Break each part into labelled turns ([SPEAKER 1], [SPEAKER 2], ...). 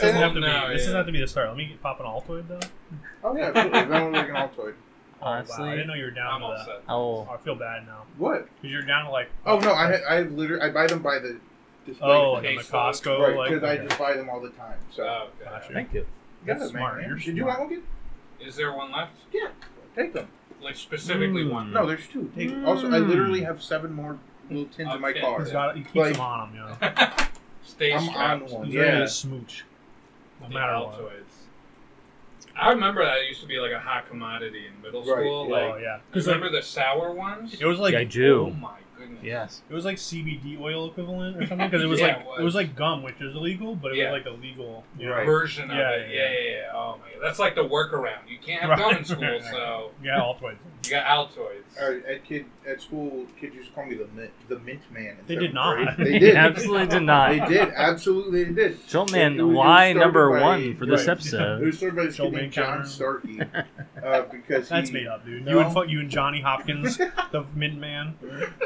[SPEAKER 1] have to
[SPEAKER 2] now,
[SPEAKER 1] be. This
[SPEAKER 2] Oh,
[SPEAKER 1] doesn't
[SPEAKER 2] yeah.
[SPEAKER 1] have to be the start. Let me pop an Altoid though.
[SPEAKER 3] Oh yeah, absolutely. That would make an Altoid.
[SPEAKER 1] Oh, wow. I
[SPEAKER 4] Honestly,
[SPEAKER 1] didn't know you were down
[SPEAKER 2] I'm
[SPEAKER 1] to
[SPEAKER 2] all
[SPEAKER 1] that.
[SPEAKER 2] set.
[SPEAKER 1] Oh,
[SPEAKER 4] oh,
[SPEAKER 1] I feel bad now
[SPEAKER 3] What?
[SPEAKER 1] because you're down to like.
[SPEAKER 3] Oh no, I I literally I buy them by the. Display
[SPEAKER 1] Oh,
[SPEAKER 2] like
[SPEAKER 1] like
[SPEAKER 3] thing.
[SPEAKER 1] in the
[SPEAKER 2] case load.
[SPEAKER 1] Costco,
[SPEAKER 3] right,
[SPEAKER 1] like
[SPEAKER 3] because I
[SPEAKER 1] okay.
[SPEAKER 3] just buy them all the time. So
[SPEAKER 2] Oh,
[SPEAKER 1] Gotcha.
[SPEAKER 2] okay.
[SPEAKER 4] thank you.
[SPEAKER 3] You got
[SPEAKER 1] That's
[SPEAKER 3] it, man.
[SPEAKER 1] smart. You're
[SPEAKER 3] Did you
[SPEAKER 1] smart.
[SPEAKER 3] want one? Dude?
[SPEAKER 2] Is there one left?
[SPEAKER 3] Yeah, take them.
[SPEAKER 2] Like specifically
[SPEAKER 3] Hmm.
[SPEAKER 1] Mm.
[SPEAKER 2] one.
[SPEAKER 3] No, there's two. Take them. Also, I
[SPEAKER 4] Mm.
[SPEAKER 3] literally have seven more little tins in my
[SPEAKER 2] Okay.
[SPEAKER 3] car.
[SPEAKER 1] He's got, he keeps
[SPEAKER 3] Like-
[SPEAKER 1] them on him, you know.
[SPEAKER 2] Stay
[SPEAKER 3] I'm
[SPEAKER 2] strapped.
[SPEAKER 3] on one.
[SPEAKER 1] He's ready
[SPEAKER 3] Yeah.
[SPEAKER 1] to smooch, no
[SPEAKER 2] The
[SPEAKER 1] matter what.
[SPEAKER 2] Altoids. I remember that used to be like a hot commodity in middle
[SPEAKER 3] Right,
[SPEAKER 2] school.
[SPEAKER 1] oh
[SPEAKER 2] Like,
[SPEAKER 1] yeah, because
[SPEAKER 2] remember the
[SPEAKER 1] like
[SPEAKER 2] sour ones?
[SPEAKER 1] it was like
[SPEAKER 4] yeah, I
[SPEAKER 2] oh
[SPEAKER 4] do.
[SPEAKER 2] my goodness.
[SPEAKER 4] Yes.
[SPEAKER 1] it was like CBD oil equivalent or something because it was
[SPEAKER 2] Yeah,
[SPEAKER 1] like
[SPEAKER 2] it
[SPEAKER 1] it
[SPEAKER 2] was.
[SPEAKER 1] was. like gum, which is illegal, but it
[SPEAKER 2] Yeah.
[SPEAKER 1] was like illegal. You
[SPEAKER 3] Right.
[SPEAKER 2] Version of
[SPEAKER 1] Yeah,
[SPEAKER 2] it.
[SPEAKER 1] yeah,
[SPEAKER 2] Yeah, yeah, yeah, Oh my god. That's like the workaround. You can't have gum in
[SPEAKER 1] Right.
[SPEAKER 2] school, so
[SPEAKER 1] Know? Yeah, Altoids.
[SPEAKER 2] you got Altoids.
[SPEAKER 3] All right, at kid at school, kids used to call me the mint, the mint man. in
[SPEAKER 1] They did
[SPEAKER 3] seventh
[SPEAKER 1] not.
[SPEAKER 3] grade. They did.
[SPEAKER 4] absolutely did
[SPEAKER 3] They
[SPEAKER 4] not.
[SPEAKER 3] did. Absolutely, they did. It- it
[SPEAKER 4] Jumpman,
[SPEAKER 3] was
[SPEAKER 4] why
[SPEAKER 3] started
[SPEAKER 4] number
[SPEAKER 3] by-
[SPEAKER 4] one for this
[SPEAKER 1] right.
[SPEAKER 3] It
[SPEAKER 4] episode?
[SPEAKER 3] was started by this
[SPEAKER 1] Joel
[SPEAKER 3] kid named John
[SPEAKER 1] Mancounter.
[SPEAKER 3] Starkey uh, because
[SPEAKER 1] That's
[SPEAKER 3] he,
[SPEAKER 1] made up, dude.
[SPEAKER 3] No.
[SPEAKER 1] You and fuck you and Johnny Hopkins, the Mint Man.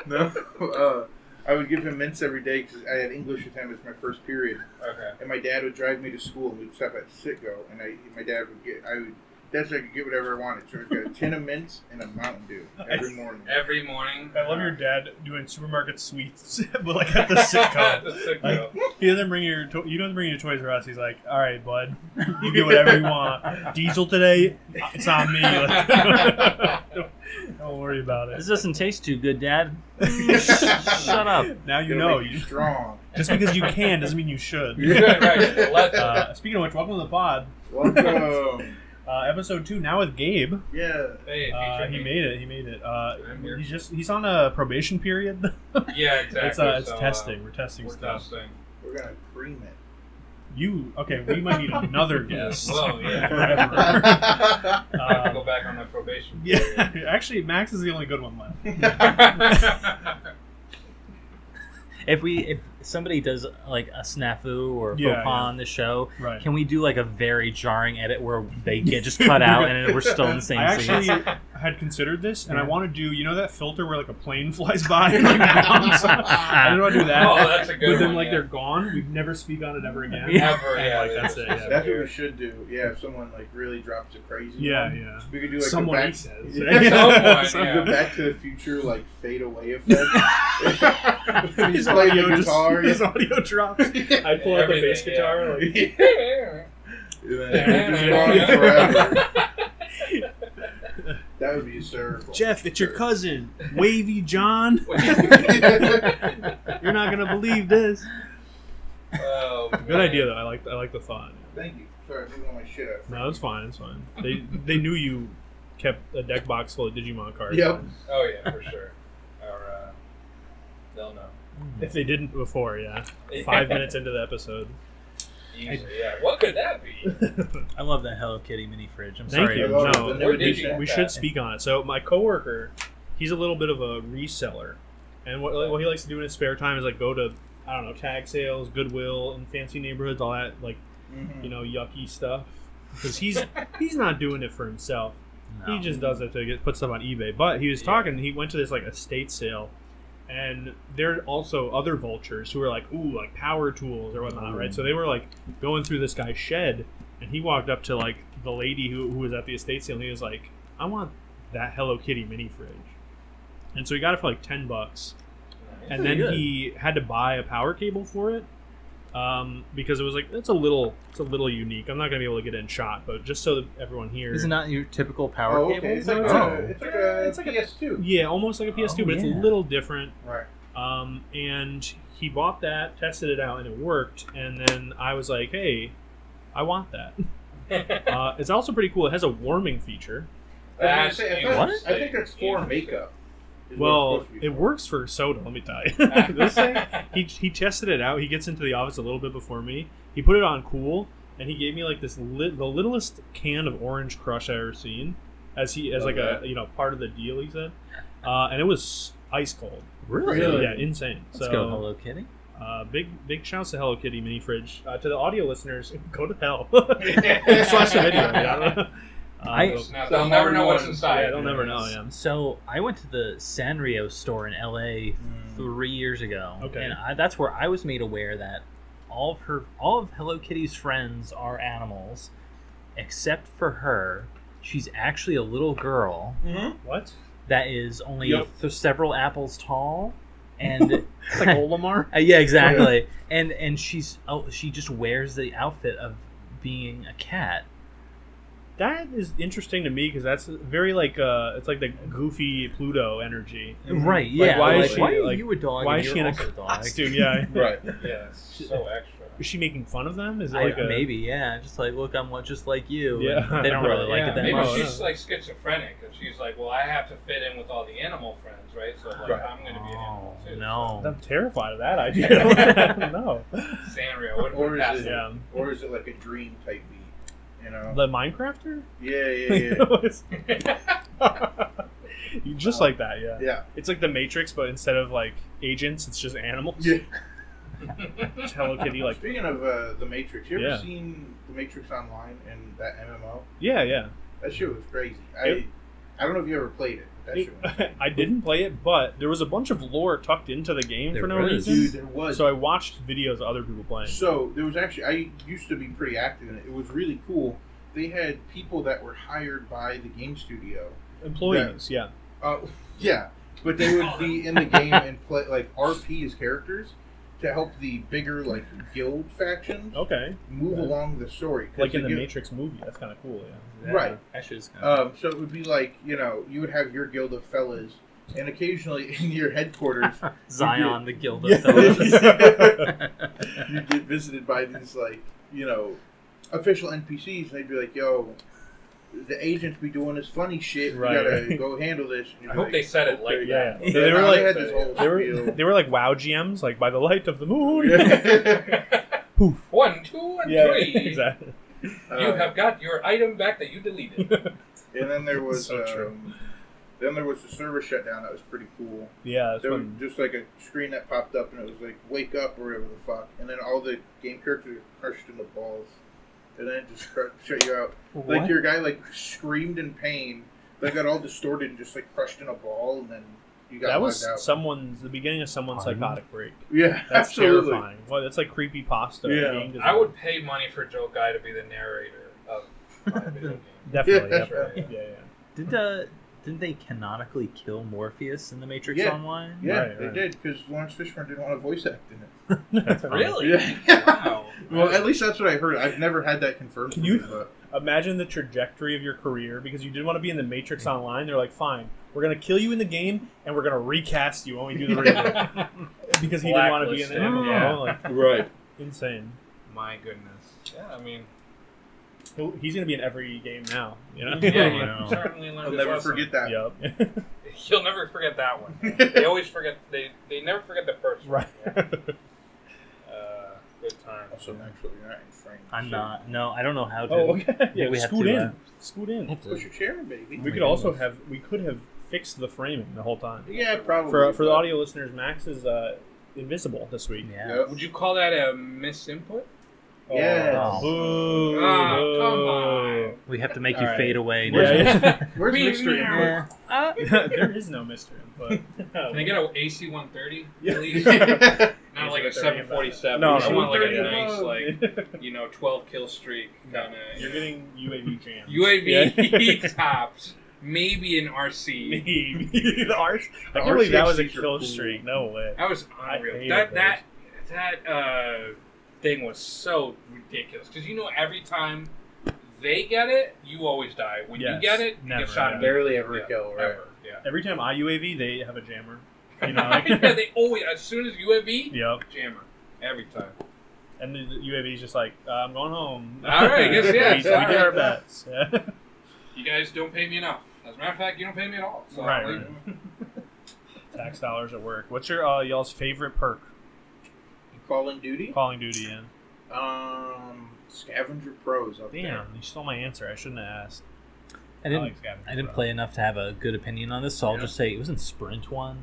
[SPEAKER 3] No, uh, I would give him mints every day because I had English with him as my first period,
[SPEAKER 2] Okay.
[SPEAKER 3] and my dad would drive me to school and we'd stop at Sitgo, and I, my dad would get, I would, that's where I could get whatever I wanted. So I got a tin of mints and a Mountain Dew every morning.
[SPEAKER 2] Every morning.
[SPEAKER 1] I love your dad doing supermarket sweets, but like at the sitcom.
[SPEAKER 2] The sitcom.
[SPEAKER 1] Like, he doesn't bring your to- you don't bring your Toys R Us. He's like, all right, bud, you get whatever you want. Diesel today, it's on me. Like, don't, don't worry about it.
[SPEAKER 4] This doesn't taste too good, Dad. Shut up.
[SPEAKER 1] Now you
[SPEAKER 3] It'll
[SPEAKER 1] know.
[SPEAKER 3] make
[SPEAKER 1] You,
[SPEAKER 3] strong.
[SPEAKER 1] just because you can doesn't mean you should.
[SPEAKER 2] Right, right. Let them.
[SPEAKER 1] Uh, speaking of which, welcome to the pod,
[SPEAKER 3] Welcome.
[SPEAKER 1] uh, episode two. Now with Gabe,
[SPEAKER 3] yeah.
[SPEAKER 2] Hey,
[SPEAKER 1] uh,
[SPEAKER 2] feature
[SPEAKER 1] he
[SPEAKER 2] me.
[SPEAKER 1] made it. He made it. Uh,
[SPEAKER 2] I'm here.
[SPEAKER 1] he's just he's on a probation period.
[SPEAKER 2] Yeah, exactly.
[SPEAKER 1] it's uh, it's
[SPEAKER 2] so, uh,
[SPEAKER 1] testing. We're testing
[SPEAKER 2] we're
[SPEAKER 1] stuff.
[SPEAKER 2] testing.
[SPEAKER 3] We're gonna cream it.
[SPEAKER 1] You okay? We might need another guest.
[SPEAKER 2] Well, Oh, yeah.
[SPEAKER 1] Forever.
[SPEAKER 2] I have to
[SPEAKER 1] Uh,
[SPEAKER 2] go back on my probation.
[SPEAKER 1] yeah, actually, Max is the only good one left.
[SPEAKER 4] If we if somebody does like a snafu or a
[SPEAKER 1] Yeah,
[SPEAKER 4] faux pas
[SPEAKER 1] yeah.
[SPEAKER 4] on the show,
[SPEAKER 1] Right.
[SPEAKER 4] can we do like a very jarring edit where they get just cut out and we're still in the same
[SPEAKER 1] I actually
[SPEAKER 4] scene?
[SPEAKER 1] had considered this, and I
[SPEAKER 4] Yeah.
[SPEAKER 1] want to do you know that filter where like a plane flies by and like bounce? I don't want to do that.
[SPEAKER 2] Oh, that's a good
[SPEAKER 1] but then
[SPEAKER 2] one,
[SPEAKER 1] like
[SPEAKER 2] yeah.
[SPEAKER 1] they're gone. We never speak on it ever again.
[SPEAKER 4] Yeah.
[SPEAKER 2] Ever,
[SPEAKER 1] And,
[SPEAKER 2] yeah,
[SPEAKER 1] like, that's it, yeah.
[SPEAKER 3] That's what we should do. Yeah, if someone like really drops a crazy.
[SPEAKER 1] Yeah,
[SPEAKER 3] one,
[SPEAKER 1] yeah.
[SPEAKER 3] We could do like
[SPEAKER 1] Someone
[SPEAKER 3] a
[SPEAKER 1] he
[SPEAKER 3] back,
[SPEAKER 1] says.
[SPEAKER 2] Someone,
[SPEAKER 1] Some-
[SPEAKER 2] yeah.
[SPEAKER 3] the Back to the Future like fade away effect.
[SPEAKER 1] His
[SPEAKER 3] He's playing
[SPEAKER 1] audio
[SPEAKER 3] the
[SPEAKER 1] just
[SPEAKER 3] guitar.
[SPEAKER 1] his audio drops. I pull out the bass
[SPEAKER 2] Everything,
[SPEAKER 1] guitar. Like,
[SPEAKER 3] that would be hysterical.
[SPEAKER 1] Jeff, it's your cousin, Wavy John. You're not gonna believe this.
[SPEAKER 2] oh,
[SPEAKER 1] Good idea though. I like I like the thought.
[SPEAKER 3] Thank you. Sorry, I'm moving all my shit out.
[SPEAKER 1] No, it's fine. It's fine. They they knew you kept a deck box full of Digimon cards.
[SPEAKER 3] Yep.
[SPEAKER 2] Oh yeah, for sure. Or, uh, they'll know.
[SPEAKER 1] If they didn't before, yeah. Five minutes into the episode.
[SPEAKER 2] Easily, yeah. What could that be?
[SPEAKER 4] I love that Hello Kitty mini fridge. I'm
[SPEAKER 1] Thank
[SPEAKER 4] sorry.
[SPEAKER 1] you.
[SPEAKER 3] I love
[SPEAKER 1] No,
[SPEAKER 3] it.
[SPEAKER 1] we,
[SPEAKER 2] Where did you get
[SPEAKER 1] we
[SPEAKER 2] that?
[SPEAKER 1] should speak on it. So my coworker, he's a little bit of a reseller, and what, what he likes to do in his spare time is like go to I don't know tag sales, Goodwill, and fancy neighborhoods, all that like you
[SPEAKER 3] Mhm.
[SPEAKER 1] know yucky stuff. Because he's he's not doing it for himself.
[SPEAKER 4] No.
[SPEAKER 1] He just does it to get put stuff on eBay. But he was
[SPEAKER 2] Yeah.
[SPEAKER 1] talking. He went to this like estate sale, and there are also other vultures who are like, ooh, like power tools or whatnot, right? So they were like going through this guy's shed, and he walked up to like the lady who who was at the estate sale, and he was like, I want that Hello Kitty mini fridge. And so he got it for like ten bucks, and then
[SPEAKER 4] Pretty
[SPEAKER 1] he
[SPEAKER 4] good.
[SPEAKER 1] had to buy a power cable for it um, because it was like it's a little it's a little unique. I'm not gonna be able to get it in shot, but just so that everyone here
[SPEAKER 4] Is it not your typical power
[SPEAKER 3] Oh,
[SPEAKER 4] cable?
[SPEAKER 3] okay. It's like
[SPEAKER 1] No,
[SPEAKER 3] a, it's like a,
[SPEAKER 1] It's like a-
[SPEAKER 3] PS2.
[SPEAKER 1] Yeah, almost like a PS2,
[SPEAKER 4] Oh,
[SPEAKER 1] but it's a
[SPEAKER 4] yeah.
[SPEAKER 1] little different.
[SPEAKER 3] Right.
[SPEAKER 1] Um, and he bought that, tested it out, and it worked. And then I was like, hey, I want that. uh, it's also pretty cool. It has a warming feature.
[SPEAKER 3] I,
[SPEAKER 2] That's
[SPEAKER 3] was gonna say, I
[SPEAKER 4] What?
[SPEAKER 3] thought- I think that's for makeup. is what it's
[SPEAKER 1] Well,
[SPEAKER 3] supposed to be
[SPEAKER 1] it
[SPEAKER 3] for.
[SPEAKER 1] works for soda, let me tell
[SPEAKER 2] Ah,
[SPEAKER 1] you. this thing, he, he tested it out. He gets into the office a little bit before me. He put it on cool, and he gave me like this lit, the littlest can of Orange Crush I ever seen, as he as like a
[SPEAKER 3] Okay.
[SPEAKER 1] you know part of the deal. He said, uh, and it was ice cold.
[SPEAKER 4] Really?
[SPEAKER 3] Really?
[SPEAKER 1] Yeah, insane.
[SPEAKER 4] Let's
[SPEAKER 1] so,
[SPEAKER 4] go Hello Kitty.
[SPEAKER 1] Uh, big big shouts to Hello Kitty mini fridge. Uh, to the audio listeners, go to hell. Slash the video. Yeah, I don't know. Uh,
[SPEAKER 4] I-
[SPEAKER 1] but-
[SPEAKER 2] Now, they'll never know what's
[SPEAKER 1] yeah,
[SPEAKER 2] inside.
[SPEAKER 1] they'll never know. Yeah.
[SPEAKER 4] um, So I went to the Sanrio store in LA
[SPEAKER 3] Mm.
[SPEAKER 4] three years ago.
[SPEAKER 1] Okay.
[SPEAKER 4] And I, that's where I was made aware that all of her all of Hello Kitty's friends are animals, except for her. She's actually a little girl
[SPEAKER 2] Mm-hmm.
[SPEAKER 1] What?
[SPEAKER 4] that is only
[SPEAKER 2] Yep.
[SPEAKER 4] th- several apples tall, and
[SPEAKER 1] It's like Olimar.
[SPEAKER 4] Uh, yeah, exactly. And and she's oh, she just wears the outfit of being a cat.
[SPEAKER 1] That is interesting to me because that's very like uh, it's like the goofy Pluto energy.
[SPEAKER 4] Right.
[SPEAKER 1] Mm-hmm. Like,
[SPEAKER 4] Yeah.
[SPEAKER 1] why
[SPEAKER 4] Why,
[SPEAKER 1] is
[SPEAKER 4] like,
[SPEAKER 1] she,
[SPEAKER 4] why are
[SPEAKER 1] like,
[SPEAKER 4] you a dog?
[SPEAKER 1] why
[SPEAKER 4] and
[SPEAKER 1] is
[SPEAKER 4] you're
[SPEAKER 1] she in a
[SPEAKER 4] also dog?
[SPEAKER 1] Costume, yeah.
[SPEAKER 3] Right.
[SPEAKER 2] Yeah, it's so extra.
[SPEAKER 1] Is she making fun of them? Is it
[SPEAKER 4] I-
[SPEAKER 1] like a,
[SPEAKER 4] maybe. Yeah. Just like look, I'm what- just like you.
[SPEAKER 1] Yeah.
[SPEAKER 4] and They don't really like
[SPEAKER 1] Yeah,
[SPEAKER 4] it that
[SPEAKER 2] Maybe
[SPEAKER 4] much.
[SPEAKER 1] Oh,
[SPEAKER 2] she's
[SPEAKER 1] yeah.
[SPEAKER 2] like schizophrenic, and she's like, "Well, I have to fit in with all the animal friends, right? So like,
[SPEAKER 3] Right.
[SPEAKER 2] I'm going to be an animal
[SPEAKER 4] Oh,
[SPEAKER 2] too."
[SPEAKER 4] no.
[SPEAKER 1] I'm terrified of that idea. I don't know.
[SPEAKER 2] Sanrio, what
[SPEAKER 3] Or
[SPEAKER 2] would
[SPEAKER 3] is
[SPEAKER 2] pass
[SPEAKER 3] it-
[SPEAKER 2] it?
[SPEAKER 1] Yeah.
[SPEAKER 3] Or is it like a dream type beat? You know?
[SPEAKER 1] The Minecrafter?
[SPEAKER 3] Yeah, yeah, yeah.
[SPEAKER 1] You- just like that, yeah.
[SPEAKER 3] yeah.
[SPEAKER 1] It's like the Matrix, but instead of like agents, it's just animals.
[SPEAKER 3] yeah.
[SPEAKER 1] It's Hello Kitty, like
[SPEAKER 3] Speaking of uh, the Matrix, you ever
[SPEAKER 1] Yeah.
[SPEAKER 3] seen the Matrix Online and that MMO?
[SPEAKER 1] yeah, yeah.
[SPEAKER 3] That shit was crazy. I
[SPEAKER 1] It-
[SPEAKER 3] I don't know if you ever played it. But that shit was
[SPEAKER 1] I didn't play it, but there was a bunch of lore tucked into the game
[SPEAKER 4] There
[SPEAKER 1] for no
[SPEAKER 4] really is.
[SPEAKER 1] reason.
[SPEAKER 3] dude. There was
[SPEAKER 1] So I watched videos of other people playing.
[SPEAKER 3] So there was actually I used to be pretty active in it. It was really cool. They had people that were hired by the game studio.
[SPEAKER 1] Employees, yeah.
[SPEAKER 3] Uh, yeah, but they would be in the game and play like RP as characters to help the bigger like guild factions
[SPEAKER 1] Okay.
[SPEAKER 3] move
[SPEAKER 1] Okay.
[SPEAKER 3] along the story. 'Cause
[SPEAKER 1] Like in the
[SPEAKER 3] guild-
[SPEAKER 1] Matrix movie. That's kind of cool, yeah.
[SPEAKER 3] Right.
[SPEAKER 4] That's just kind of.
[SPEAKER 3] Um, so it would be like you know you would have your guild of fellas, and occasionally in your headquarters
[SPEAKER 4] Zion, the Guild of
[SPEAKER 1] Yeah.
[SPEAKER 4] Fellows.
[SPEAKER 3] you get visited by these like you know official NPCs, and they'd be like, "Yo, the agents be doing this funny shit.
[SPEAKER 1] Right.
[SPEAKER 3] You gotta go handle this." And you're
[SPEAKER 2] I hope
[SPEAKER 3] like,
[SPEAKER 2] they said it like
[SPEAKER 3] okay.
[SPEAKER 1] Yeah.
[SPEAKER 2] that.
[SPEAKER 1] So
[SPEAKER 3] Yeah,
[SPEAKER 1] they were
[SPEAKER 3] no,
[SPEAKER 1] like
[SPEAKER 3] had this whole
[SPEAKER 1] They were,
[SPEAKER 3] spiel.
[SPEAKER 1] they were like WoW GMs, like by the light of the moon. Poof.
[SPEAKER 2] One, two, and
[SPEAKER 1] Yeah,
[SPEAKER 2] three.
[SPEAKER 1] exactly.
[SPEAKER 2] You
[SPEAKER 3] Uh,
[SPEAKER 2] have got your item back that you deleted.
[SPEAKER 3] and then there was
[SPEAKER 1] So
[SPEAKER 3] um,
[SPEAKER 1] true.
[SPEAKER 3] then there was the server shutdown. That was pretty cool.
[SPEAKER 1] Yeah, that's
[SPEAKER 3] There was
[SPEAKER 1] when-
[SPEAKER 3] just like a screen that popped up, and it was like "wake up" or whatever the fuck. And then all the game characters were crushed in the balls, and then it just cr- shut you out. Like
[SPEAKER 4] What?
[SPEAKER 3] your guy like screamed in pain, like got all distorted and just like crushed in a ball, and then you got
[SPEAKER 1] that
[SPEAKER 3] locked
[SPEAKER 1] was
[SPEAKER 3] out.
[SPEAKER 1] someone's the beginning of someone's
[SPEAKER 4] Pardon?
[SPEAKER 1] psychotic break.
[SPEAKER 3] yeah,
[SPEAKER 1] That's
[SPEAKER 3] absolutely.
[SPEAKER 1] terrifying. Well, that's like creepy pasta.
[SPEAKER 3] Yeah.
[SPEAKER 2] I would pay money for Joe Guy to be the narrator of my video game.
[SPEAKER 1] definitely.
[SPEAKER 3] Yeah.
[SPEAKER 1] definitely. Yeah, yeah.
[SPEAKER 4] Did uh, didn't they canonically kill Morpheus in the Matrix
[SPEAKER 3] Yeah.
[SPEAKER 4] Online?
[SPEAKER 3] Yeah,
[SPEAKER 1] Right,
[SPEAKER 3] they
[SPEAKER 1] right.
[SPEAKER 3] did because Lawrence Fishburne didn't want to voice act in it.
[SPEAKER 2] Really?
[SPEAKER 3] Yeah.
[SPEAKER 2] Wow.
[SPEAKER 3] well, at least that's what I heard. I've never had that confirmed.
[SPEAKER 1] Can
[SPEAKER 3] for
[SPEAKER 1] you-
[SPEAKER 3] me, but-
[SPEAKER 1] Imagine the trajectory of your career because you did want to be in the Matrix Online. They're like, fine, we're gonna kill you in the game and we're gonna recast you when we do the remake because he didn't want to be in
[SPEAKER 2] Blacklisted,
[SPEAKER 1] the MMO.
[SPEAKER 2] yeah.
[SPEAKER 1] Like
[SPEAKER 3] Right.
[SPEAKER 1] insane.
[SPEAKER 2] My goodness. Yeah, I mean,
[SPEAKER 1] He'll- He's gonna be in every game now. You know?
[SPEAKER 2] yeah,
[SPEAKER 4] I
[SPEAKER 2] you
[SPEAKER 4] know.
[SPEAKER 2] certainly
[SPEAKER 3] I'll
[SPEAKER 2] learned his
[SPEAKER 3] never
[SPEAKER 2] lesson.
[SPEAKER 3] forget that.
[SPEAKER 1] Yep.
[SPEAKER 2] You'll never forget that one. They always forget. They they never forget the first
[SPEAKER 1] right.
[SPEAKER 2] one. Right. Uh, good time.
[SPEAKER 3] Also, actually, you're not in frame.
[SPEAKER 4] I'm
[SPEAKER 3] so-
[SPEAKER 4] not. No, I don't know how to.
[SPEAKER 1] Oh, okay. Yeah,
[SPEAKER 4] Yeah, we have
[SPEAKER 1] scoot
[SPEAKER 4] to,
[SPEAKER 1] in.
[SPEAKER 4] uh,
[SPEAKER 1] scoot in.
[SPEAKER 3] Push your chair, baby.
[SPEAKER 1] We could also have. We could have fixed the framing the whole time.
[SPEAKER 3] Yeah, probably.
[SPEAKER 1] For for the
[SPEAKER 3] but-
[SPEAKER 1] audio listeners, Max is uh, invisible this week.
[SPEAKER 4] Yeah.
[SPEAKER 3] Yeah.
[SPEAKER 2] Would you call that a misinput?
[SPEAKER 3] Yes.
[SPEAKER 4] Oh.
[SPEAKER 1] Boo.
[SPEAKER 2] Ah,
[SPEAKER 1] Boo.
[SPEAKER 2] come
[SPEAKER 4] We have to make you
[SPEAKER 1] All right.
[SPEAKER 4] fade away.
[SPEAKER 1] Yeah,
[SPEAKER 4] now.
[SPEAKER 1] yeah.
[SPEAKER 3] Where's
[SPEAKER 2] We-
[SPEAKER 3] Mr. Input?
[SPEAKER 4] Yeah. Uh,
[SPEAKER 1] there is no mystery input.
[SPEAKER 2] Can I get an AC 130?
[SPEAKER 1] Yeah.
[SPEAKER 2] please? Not like a 747.
[SPEAKER 1] No,
[SPEAKER 2] I just
[SPEAKER 1] no,
[SPEAKER 2] want like a
[SPEAKER 3] 130
[SPEAKER 2] nice,
[SPEAKER 3] above.
[SPEAKER 2] like, you know, 12 kill streak kind of.
[SPEAKER 1] You're getting UAV jam.
[SPEAKER 2] UAV tops. Maybe an RC.
[SPEAKER 1] Maybe the arse. I
[SPEAKER 3] The
[SPEAKER 1] can't believe that was a
[SPEAKER 3] RCXs are
[SPEAKER 1] kill
[SPEAKER 3] cool.
[SPEAKER 1] streak. No way.
[SPEAKER 2] That was
[SPEAKER 1] I
[SPEAKER 2] unreal.
[SPEAKER 1] hated
[SPEAKER 2] That that that uh, thing was so ridiculous because you know every time they get it, you always die. When
[SPEAKER 1] Yes,
[SPEAKER 2] you get it, you
[SPEAKER 1] never,
[SPEAKER 2] get shot
[SPEAKER 1] never.
[SPEAKER 2] immediately.
[SPEAKER 3] Barely ever
[SPEAKER 2] Yeah,
[SPEAKER 3] kill, right?
[SPEAKER 2] Ever. Yeah.
[SPEAKER 1] Every time I UAV, they have a jammer. You know.
[SPEAKER 2] yeah,
[SPEAKER 1] Like,
[SPEAKER 2] they always as soon as E, UAV
[SPEAKER 1] yep.
[SPEAKER 2] jammer every time.
[SPEAKER 1] And the UAV's just like, uh, I'm going home.
[SPEAKER 2] All right, yes, yes,
[SPEAKER 1] we, we
[SPEAKER 2] all
[SPEAKER 1] did our
[SPEAKER 2] right.
[SPEAKER 1] best. Yeah.
[SPEAKER 2] You guys don't pay me enough. As a matter of fact, you don't pay me at all. So
[SPEAKER 1] Right,
[SPEAKER 2] like,
[SPEAKER 1] Tax dollars at work. What's your uh, y'all's favorite perk?
[SPEAKER 3] Call in duty.
[SPEAKER 1] Calling duty in.
[SPEAKER 3] Um, scavenger pros up there.
[SPEAKER 1] Damn, you stole my answer. I shouldn't have asked.
[SPEAKER 4] I didn't.
[SPEAKER 1] like scavenger
[SPEAKER 4] I didn't
[SPEAKER 1] Pro.
[SPEAKER 4] play enough to have a good opinion on this, so I'll
[SPEAKER 3] Yeah.
[SPEAKER 4] just say it was in sprint one.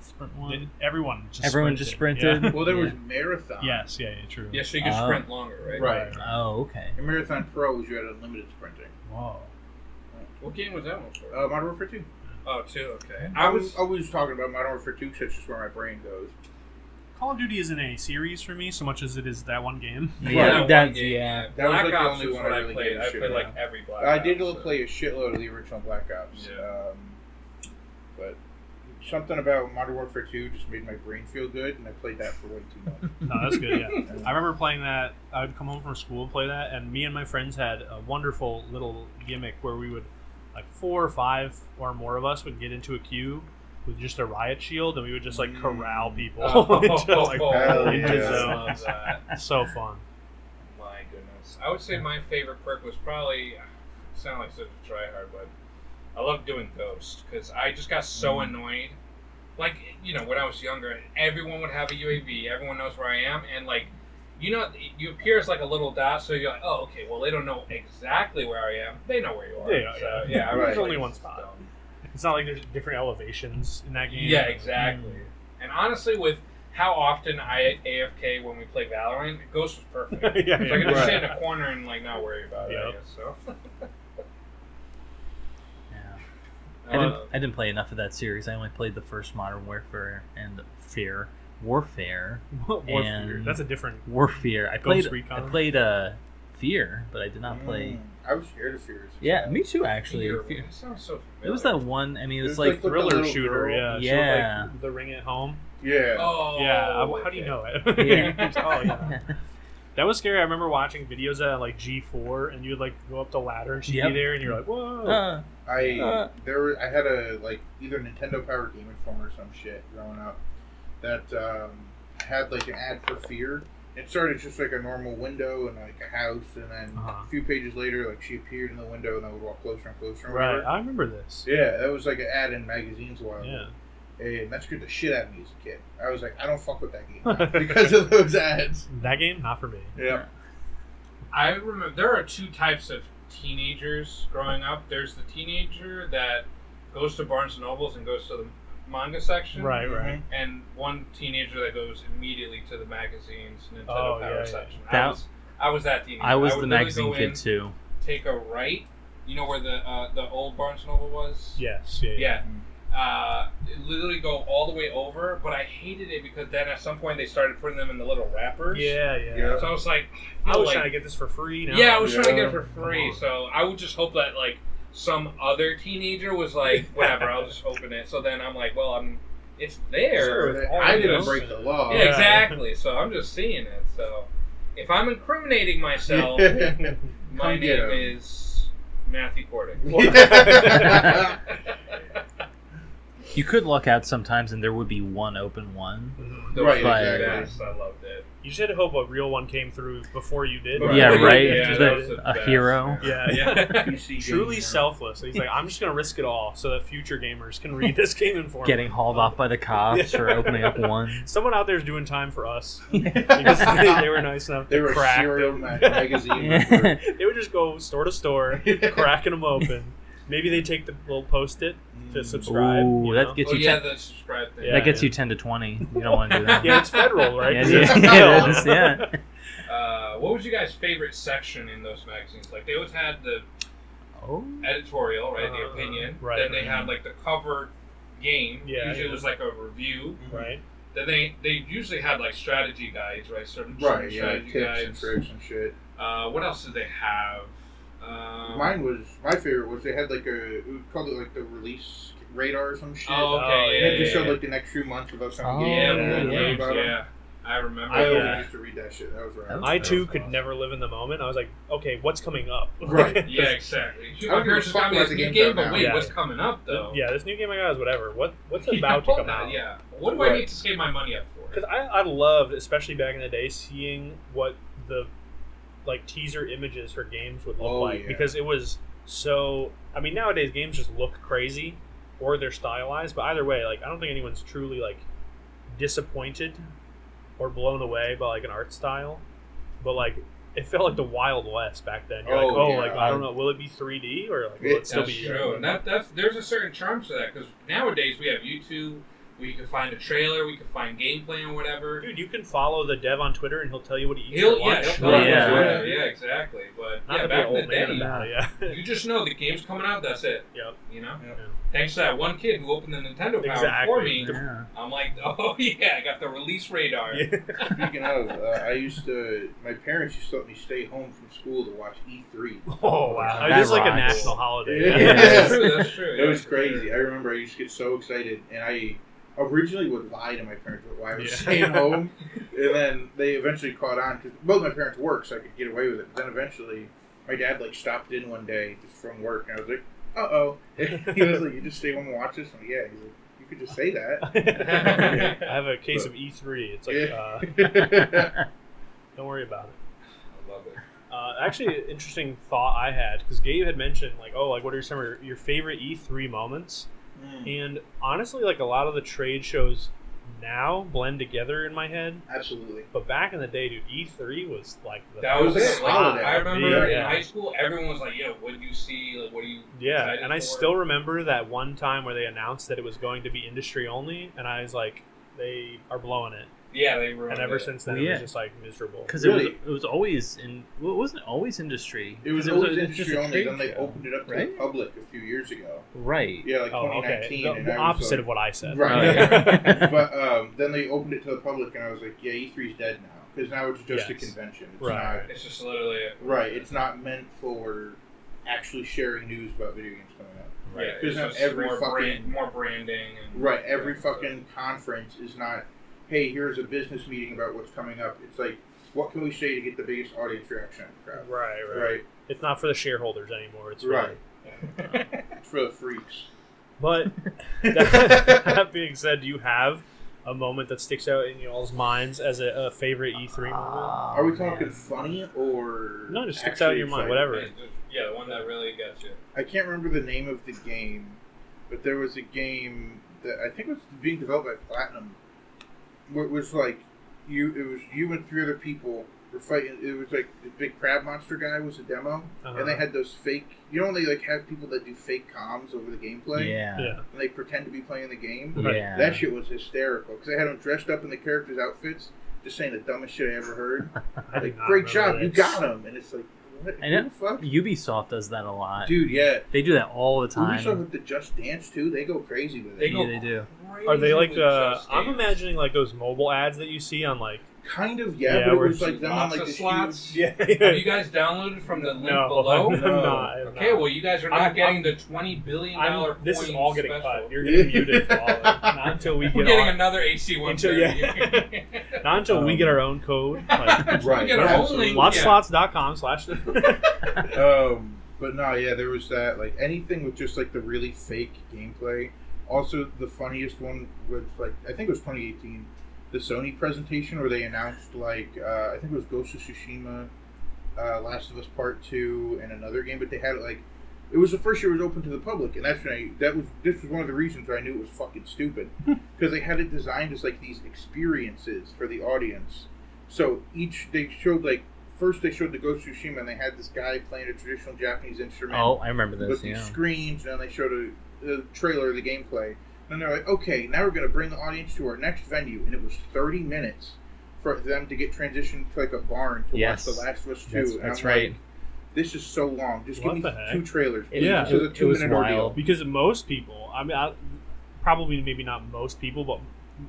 [SPEAKER 4] Sprint one.
[SPEAKER 1] Did- Everyone just
[SPEAKER 4] Everyone just sprinted.
[SPEAKER 1] Yeah.
[SPEAKER 3] Well, there was
[SPEAKER 4] Yeah.
[SPEAKER 3] marathon.
[SPEAKER 1] yes, yeah, yeah, true.
[SPEAKER 2] Yeah, so you can
[SPEAKER 4] Oh.
[SPEAKER 2] sprint longer, right?
[SPEAKER 3] Right.
[SPEAKER 4] Oh, okay.
[SPEAKER 3] In marathon pros, you had unlimited sprinting.
[SPEAKER 1] Whoa.
[SPEAKER 2] What game was that one for?
[SPEAKER 3] Uh, Modern Warfare Two.
[SPEAKER 2] Oh, two. Okay.
[SPEAKER 3] I was I was talking about Modern Warfare Two, 'cause that's just where my brain goes.
[SPEAKER 1] Call of Duty isn't a series for me so much as it is that one game.
[SPEAKER 3] Yeah,
[SPEAKER 2] one
[SPEAKER 4] that's-
[SPEAKER 2] game,
[SPEAKER 4] yeah.
[SPEAKER 3] That was,
[SPEAKER 2] Black
[SPEAKER 3] like, the
[SPEAKER 2] Ops
[SPEAKER 3] only
[SPEAKER 2] was
[SPEAKER 3] one
[SPEAKER 2] what
[SPEAKER 3] I
[SPEAKER 2] I
[SPEAKER 3] really
[SPEAKER 2] played.
[SPEAKER 3] gave a
[SPEAKER 2] I
[SPEAKER 3] shit
[SPEAKER 2] played like
[SPEAKER 3] about.
[SPEAKER 2] every Black.
[SPEAKER 3] I did
[SPEAKER 2] Ops, so-
[SPEAKER 3] play a shitload of the original Black Ops,
[SPEAKER 2] Yeah.
[SPEAKER 3] um, but something about Modern Warfare Two just made my brain feel good, and I played that for way too much.
[SPEAKER 1] No, that's good. Yeah,
[SPEAKER 3] And
[SPEAKER 1] I remember playing that. I would come home from school and play that, and me and my friends had a wonderful little gimmick where we would, like, four or five or more of us would get into a queue with just a riot shield, and we would just like corral people.
[SPEAKER 2] Oh,
[SPEAKER 1] into, like,
[SPEAKER 3] hell
[SPEAKER 1] into
[SPEAKER 3] yeah.
[SPEAKER 1] zones.
[SPEAKER 2] Love that.
[SPEAKER 1] So fun.
[SPEAKER 2] My goodness. I would say my favorite perk was probably uh, sound like such a tryhard, but I love doing Ghost because I just got so
[SPEAKER 1] Mm-hmm.
[SPEAKER 2] annoyed. Like you know, when I was younger, everyone would have a UAV. Everyone knows where I am, and like, you know, you appear as like a little dot. So you're like, oh, okay. Well, they don't know exactly where I am. They know where you are.
[SPEAKER 1] Yeah, yeah,
[SPEAKER 2] so,
[SPEAKER 1] yeah.
[SPEAKER 2] yeah. I was
[SPEAKER 3] There's
[SPEAKER 2] like,
[SPEAKER 1] only one spot.
[SPEAKER 2] dumb.
[SPEAKER 1] It's not like there's different elevations in that game.
[SPEAKER 2] Yeah, exactly.
[SPEAKER 1] Mm.
[SPEAKER 2] And honestly, with how often I AFK when we play Valorant, Ghost was perfect.
[SPEAKER 1] yeah, yeah.
[SPEAKER 2] So I can just
[SPEAKER 3] Right.
[SPEAKER 2] sit in a corner and like not worry about it. I
[SPEAKER 1] Yep.
[SPEAKER 2] guess so.
[SPEAKER 4] Yeah. I didn't,
[SPEAKER 2] Uh,
[SPEAKER 4] I didn't play enough of that series. I only played the first Modern Warfare and Fear Warfare
[SPEAKER 1] Warfare.
[SPEAKER 4] And-
[SPEAKER 1] That's a different.
[SPEAKER 4] Warfare. I
[SPEAKER 1] Ghost
[SPEAKER 4] played I
[SPEAKER 1] Recon.
[SPEAKER 4] played uh, Fear, but I did not play.
[SPEAKER 3] Mm, I was scared of Fears.
[SPEAKER 4] Yeah, me too. Actually,
[SPEAKER 2] Fear.
[SPEAKER 4] Fear.
[SPEAKER 2] It sounds so
[SPEAKER 4] It
[SPEAKER 2] familiar.
[SPEAKER 4] was that one. I mean, it
[SPEAKER 3] It
[SPEAKER 4] was,
[SPEAKER 3] was
[SPEAKER 4] like,
[SPEAKER 3] like the-
[SPEAKER 1] Thriller
[SPEAKER 3] little
[SPEAKER 1] shooter,
[SPEAKER 3] girl.
[SPEAKER 1] yeah. She
[SPEAKER 4] Yeah.
[SPEAKER 1] looked like the ring at home.
[SPEAKER 3] Yeah.
[SPEAKER 2] Oh,
[SPEAKER 1] yeah. I- How do you know it?
[SPEAKER 4] Yeah.
[SPEAKER 1] oh, yeah. That was scary. I remember watching videos at like G4, and you'd like go up the ladder and she'd
[SPEAKER 4] Yep.
[SPEAKER 1] be there, and you're like, whoa.
[SPEAKER 4] Uh,
[SPEAKER 3] I
[SPEAKER 4] Uh.
[SPEAKER 3] there were, I had a like either Nintendo Power Game Informer or some shit growing up that um, had like an ad for Fear. It started just like a normal window and like a house, and then
[SPEAKER 1] Uh-huh.
[SPEAKER 3] a few pages later, like she appeared in the window and I would walk closer and closer. And
[SPEAKER 1] right.
[SPEAKER 3] whatever.
[SPEAKER 1] I remember this.
[SPEAKER 3] Yeah, that was like an ad in magazines a while ago.
[SPEAKER 1] Yeah.
[SPEAKER 3] and that scared the shit out of me as a kid. I was like, I don't fuck with that game now because of those ads.
[SPEAKER 1] That game, not for me.
[SPEAKER 3] Yeah,
[SPEAKER 2] I remember there are two types of teenagers growing up. There's the teenager that goes to Barnes and Nobles and goes to the manga section.
[SPEAKER 1] Right, right.
[SPEAKER 2] And one teenager that goes immediately to the magazines Nintendo
[SPEAKER 1] Oh,
[SPEAKER 2] Power
[SPEAKER 1] yeah, yeah.
[SPEAKER 2] section. I
[SPEAKER 4] That-
[SPEAKER 2] was I was that teenager.
[SPEAKER 4] I was
[SPEAKER 2] would
[SPEAKER 4] the
[SPEAKER 2] literally
[SPEAKER 4] magazine
[SPEAKER 2] go in,
[SPEAKER 4] kid too.
[SPEAKER 2] Take a right. You know where the uh, the old Barnes and Noble was?
[SPEAKER 1] Yes. Yeah.
[SPEAKER 2] Mm-hmm. Yeah. Uh, literally go all the way over, but I hated it because then at some point they started putting them in the little wrappers.
[SPEAKER 1] Yeah. yeah.
[SPEAKER 3] Yeah.
[SPEAKER 2] So I was like,
[SPEAKER 1] I
[SPEAKER 2] feel
[SPEAKER 1] was
[SPEAKER 2] like-
[SPEAKER 1] trying to get this for free. Now.
[SPEAKER 2] yeah, I was trying to get it
[SPEAKER 3] Yeah.
[SPEAKER 2] for free. So I would just hope that like some other teenager was like, whatever, I'll just open it. So then I'm like, well, I'm, it's there. It's
[SPEAKER 3] Sure,
[SPEAKER 2] all
[SPEAKER 3] I didn't
[SPEAKER 2] open.
[SPEAKER 3] break the law.
[SPEAKER 2] Yeah, exactly. So I'm just seeing it. So if I'm incriminating myself, my
[SPEAKER 3] Come get
[SPEAKER 2] name
[SPEAKER 3] 'em.
[SPEAKER 2] is Matthew Cordick.
[SPEAKER 3] Yeah.
[SPEAKER 4] You could luck out sometimes, and there would be one open one.
[SPEAKER 1] Mhm.
[SPEAKER 2] Those
[SPEAKER 3] Right,
[SPEAKER 2] were the
[SPEAKER 4] exactly.
[SPEAKER 2] best. I loved it.
[SPEAKER 1] You just had to hope a real one came through before you did.
[SPEAKER 4] Yeah, right?
[SPEAKER 2] Yeah,
[SPEAKER 4] Just
[SPEAKER 2] that
[SPEAKER 4] a-
[SPEAKER 2] was the
[SPEAKER 4] a
[SPEAKER 2] best.
[SPEAKER 4] hero.
[SPEAKER 1] Yeah. Yeah.
[SPEAKER 3] PC
[SPEAKER 1] Truly
[SPEAKER 3] gamer.
[SPEAKER 1] selfless. He's like, I'm just gonna risk it all so that future gamers can read this game informer.
[SPEAKER 4] Getting hauled off by the cops for opening up one.
[SPEAKER 1] Someone out there is doing time for us because they, they were nice enough
[SPEAKER 3] They
[SPEAKER 1] to
[SPEAKER 3] were a
[SPEAKER 1] crack
[SPEAKER 3] serial
[SPEAKER 1] them.
[SPEAKER 3] ma- magazine. member.
[SPEAKER 1] They would just go store to store, cracking them open. Maybe they take the little post it to subscribe.
[SPEAKER 4] Ooh,
[SPEAKER 1] you
[SPEAKER 4] that
[SPEAKER 1] know?
[SPEAKER 4] gets
[SPEAKER 2] Oh,
[SPEAKER 4] you.
[SPEAKER 2] yeah,
[SPEAKER 4] ten,
[SPEAKER 2] the subscribe thing.
[SPEAKER 1] Yeah,
[SPEAKER 4] that gets
[SPEAKER 1] yeah.
[SPEAKER 4] you ten to twenty. You don't want to do that.
[SPEAKER 1] yeah, it's federal, right?
[SPEAKER 4] Yeah,
[SPEAKER 1] 'Cause
[SPEAKER 4] yeah,
[SPEAKER 1] it's
[SPEAKER 4] yeah,
[SPEAKER 1] federal.
[SPEAKER 4] it is, yeah.
[SPEAKER 2] Uh, what was your guys' favorite section in those magazines? Like they always had the
[SPEAKER 4] Oh.
[SPEAKER 2] editorial, right? The
[SPEAKER 1] Uh,
[SPEAKER 2] opinion.
[SPEAKER 1] right.
[SPEAKER 2] Then they had like the cover game.
[SPEAKER 1] Yeah,
[SPEAKER 2] Usually
[SPEAKER 1] yeah.
[SPEAKER 2] it was like a review.
[SPEAKER 1] Right.
[SPEAKER 2] Then they they usually had like strategy guides, right? Certain, certain
[SPEAKER 3] Right, yeah, like
[SPEAKER 2] strategy
[SPEAKER 3] tips and
[SPEAKER 2] guides.
[SPEAKER 3] tricks and shit.
[SPEAKER 2] uh, what else did they have? Um,
[SPEAKER 3] Mine was my favorite was they had like a it was called it like the release radar or some shit.
[SPEAKER 2] Oh, okay.
[SPEAKER 1] Oh,
[SPEAKER 2] yeah,
[SPEAKER 3] And it
[SPEAKER 2] yeah,
[SPEAKER 3] just showed
[SPEAKER 2] yeah.
[SPEAKER 3] like the next few months of us on
[SPEAKER 4] Oh,
[SPEAKER 3] games.
[SPEAKER 2] yeah,
[SPEAKER 3] and
[SPEAKER 4] yeah,
[SPEAKER 3] then
[SPEAKER 2] yeah,
[SPEAKER 3] learn
[SPEAKER 4] yeah.
[SPEAKER 3] about 'em.
[SPEAKER 2] yeah. I remember.
[SPEAKER 3] I always
[SPEAKER 1] Yeah.
[SPEAKER 3] used to read that shit. That was right.
[SPEAKER 1] I
[SPEAKER 4] That
[SPEAKER 1] too
[SPEAKER 4] was
[SPEAKER 1] could
[SPEAKER 4] awesome.
[SPEAKER 1] never live in the moment. I was like, okay, what's coming up?
[SPEAKER 3] Right.
[SPEAKER 2] Yeah, exactly. Shoot,
[SPEAKER 3] I
[SPEAKER 2] my
[SPEAKER 3] don't give a
[SPEAKER 2] parents just
[SPEAKER 3] fuck
[SPEAKER 2] got me
[SPEAKER 3] about
[SPEAKER 2] this
[SPEAKER 3] the
[SPEAKER 2] new
[SPEAKER 3] games
[SPEAKER 2] game,
[SPEAKER 3] out
[SPEAKER 2] but
[SPEAKER 3] now.
[SPEAKER 2] wait,
[SPEAKER 1] Yeah.
[SPEAKER 2] what's coming up though?
[SPEAKER 1] yeah, this new game I got is whatever. What what's
[SPEAKER 2] Yeah,
[SPEAKER 1] about to
[SPEAKER 2] fuck
[SPEAKER 1] come
[SPEAKER 2] that,
[SPEAKER 1] out?
[SPEAKER 2] Yeah. What do I
[SPEAKER 3] Right.
[SPEAKER 2] need to save my money up for?
[SPEAKER 1] Because I, I loved, especially back in the day, seeing what the like teaser images for games would look
[SPEAKER 3] Oh,
[SPEAKER 1] like
[SPEAKER 3] yeah.
[SPEAKER 1] because it was so. I mean, nowadays games just look crazy or they're stylized, but either way, like I don't think anyone's truly like disappointed or blown away by like an art style, but like. It felt like the Wild West back then. You're like,
[SPEAKER 3] Oh,
[SPEAKER 1] oh,
[SPEAKER 3] yeah.
[SPEAKER 1] like I don't know, will it be 3D or like will it still
[SPEAKER 2] That's
[SPEAKER 1] be?
[SPEAKER 2] true. And that, that's there's a certain charm to that because nowadays we have YouTube, We could find a trailer. We could find gameplay or whatever.
[SPEAKER 1] Dude, you can follow the dev on Twitter and he'll tell you what he eats
[SPEAKER 2] He'll,
[SPEAKER 1] for
[SPEAKER 2] yeah,
[SPEAKER 1] lunch.
[SPEAKER 2] he'll tell you
[SPEAKER 4] Yeah.
[SPEAKER 2] yeah. yeah, exactly. But
[SPEAKER 1] Not
[SPEAKER 2] yeah,
[SPEAKER 1] to be
[SPEAKER 2] back
[SPEAKER 1] an
[SPEAKER 2] in the
[SPEAKER 1] old man
[SPEAKER 2] day,
[SPEAKER 1] about it, yeah.
[SPEAKER 2] you just know the game's coming out. That's it.
[SPEAKER 1] Yep.
[SPEAKER 2] You know,
[SPEAKER 3] Yep.
[SPEAKER 1] Yeah.
[SPEAKER 2] thanks to that one kid who opened the Nintendo Power for
[SPEAKER 1] Exactly.
[SPEAKER 2] me, I'm like, oh yeah, I got the release radar.
[SPEAKER 1] Yeah.
[SPEAKER 3] Speaking of, uh, I used to. My parents used to let me stay home from school to watch E E3.
[SPEAKER 1] Oh wow!
[SPEAKER 4] That
[SPEAKER 1] It is like a
[SPEAKER 4] rocks.
[SPEAKER 1] national holiday.
[SPEAKER 3] Yeah.
[SPEAKER 2] that's true. That's true.
[SPEAKER 3] It was
[SPEAKER 2] yeah.
[SPEAKER 3] crazy. I remember I used to get so excited, and I originally would lie to my parents about why I was
[SPEAKER 1] Yeah.
[SPEAKER 3] staying home, and then they eventually caught on because both my parents worked, so I could get away with it. But then eventually, my dad like stopped in one day just from work, and I was like, "Uh oh." He was like, "You just stay home and watch this." I'm like, "Yeah." He's like, "You could just say that."
[SPEAKER 1] I have a case of E3. It's like,
[SPEAKER 3] Yeah.
[SPEAKER 1] uh, don't worry about it.
[SPEAKER 2] I love it.
[SPEAKER 1] Uh, actually, an interesting thought I had because Gabe had mentioned like, oh, like what are some of your- your favorite E3 moments?
[SPEAKER 3] Mm,
[SPEAKER 1] And honestly, like a lot of the trade shows now blend together in my head.
[SPEAKER 3] Absolutely.
[SPEAKER 1] But back in the day, dude, E3 was like the
[SPEAKER 2] That was
[SPEAKER 3] It was
[SPEAKER 2] it. Like,
[SPEAKER 3] solid.
[SPEAKER 2] I remember
[SPEAKER 1] Yeah.
[SPEAKER 2] in high school, everyone was like, "Yo, what did you see? Like, what do you?"
[SPEAKER 1] Yeah,
[SPEAKER 2] excited
[SPEAKER 1] and I
[SPEAKER 2] for?
[SPEAKER 1] still remember that one time where they announced that it was going to be industry only, and I was like, they are blowing it.
[SPEAKER 2] Yeah, they ruined
[SPEAKER 1] And ever
[SPEAKER 2] it.
[SPEAKER 1] since then,
[SPEAKER 4] Well,
[SPEAKER 1] it
[SPEAKER 4] yeah.
[SPEAKER 1] was just like miserable.
[SPEAKER 4] Because it
[SPEAKER 3] Really?
[SPEAKER 4] was it was always in well, it wasn't always industry.
[SPEAKER 3] It was
[SPEAKER 4] 'Cause
[SPEAKER 3] always
[SPEAKER 4] just
[SPEAKER 3] industry
[SPEAKER 4] a
[SPEAKER 3] only.
[SPEAKER 4] trade
[SPEAKER 3] Then they
[SPEAKER 4] show.
[SPEAKER 3] opened it up to the
[SPEAKER 4] right?
[SPEAKER 3] public a few years ago.
[SPEAKER 4] Right. Oh,
[SPEAKER 3] Yeah, like
[SPEAKER 1] Oh, okay.
[SPEAKER 3] 2019.
[SPEAKER 1] The,
[SPEAKER 3] and
[SPEAKER 1] the
[SPEAKER 3] I was
[SPEAKER 1] opposite
[SPEAKER 3] like-
[SPEAKER 1] of what I said.
[SPEAKER 3] Right.
[SPEAKER 4] Right.
[SPEAKER 3] but um, then they opened it to the public, and I was like, "Yeah, E3's dead now because now it's just a
[SPEAKER 1] Yes.
[SPEAKER 3] convention. It's
[SPEAKER 1] Right.
[SPEAKER 2] It's just literally it.
[SPEAKER 3] not right. It's not meant for actually sharing news about video games coming out.
[SPEAKER 2] Right.
[SPEAKER 1] Right.
[SPEAKER 3] There's not every
[SPEAKER 2] more brand,
[SPEAKER 3] fucking-
[SPEAKER 2] more branding. And,
[SPEAKER 3] Right. Every
[SPEAKER 2] Yeah, so-
[SPEAKER 3] fucking conference is not, "Hey, here's a business meeting about what's coming up." It's like, what can we say to get the biggest audience reaction? out of the
[SPEAKER 1] Right,
[SPEAKER 3] crowd?
[SPEAKER 1] right,
[SPEAKER 3] Right.
[SPEAKER 1] It's not for the shareholders anymore. It's
[SPEAKER 3] Right.
[SPEAKER 1] right.
[SPEAKER 3] It's for the freaks.
[SPEAKER 1] But that, that being said, do you have a moment that sticks out in y'all's minds as a, a favorite E3 moment?
[SPEAKER 4] Oh,
[SPEAKER 3] Are we talking
[SPEAKER 4] man.
[SPEAKER 3] funny or
[SPEAKER 1] No, just sticks out
[SPEAKER 3] actually
[SPEAKER 1] in your
[SPEAKER 3] exciting?
[SPEAKER 1] mind, whatever.
[SPEAKER 2] Yeah, just- yeah, the one that really got you.
[SPEAKER 3] I can't remember the name of the game, but there was a game that I think was being developed by Platinum. Where it was like you, it was you and three other people were fighting. It was like the big crab monster guy was a demo, and they
[SPEAKER 1] Uh-huh.
[SPEAKER 3] had those fake. You know, when they like have people that do fake comms over the gameplay,
[SPEAKER 4] Yeah.
[SPEAKER 1] Yeah.
[SPEAKER 3] and they pretend to be playing the game.
[SPEAKER 1] Right.
[SPEAKER 4] Yeah.
[SPEAKER 3] That shit was hysterical because they had them dressed up in the characters' outfits, just saying the dumbest shit I ever heard.
[SPEAKER 1] I did
[SPEAKER 3] like,
[SPEAKER 1] not
[SPEAKER 3] great
[SPEAKER 1] remember
[SPEAKER 3] job, you
[SPEAKER 1] this.
[SPEAKER 3] got him, and it's like, what?
[SPEAKER 4] I know.
[SPEAKER 3] Who the fuck,
[SPEAKER 4] Ubisoft does that a lot.
[SPEAKER 3] dude? Yeah,
[SPEAKER 4] They do that all the time.
[SPEAKER 3] Ubisoft with the Just Dance too, they go crazy with
[SPEAKER 2] They
[SPEAKER 3] it.
[SPEAKER 2] go
[SPEAKER 4] Yeah, they do.
[SPEAKER 1] Are they like
[SPEAKER 2] crazy
[SPEAKER 1] the?
[SPEAKER 2] with Just
[SPEAKER 1] I'm
[SPEAKER 2] Dance.
[SPEAKER 1] imagining like those mobile ads that you see on like.
[SPEAKER 3] Kind of yeah,
[SPEAKER 1] Yeah,
[SPEAKER 3] but it
[SPEAKER 1] we're
[SPEAKER 3] was like them on
[SPEAKER 2] Lots
[SPEAKER 3] like
[SPEAKER 2] of
[SPEAKER 3] the
[SPEAKER 2] slots.
[SPEAKER 1] Yeah.
[SPEAKER 2] Have you guys downloaded from the link
[SPEAKER 1] No,
[SPEAKER 2] below?
[SPEAKER 1] I'm
[SPEAKER 3] No.
[SPEAKER 1] not. I'm
[SPEAKER 2] Okay,
[SPEAKER 1] not.
[SPEAKER 2] well, you guys are not
[SPEAKER 1] I'm-
[SPEAKER 2] getting the twenty billion dollar.
[SPEAKER 1] I'm, this is all getting
[SPEAKER 2] special.
[SPEAKER 1] cut. You're getting muted for all of it. Not until we
[SPEAKER 2] We're
[SPEAKER 1] get
[SPEAKER 2] getting
[SPEAKER 1] our,
[SPEAKER 2] another AC one.
[SPEAKER 1] Until- not until we
[SPEAKER 4] Um,
[SPEAKER 1] get our own code. Like,
[SPEAKER 3] Right,
[SPEAKER 2] Get our own
[SPEAKER 3] absolutely.
[SPEAKER 2] link. yeah.
[SPEAKER 1] Lotslots.com slash.
[SPEAKER 3] um, but no, yeah, there was that like anything with just like the really fake gameplay. Also, the funniest one was like I think it was 2018, the Sony presentation where they announced like uh, I think it was Ghost of Tsushima, uh, Last of Us Part Two, and another game, but they had it like. It was the first year it was open to the public, and that's when I that was this was one of the reasons why I knew it was fucking stupid, because they had it designed as like these experiences for the audience. So each they showed like first they showed the Ghost of Tsushima, and they had this guy playing a traditional Japanese instrument
[SPEAKER 4] Oh, I remember
[SPEAKER 3] with
[SPEAKER 4] this.
[SPEAKER 3] these
[SPEAKER 4] Yeah.
[SPEAKER 3] screens, and then they showed a, a trailer of the gameplay. And they're like, okay, now we're going to bring the audience to our next venue, and it was 30 minutes for them to get transitioned to like a barn to
[SPEAKER 4] Yes.
[SPEAKER 3] watch The Last of Us Two.
[SPEAKER 4] That's,
[SPEAKER 3] And
[SPEAKER 4] that's
[SPEAKER 3] I'm like,
[SPEAKER 4] right.
[SPEAKER 3] this is so long. Just
[SPEAKER 1] What
[SPEAKER 3] give me
[SPEAKER 1] the heck?
[SPEAKER 3] two trailers.
[SPEAKER 4] It-
[SPEAKER 3] please.
[SPEAKER 1] Yeah.
[SPEAKER 3] this is a
[SPEAKER 4] it- it was
[SPEAKER 3] two-minute ordeal.
[SPEAKER 4] wild.
[SPEAKER 1] because most people, I mean, I, probably maybe not most people, but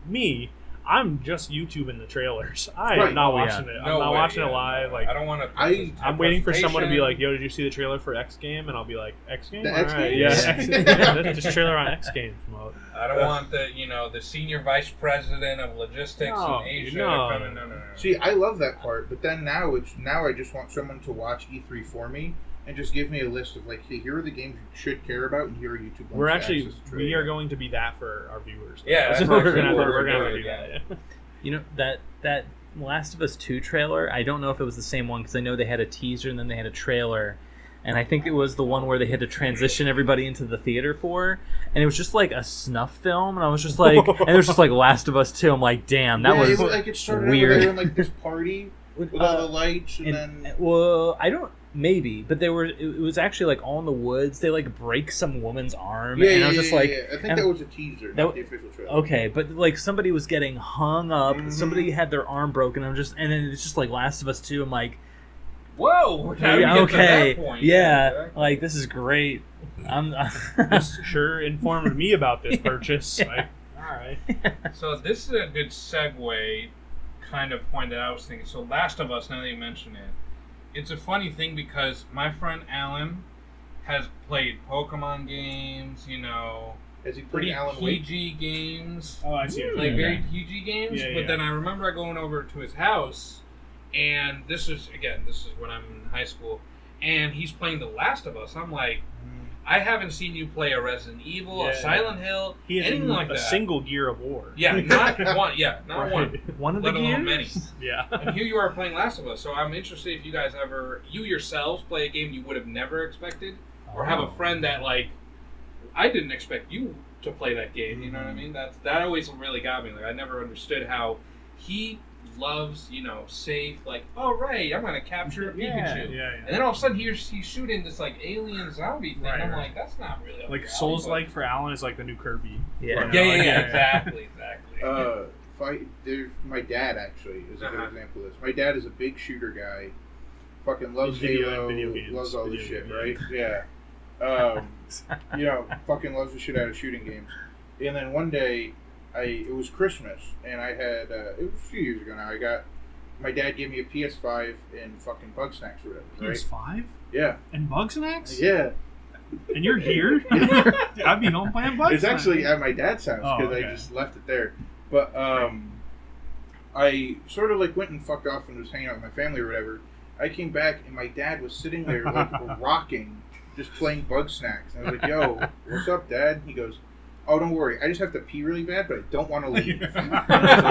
[SPEAKER 1] me, I'm just YouTubing the trailers. I
[SPEAKER 3] Right.
[SPEAKER 1] am not
[SPEAKER 4] Oh, yeah.
[SPEAKER 1] watching it. I'm
[SPEAKER 2] No
[SPEAKER 1] not
[SPEAKER 2] way,
[SPEAKER 1] watching
[SPEAKER 2] yeah,
[SPEAKER 1] it live.
[SPEAKER 2] no,
[SPEAKER 1] Like
[SPEAKER 2] I don't want to.
[SPEAKER 3] I-
[SPEAKER 1] I'm waiting for someone to be like, "Yo, did you see the trailer for X game?" And I'll be like, "X game,
[SPEAKER 3] The
[SPEAKER 1] All
[SPEAKER 3] X
[SPEAKER 1] right.
[SPEAKER 3] Game?
[SPEAKER 1] yeah,
[SPEAKER 4] Yeah.
[SPEAKER 1] X game, yeah, that's just trailer on X games mode."
[SPEAKER 2] I don't want the you know the senior vice president of logistics
[SPEAKER 1] No,
[SPEAKER 2] in uh, Asia.
[SPEAKER 1] no.
[SPEAKER 2] coming- no, no, no.
[SPEAKER 3] See, I love that part, but then now it's now I just want someone to watch E3 for me and just give me a list of like, hey, here are the games you should care about, and here are YouTube.
[SPEAKER 1] We're
[SPEAKER 3] links to
[SPEAKER 1] actually
[SPEAKER 3] access the
[SPEAKER 1] we
[SPEAKER 3] trailer.
[SPEAKER 1] are going to be that for our viewers. though.
[SPEAKER 2] Yeah,
[SPEAKER 1] That's
[SPEAKER 2] that's
[SPEAKER 1] what we're
[SPEAKER 2] actually
[SPEAKER 1] gonna
[SPEAKER 2] what
[SPEAKER 1] we're
[SPEAKER 2] we're
[SPEAKER 1] gonna
[SPEAKER 2] doing,
[SPEAKER 1] do that. yeah.
[SPEAKER 4] You know that that Last of Us Two trailer. I don't know if it was the same one because I know they had a teaser and then they had a trailer, and I think it was the one where they had to transition everybody into the theater for, and it was just like a snuff film, and I was just like, and it was just like Last of Us Two. I'm like, damn, that
[SPEAKER 3] yeah,
[SPEAKER 4] was.
[SPEAKER 3] it like it started
[SPEAKER 4] weird. Uh,
[SPEAKER 3] uh, weird. in like this party with all the lights, and,
[SPEAKER 4] And-
[SPEAKER 3] then
[SPEAKER 4] well, I don't. maybe, but they were. It it was actually like all in the woods. They like break some woman's arm,
[SPEAKER 3] yeah,
[SPEAKER 4] and
[SPEAKER 3] yeah,
[SPEAKER 4] I was
[SPEAKER 3] yeah,
[SPEAKER 4] just
[SPEAKER 3] yeah,
[SPEAKER 4] like,
[SPEAKER 3] yeah. I think
[SPEAKER 4] and-
[SPEAKER 3] that was a teaser,
[SPEAKER 4] That
[SPEAKER 3] not the
[SPEAKER 4] w-
[SPEAKER 3] official trailer.
[SPEAKER 4] okay, but like somebody was getting hung up.
[SPEAKER 3] Mhm.
[SPEAKER 4] Somebody had their arm broken. I'm just, and then it's just like Last of Us Two. I'm like,
[SPEAKER 2] Whoa! How do we
[SPEAKER 4] yeah,
[SPEAKER 2] get
[SPEAKER 4] okay,
[SPEAKER 2] To that point?
[SPEAKER 4] yeah, like this is great. I'm.
[SPEAKER 1] This sure informed me about this purchase. Like, all right.
[SPEAKER 2] So this is a good segue, kind of point that I was thinking. So Last of Us, now that you mention it, it's a funny thing because my friend Alan has played Pokemon games, you know,
[SPEAKER 3] As he
[SPEAKER 2] pretty
[SPEAKER 3] pretty Alan Wake.
[SPEAKER 2] PG games,
[SPEAKER 1] Oh, I see. what you
[SPEAKER 2] like
[SPEAKER 1] mean.
[SPEAKER 2] very PG games.
[SPEAKER 1] Yeah,
[SPEAKER 2] but
[SPEAKER 1] yeah.
[SPEAKER 2] then I remember going over to his house, and this is again, this is when I'm in high school, and he's playing The Last of Us. I'm like, I haven't seen you play a Resident Evil, a
[SPEAKER 1] Yeah.
[SPEAKER 2] Silent Hill,
[SPEAKER 1] He is
[SPEAKER 2] anything
[SPEAKER 1] in
[SPEAKER 2] like
[SPEAKER 1] a
[SPEAKER 2] that.
[SPEAKER 1] single gear of war.
[SPEAKER 2] yeah, not one. Yeah, not
[SPEAKER 1] Right.
[SPEAKER 2] one.
[SPEAKER 4] one of the
[SPEAKER 2] Let alone
[SPEAKER 4] gears?
[SPEAKER 1] Yeah.
[SPEAKER 2] and here you are playing Last of Us. So I'm interested if you guys ever, you yourselves, play a game you would have never expected, or have
[SPEAKER 1] Oh.
[SPEAKER 2] a friend that like, I didn't expect you to play that game. You know
[SPEAKER 1] Mm-hmm.
[SPEAKER 2] what I mean? That that always really got me. Like I never understood how he loves, you know, safe. Like, all right, I'm gonna capture a
[SPEAKER 4] Yeah,
[SPEAKER 1] Yeah,
[SPEAKER 2] Pikachu.
[SPEAKER 1] yeah.
[SPEAKER 2] And then all of a sudden he's he's shooting this like alien zombie thing.
[SPEAKER 1] Right,
[SPEAKER 2] I'm
[SPEAKER 1] right.
[SPEAKER 2] like, that's not really up your
[SPEAKER 1] Like
[SPEAKER 2] alley,
[SPEAKER 1] Souls
[SPEAKER 2] but-
[SPEAKER 1] like for Alan is like the new Kirby.
[SPEAKER 4] Yeah.
[SPEAKER 2] Yeah, yeah,
[SPEAKER 1] Yeah,
[SPEAKER 2] yeah,
[SPEAKER 1] yeah.
[SPEAKER 2] exactly, exactly.
[SPEAKER 3] Uh, if I, there's my dad actually is a good
[SPEAKER 2] Uh-huh.
[SPEAKER 3] example of this. My dad is a big shooter guy, fucking loves
[SPEAKER 1] Video-
[SPEAKER 3] Halo,
[SPEAKER 1] video games,
[SPEAKER 3] loves all this
[SPEAKER 1] video
[SPEAKER 3] shit,
[SPEAKER 1] games.
[SPEAKER 3] right? Yeah. Um, you know, fucking loves the shit out of shooting games. And then one day, I it was Christmas, and I had uh, it was a few years ago now. I got my dad gave me a PS5 and fucking bug snacks or whatever, right?
[SPEAKER 1] PS5
[SPEAKER 3] Yeah,
[SPEAKER 1] and Bugsnax,
[SPEAKER 3] yeah.
[SPEAKER 1] and you're here. I'd be home playing Bugsnax.
[SPEAKER 3] it's actually at my dad's house
[SPEAKER 1] Oh,
[SPEAKER 3] because I
[SPEAKER 1] okay.
[SPEAKER 3] just left it there. But um, I sort of like went and fucked off and was hanging out with my family or whatever. I came back and my dad was sitting there like rocking, just playing bug snacks. And I was like, "Yo, what's up, Dad?" He goes, "Oh, don't worry. I just have to pee really bad, but I don't want to leave."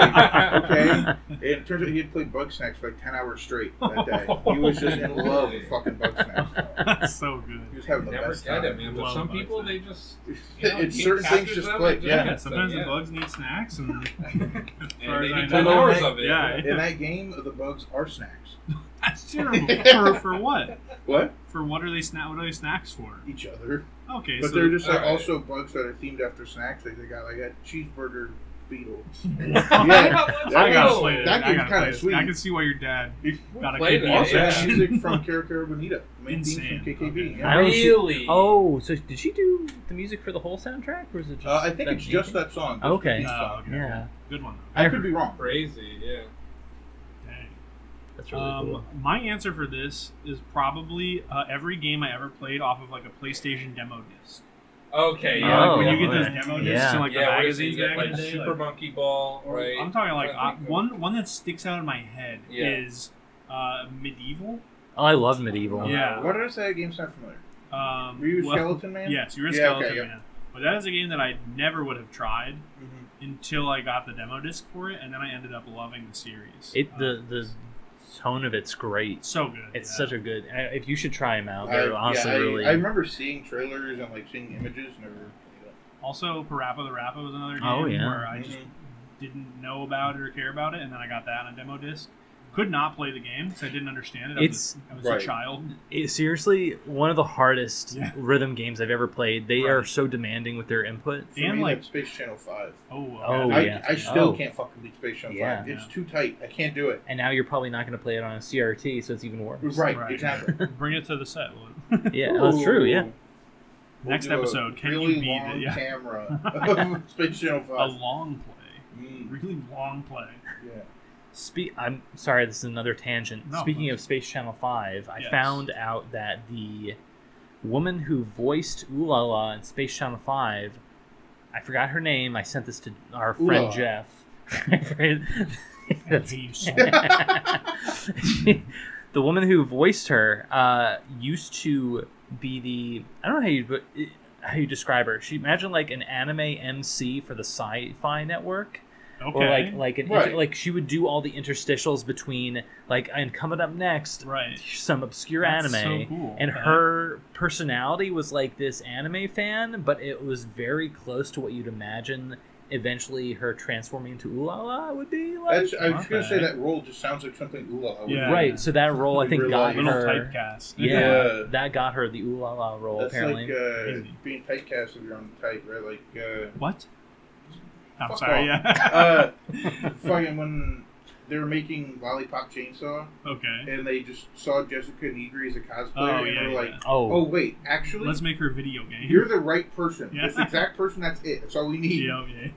[SPEAKER 3] okay. And it turns out he had played bug snacks for like ten hours straight that day. He was just in love with fucking bug snacks.
[SPEAKER 1] That's so good.
[SPEAKER 3] He was having the
[SPEAKER 2] Never
[SPEAKER 3] best
[SPEAKER 2] get it,
[SPEAKER 3] time.
[SPEAKER 2] man. But
[SPEAKER 1] Love
[SPEAKER 2] some
[SPEAKER 1] Bugsnax.
[SPEAKER 2] people they just you know,
[SPEAKER 3] It's
[SPEAKER 2] he
[SPEAKER 3] certain things
[SPEAKER 2] captures
[SPEAKER 3] just
[SPEAKER 2] them
[SPEAKER 3] click,
[SPEAKER 2] and
[SPEAKER 3] yeah.
[SPEAKER 1] Yeah, sometimes
[SPEAKER 2] yeah.
[SPEAKER 1] the bugs need snacks, and
[SPEAKER 2] and
[SPEAKER 1] as I
[SPEAKER 2] maybe
[SPEAKER 1] know.
[SPEAKER 2] ten
[SPEAKER 3] Well,
[SPEAKER 2] hours
[SPEAKER 3] they-
[SPEAKER 2] of it.
[SPEAKER 1] yeah,
[SPEAKER 3] In that game, the bugs are snacks.
[SPEAKER 1] that's terrible. for, for what?
[SPEAKER 3] What?
[SPEAKER 1] For what are they snack? What are they snacks for?
[SPEAKER 3] Each other.
[SPEAKER 1] Okay,
[SPEAKER 3] But
[SPEAKER 1] so
[SPEAKER 3] they're just like
[SPEAKER 2] Alright.
[SPEAKER 3] also bugs that are themed after snacks. Like they got like a cheeseburger beetle.
[SPEAKER 1] I gotta
[SPEAKER 3] Oh,
[SPEAKER 1] play this.
[SPEAKER 3] that
[SPEAKER 1] I
[SPEAKER 3] game's
[SPEAKER 1] gotta
[SPEAKER 3] kinda
[SPEAKER 1] play this.
[SPEAKER 3] sweet.
[SPEAKER 1] I can see why your dad got a
[SPEAKER 2] Play
[SPEAKER 1] good
[SPEAKER 2] that,
[SPEAKER 1] music.
[SPEAKER 3] Also,
[SPEAKER 2] yeah.
[SPEAKER 3] music from Caricara Bonita. Main theme
[SPEAKER 1] Insane.
[SPEAKER 3] from KKB.
[SPEAKER 1] Okay.
[SPEAKER 3] yeah.
[SPEAKER 4] I don't see-
[SPEAKER 2] really?
[SPEAKER 4] Oh, so did she do the music for the whole soundtrack, or is it just?
[SPEAKER 3] Uh, I think
[SPEAKER 4] that
[SPEAKER 3] it's just
[SPEAKER 4] music?
[SPEAKER 3] that song. just
[SPEAKER 4] Okay.
[SPEAKER 3] the
[SPEAKER 1] Oh,
[SPEAKER 3] song.
[SPEAKER 1] okay.
[SPEAKER 4] Yeah,
[SPEAKER 1] Good one.
[SPEAKER 3] I could be wrong.
[SPEAKER 2] crazy. Yeah.
[SPEAKER 1] Though. Dang.
[SPEAKER 4] that's really
[SPEAKER 1] um,
[SPEAKER 4] cool.
[SPEAKER 1] My answer for this is probably uh, every game I ever played off of like a PlayStation demo disc.
[SPEAKER 2] Okay.
[SPEAKER 1] You
[SPEAKER 2] Yeah.
[SPEAKER 1] know,
[SPEAKER 4] Oh,
[SPEAKER 1] like, when you get
[SPEAKER 4] okay.
[SPEAKER 1] those demo discs
[SPEAKER 4] Yeah.
[SPEAKER 1] in like
[SPEAKER 2] yeah,
[SPEAKER 1] the
[SPEAKER 2] what is it?
[SPEAKER 1] magazines
[SPEAKER 2] You get,
[SPEAKER 1] back in
[SPEAKER 2] like
[SPEAKER 1] the day,
[SPEAKER 2] Super
[SPEAKER 1] like-
[SPEAKER 2] Monkey Ball, right?
[SPEAKER 1] I'm talking like
[SPEAKER 2] Trying to
[SPEAKER 1] uh,
[SPEAKER 2] think of-
[SPEAKER 1] one one that sticks out in my head
[SPEAKER 2] Yeah.
[SPEAKER 1] is uh, medieval.
[SPEAKER 4] Oh, I love medieval.
[SPEAKER 1] Yeah.
[SPEAKER 3] What did I say? That game's not familiar.
[SPEAKER 1] Um,
[SPEAKER 3] Uh-huh. Were you a
[SPEAKER 1] well-
[SPEAKER 3] Skeleton Man?
[SPEAKER 1] Yes, you're a
[SPEAKER 3] Yeah, okay,
[SPEAKER 1] skeleton
[SPEAKER 3] yeah.
[SPEAKER 1] man. But that is a game that I never would have tried
[SPEAKER 3] Mhm.
[SPEAKER 1] until I got the demo disc for it, and then I ended up loving the series.
[SPEAKER 4] It
[SPEAKER 1] Uh,
[SPEAKER 4] the the tone of it's great.
[SPEAKER 1] it's so good.
[SPEAKER 4] It's
[SPEAKER 1] yeah.
[SPEAKER 4] such a good. I- If you should try them out,
[SPEAKER 3] I,
[SPEAKER 4] they're
[SPEAKER 3] yeah,
[SPEAKER 4] honestly
[SPEAKER 3] I-
[SPEAKER 4] really.
[SPEAKER 3] I remember seeing trailers and like seeing images. Never.
[SPEAKER 1] Also, Parappa the Rappa was another game
[SPEAKER 4] Oh, yeah.
[SPEAKER 1] where I just didn't know about it or care about it, and then I got that on a demo disc. Could not play the game because I didn't understand it. I was,
[SPEAKER 4] It's-
[SPEAKER 1] I was
[SPEAKER 3] Right.
[SPEAKER 1] a child.
[SPEAKER 4] It- seriously one of the hardest
[SPEAKER 1] Yeah.
[SPEAKER 4] rhythm games I've ever played. They
[SPEAKER 1] Right.
[SPEAKER 4] are so demanding with their input.
[SPEAKER 3] For
[SPEAKER 1] And,
[SPEAKER 3] me,
[SPEAKER 1] like-
[SPEAKER 3] that's Space Channel Five.
[SPEAKER 1] Oh,
[SPEAKER 4] Oh,
[SPEAKER 1] okay.
[SPEAKER 3] I,
[SPEAKER 4] yeah.
[SPEAKER 3] I still
[SPEAKER 4] Oh.
[SPEAKER 3] can't fucking beat Space Channel
[SPEAKER 4] Yeah.
[SPEAKER 3] Five. It's too tight. I can't do it.
[SPEAKER 4] And now you're probably not going to play it on a CRT, so it's even worse.
[SPEAKER 3] Right,
[SPEAKER 1] Right.
[SPEAKER 3] exactly.
[SPEAKER 1] bring it to the set. Will.
[SPEAKER 4] Yeah, oh, that's true. Yeah.
[SPEAKER 3] We'll
[SPEAKER 1] Next
[SPEAKER 3] do a
[SPEAKER 1] episode, can
[SPEAKER 3] really
[SPEAKER 1] you be
[SPEAKER 3] long
[SPEAKER 1] the yeah,
[SPEAKER 3] camera? Space Channel
[SPEAKER 1] a
[SPEAKER 3] Five.
[SPEAKER 1] long play,
[SPEAKER 3] Mm,
[SPEAKER 1] really long play?
[SPEAKER 3] yeah.
[SPEAKER 4] Spe- I'm sorry, this is another tangent.
[SPEAKER 1] No,
[SPEAKER 4] Speaking
[SPEAKER 1] please.
[SPEAKER 4] of Space Channel 5, I
[SPEAKER 1] Yes.
[SPEAKER 4] found out that the woman who voiced Ooh La La in Space Channel 5, I forgot her name. I sent this to our
[SPEAKER 3] Ooh La
[SPEAKER 4] friend
[SPEAKER 3] La.
[SPEAKER 4] Jeff. That's-
[SPEAKER 1] Jeez.
[SPEAKER 4] the woman who voiced her uh, used to be the I don't know how you but how you describe her. She imagine like an anime MC for the Sci-Fi Network,
[SPEAKER 1] Okay,
[SPEAKER 4] or like like an
[SPEAKER 3] Right.
[SPEAKER 4] like she would do all the interstitials between like and coming up next
[SPEAKER 1] right.
[SPEAKER 4] some obscure
[SPEAKER 1] That's
[SPEAKER 4] anime.
[SPEAKER 1] so cool.
[SPEAKER 4] And
[SPEAKER 1] Yeah.
[SPEAKER 4] her personality was like this anime fan, but it was very close to what you'd imagine eventually her transforming into Ulala would be like
[SPEAKER 3] That's, I was just gonna say
[SPEAKER 4] okay.
[SPEAKER 3] that role just sounds like something. Ooh, la, la would
[SPEAKER 1] Yeah.
[SPEAKER 3] do.
[SPEAKER 4] Right, so that role I
[SPEAKER 3] We
[SPEAKER 4] think
[SPEAKER 3] were
[SPEAKER 4] got
[SPEAKER 3] like-
[SPEAKER 1] Little
[SPEAKER 4] her.
[SPEAKER 1] typecast.
[SPEAKER 4] Yeah,
[SPEAKER 3] Yeah.
[SPEAKER 4] that got her the ooh la la role
[SPEAKER 3] That's
[SPEAKER 4] apparently.
[SPEAKER 3] like uh,
[SPEAKER 1] Crazy.
[SPEAKER 3] being typecast if you're on the type, right? Like,
[SPEAKER 1] What? I'm
[SPEAKER 3] Fuck
[SPEAKER 1] sorry.
[SPEAKER 3] uh,
[SPEAKER 1] Yeah.
[SPEAKER 3] uh fucking when they were making Lollipop Chainsaw,
[SPEAKER 1] okay.
[SPEAKER 3] and they just saw Jessica Negri as a cosplayer,
[SPEAKER 1] Oh,
[SPEAKER 3] and
[SPEAKER 1] yeah,
[SPEAKER 3] were
[SPEAKER 1] yeah.
[SPEAKER 3] like,
[SPEAKER 4] oh,
[SPEAKER 3] "Oh wait, actually,
[SPEAKER 1] Let's make her a video game.
[SPEAKER 3] you're the right person.
[SPEAKER 1] Yeah.
[SPEAKER 3] This exact person. That's it. That's all we need."
[SPEAKER 1] yeah, yeah.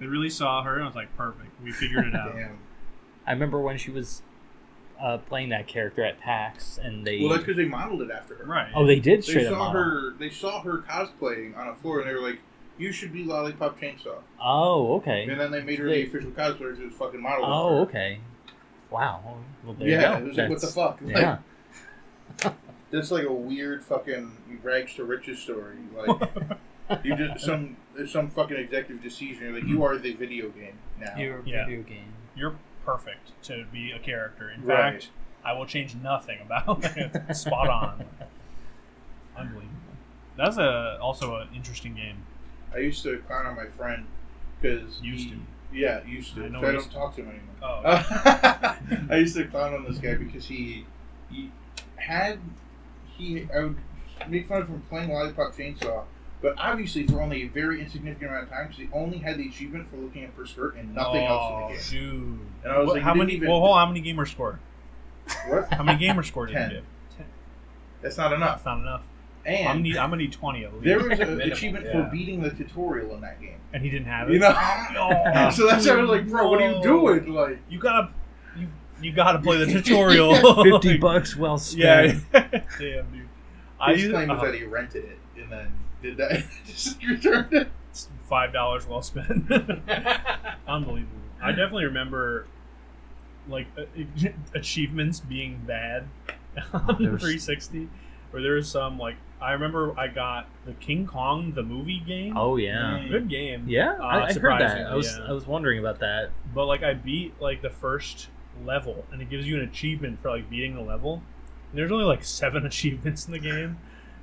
[SPEAKER 1] They really saw her, and I was like, perfect. We figured it out.
[SPEAKER 3] Damn.
[SPEAKER 4] I remember when she was uh, playing that character at PAX, and they
[SPEAKER 3] Well, that's because they modeled it after her.
[SPEAKER 1] Right.
[SPEAKER 4] oh they did
[SPEAKER 3] They
[SPEAKER 4] straight up
[SPEAKER 3] saw
[SPEAKER 4] model.
[SPEAKER 3] her. They saw her cosplaying on a floor, and they were like, "You should be Lollipop Chainsaw."
[SPEAKER 4] Oh okay.
[SPEAKER 3] And then they made her
[SPEAKER 4] They-
[SPEAKER 3] the official cosplayer to the fucking model.
[SPEAKER 4] Oh okay. Wow. Well, there
[SPEAKER 3] yeah,
[SPEAKER 4] you go.
[SPEAKER 3] it was like, what the
[SPEAKER 4] That's-
[SPEAKER 3] fuck? Like,
[SPEAKER 4] Yeah.
[SPEAKER 3] That's like a weird fucking rags to riches story. Like you just some there's some fucking executive decision. You're like you are the video game now.
[SPEAKER 4] Your
[SPEAKER 1] Yeah.
[SPEAKER 4] video game.
[SPEAKER 1] You're perfect to be a character. In
[SPEAKER 3] Right.
[SPEAKER 1] fact, I will change nothing about it. Spot on. Unbelievable. That's a also an interesting game.
[SPEAKER 3] I used to clown on my friend because
[SPEAKER 1] Used to.
[SPEAKER 3] Yeah, used to.
[SPEAKER 1] I
[SPEAKER 3] I,
[SPEAKER 1] know
[SPEAKER 3] I
[SPEAKER 1] used
[SPEAKER 3] don't talk to him anymore.
[SPEAKER 1] Oh,
[SPEAKER 3] I used to clown on this guy because he he had he I would make fun of him playing Lollipop Chainsaw, but obviously for only a very insignificant amount of time because he only had the achievement for looking at her skirt and nothing
[SPEAKER 1] Oh,
[SPEAKER 3] else in the game.
[SPEAKER 1] Dude.
[SPEAKER 3] And I was
[SPEAKER 1] What-
[SPEAKER 3] like,
[SPEAKER 1] how
[SPEAKER 3] you didn't
[SPEAKER 1] many?
[SPEAKER 3] even-
[SPEAKER 1] Well, hold on. How many gamer score?
[SPEAKER 3] What?
[SPEAKER 1] How many gamer score did
[SPEAKER 3] Ten.
[SPEAKER 1] you get?
[SPEAKER 3] That's not enough.
[SPEAKER 1] That's not enough.
[SPEAKER 3] And
[SPEAKER 1] I'm gonna need, I'm gonna need twenty at least.
[SPEAKER 3] There was an
[SPEAKER 2] Minimum,
[SPEAKER 3] achievement
[SPEAKER 1] yeah.
[SPEAKER 3] for beating the tutorial in that game.
[SPEAKER 1] and he didn't have it.
[SPEAKER 3] You know?
[SPEAKER 1] Oh,
[SPEAKER 3] so that's how I was like, bro, what are you
[SPEAKER 1] no.
[SPEAKER 3] doing? Like,
[SPEAKER 1] You gotta, you, you gotta play the tutorial.
[SPEAKER 4] Fifty
[SPEAKER 1] Like,
[SPEAKER 4] bucks well
[SPEAKER 1] Yeah.
[SPEAKER 4] spent.
[SPEAKER 1] Damn, dude. I
[SPEAKER 3] his
[SPEAKER 1] used
[SPEAKER 3] claim was
[SPEAKER 1] uh,
[SPEAKER 3] that he rented it and then did that. just returned it.
[SPEAKER 1] uh, five dollars well spent. Unbelievable. I definitely remember, like a- achievements being bad on
[SPEAKER 4] there's-
[SPEAKER 1] 360. Or there was some like I remember I got the King Kong the movie game.
[SPEAKER 4] Oh yeah.
[SPEAKER 1] good game.
[SPEAKER 4] Yeah,
[SPEAKER 1] Uh,
[SPEAKER 4] I, I heard that. I
[SPEAKER 1] surprisingly,
[SPEAKER 4] was
[SPEAKER 1] yeah.
[SPEAKER 4] I was wondering about that.
[SPEAKER 1] But like I beat like the first level, and it gives you an achievement for like beating the level. And there's only like seven achievements in the game,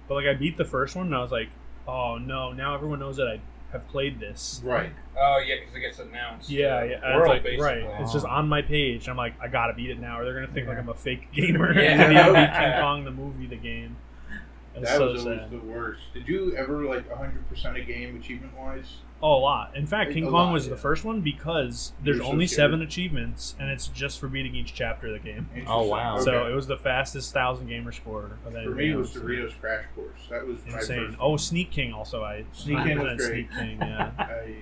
[SPEAKER 1] but like I beat the first one, and I was like, oh no, now everyone knows that I have played this.
[SPEAKER 3] Right.
[SPEAKER 2] Oh yeah, because it gets announced.
[SPEAKER 1] Yeah,
[SPEAKER 2] uh,
[SPEAKER 1] yeah, I was
[SPEAKER 2] World,
[SPEAKER 1] like,
[SPEAKER 2] basically.
[SPEAKER 1] right. It's just on my page. I'm like, I gotta beat it now, or they're gonna think like I'm a fake gamer.
[SPEAKER 2] Yeah.
[SPEAKER 1] and they beat King Kong the movie, the game. It's
[SPEAKER 3] That
[SPEAKER 1] so
[SPEAKER 3] was always
[SPEAKER 1] sad.
[SPEAKER 3] the worst. Did you ever, like, 100% a game achievement wise?
[SPEAKER 1] Oh, a lot. In fact,
[SPEAKER 3] A
[SPEAKER 1] King Kong
[SPEAKER 3] lot,
[SPEAKER 1] was
[SPEAKER 3] yeah.
[SPEAKER 1] the first one because there's
[SPEAKER 3] You're so
[SPEAKER 1] only
[SPEAKER 3] scared.
[SPEAKER 1] seven achievements, and it's just for beating each chapter of the game.
[SPEAKER 4] Oh, wow.
[SPEAKER 1] So it was the fastest thousand gamer score of
[SPEAKER 3] For
[SPEAKER 1] anything.
[SPEAKER 3] me, it was
[SPEAKER 1] else.
[SPEAKER 3] Doritos Crash Course. That was my
[SPEAKER 1] insane.
[SPEAKER 3] first.
[SPEAKER 1] Oh, Sneak King also. I
[SPEAKER 3] Sneak King was
[SPEAKER 1] 100%
[SPEAKER 3] great.
[SPEAKER 1] Sneak King. Yeah,
[SPEAKER 3] I,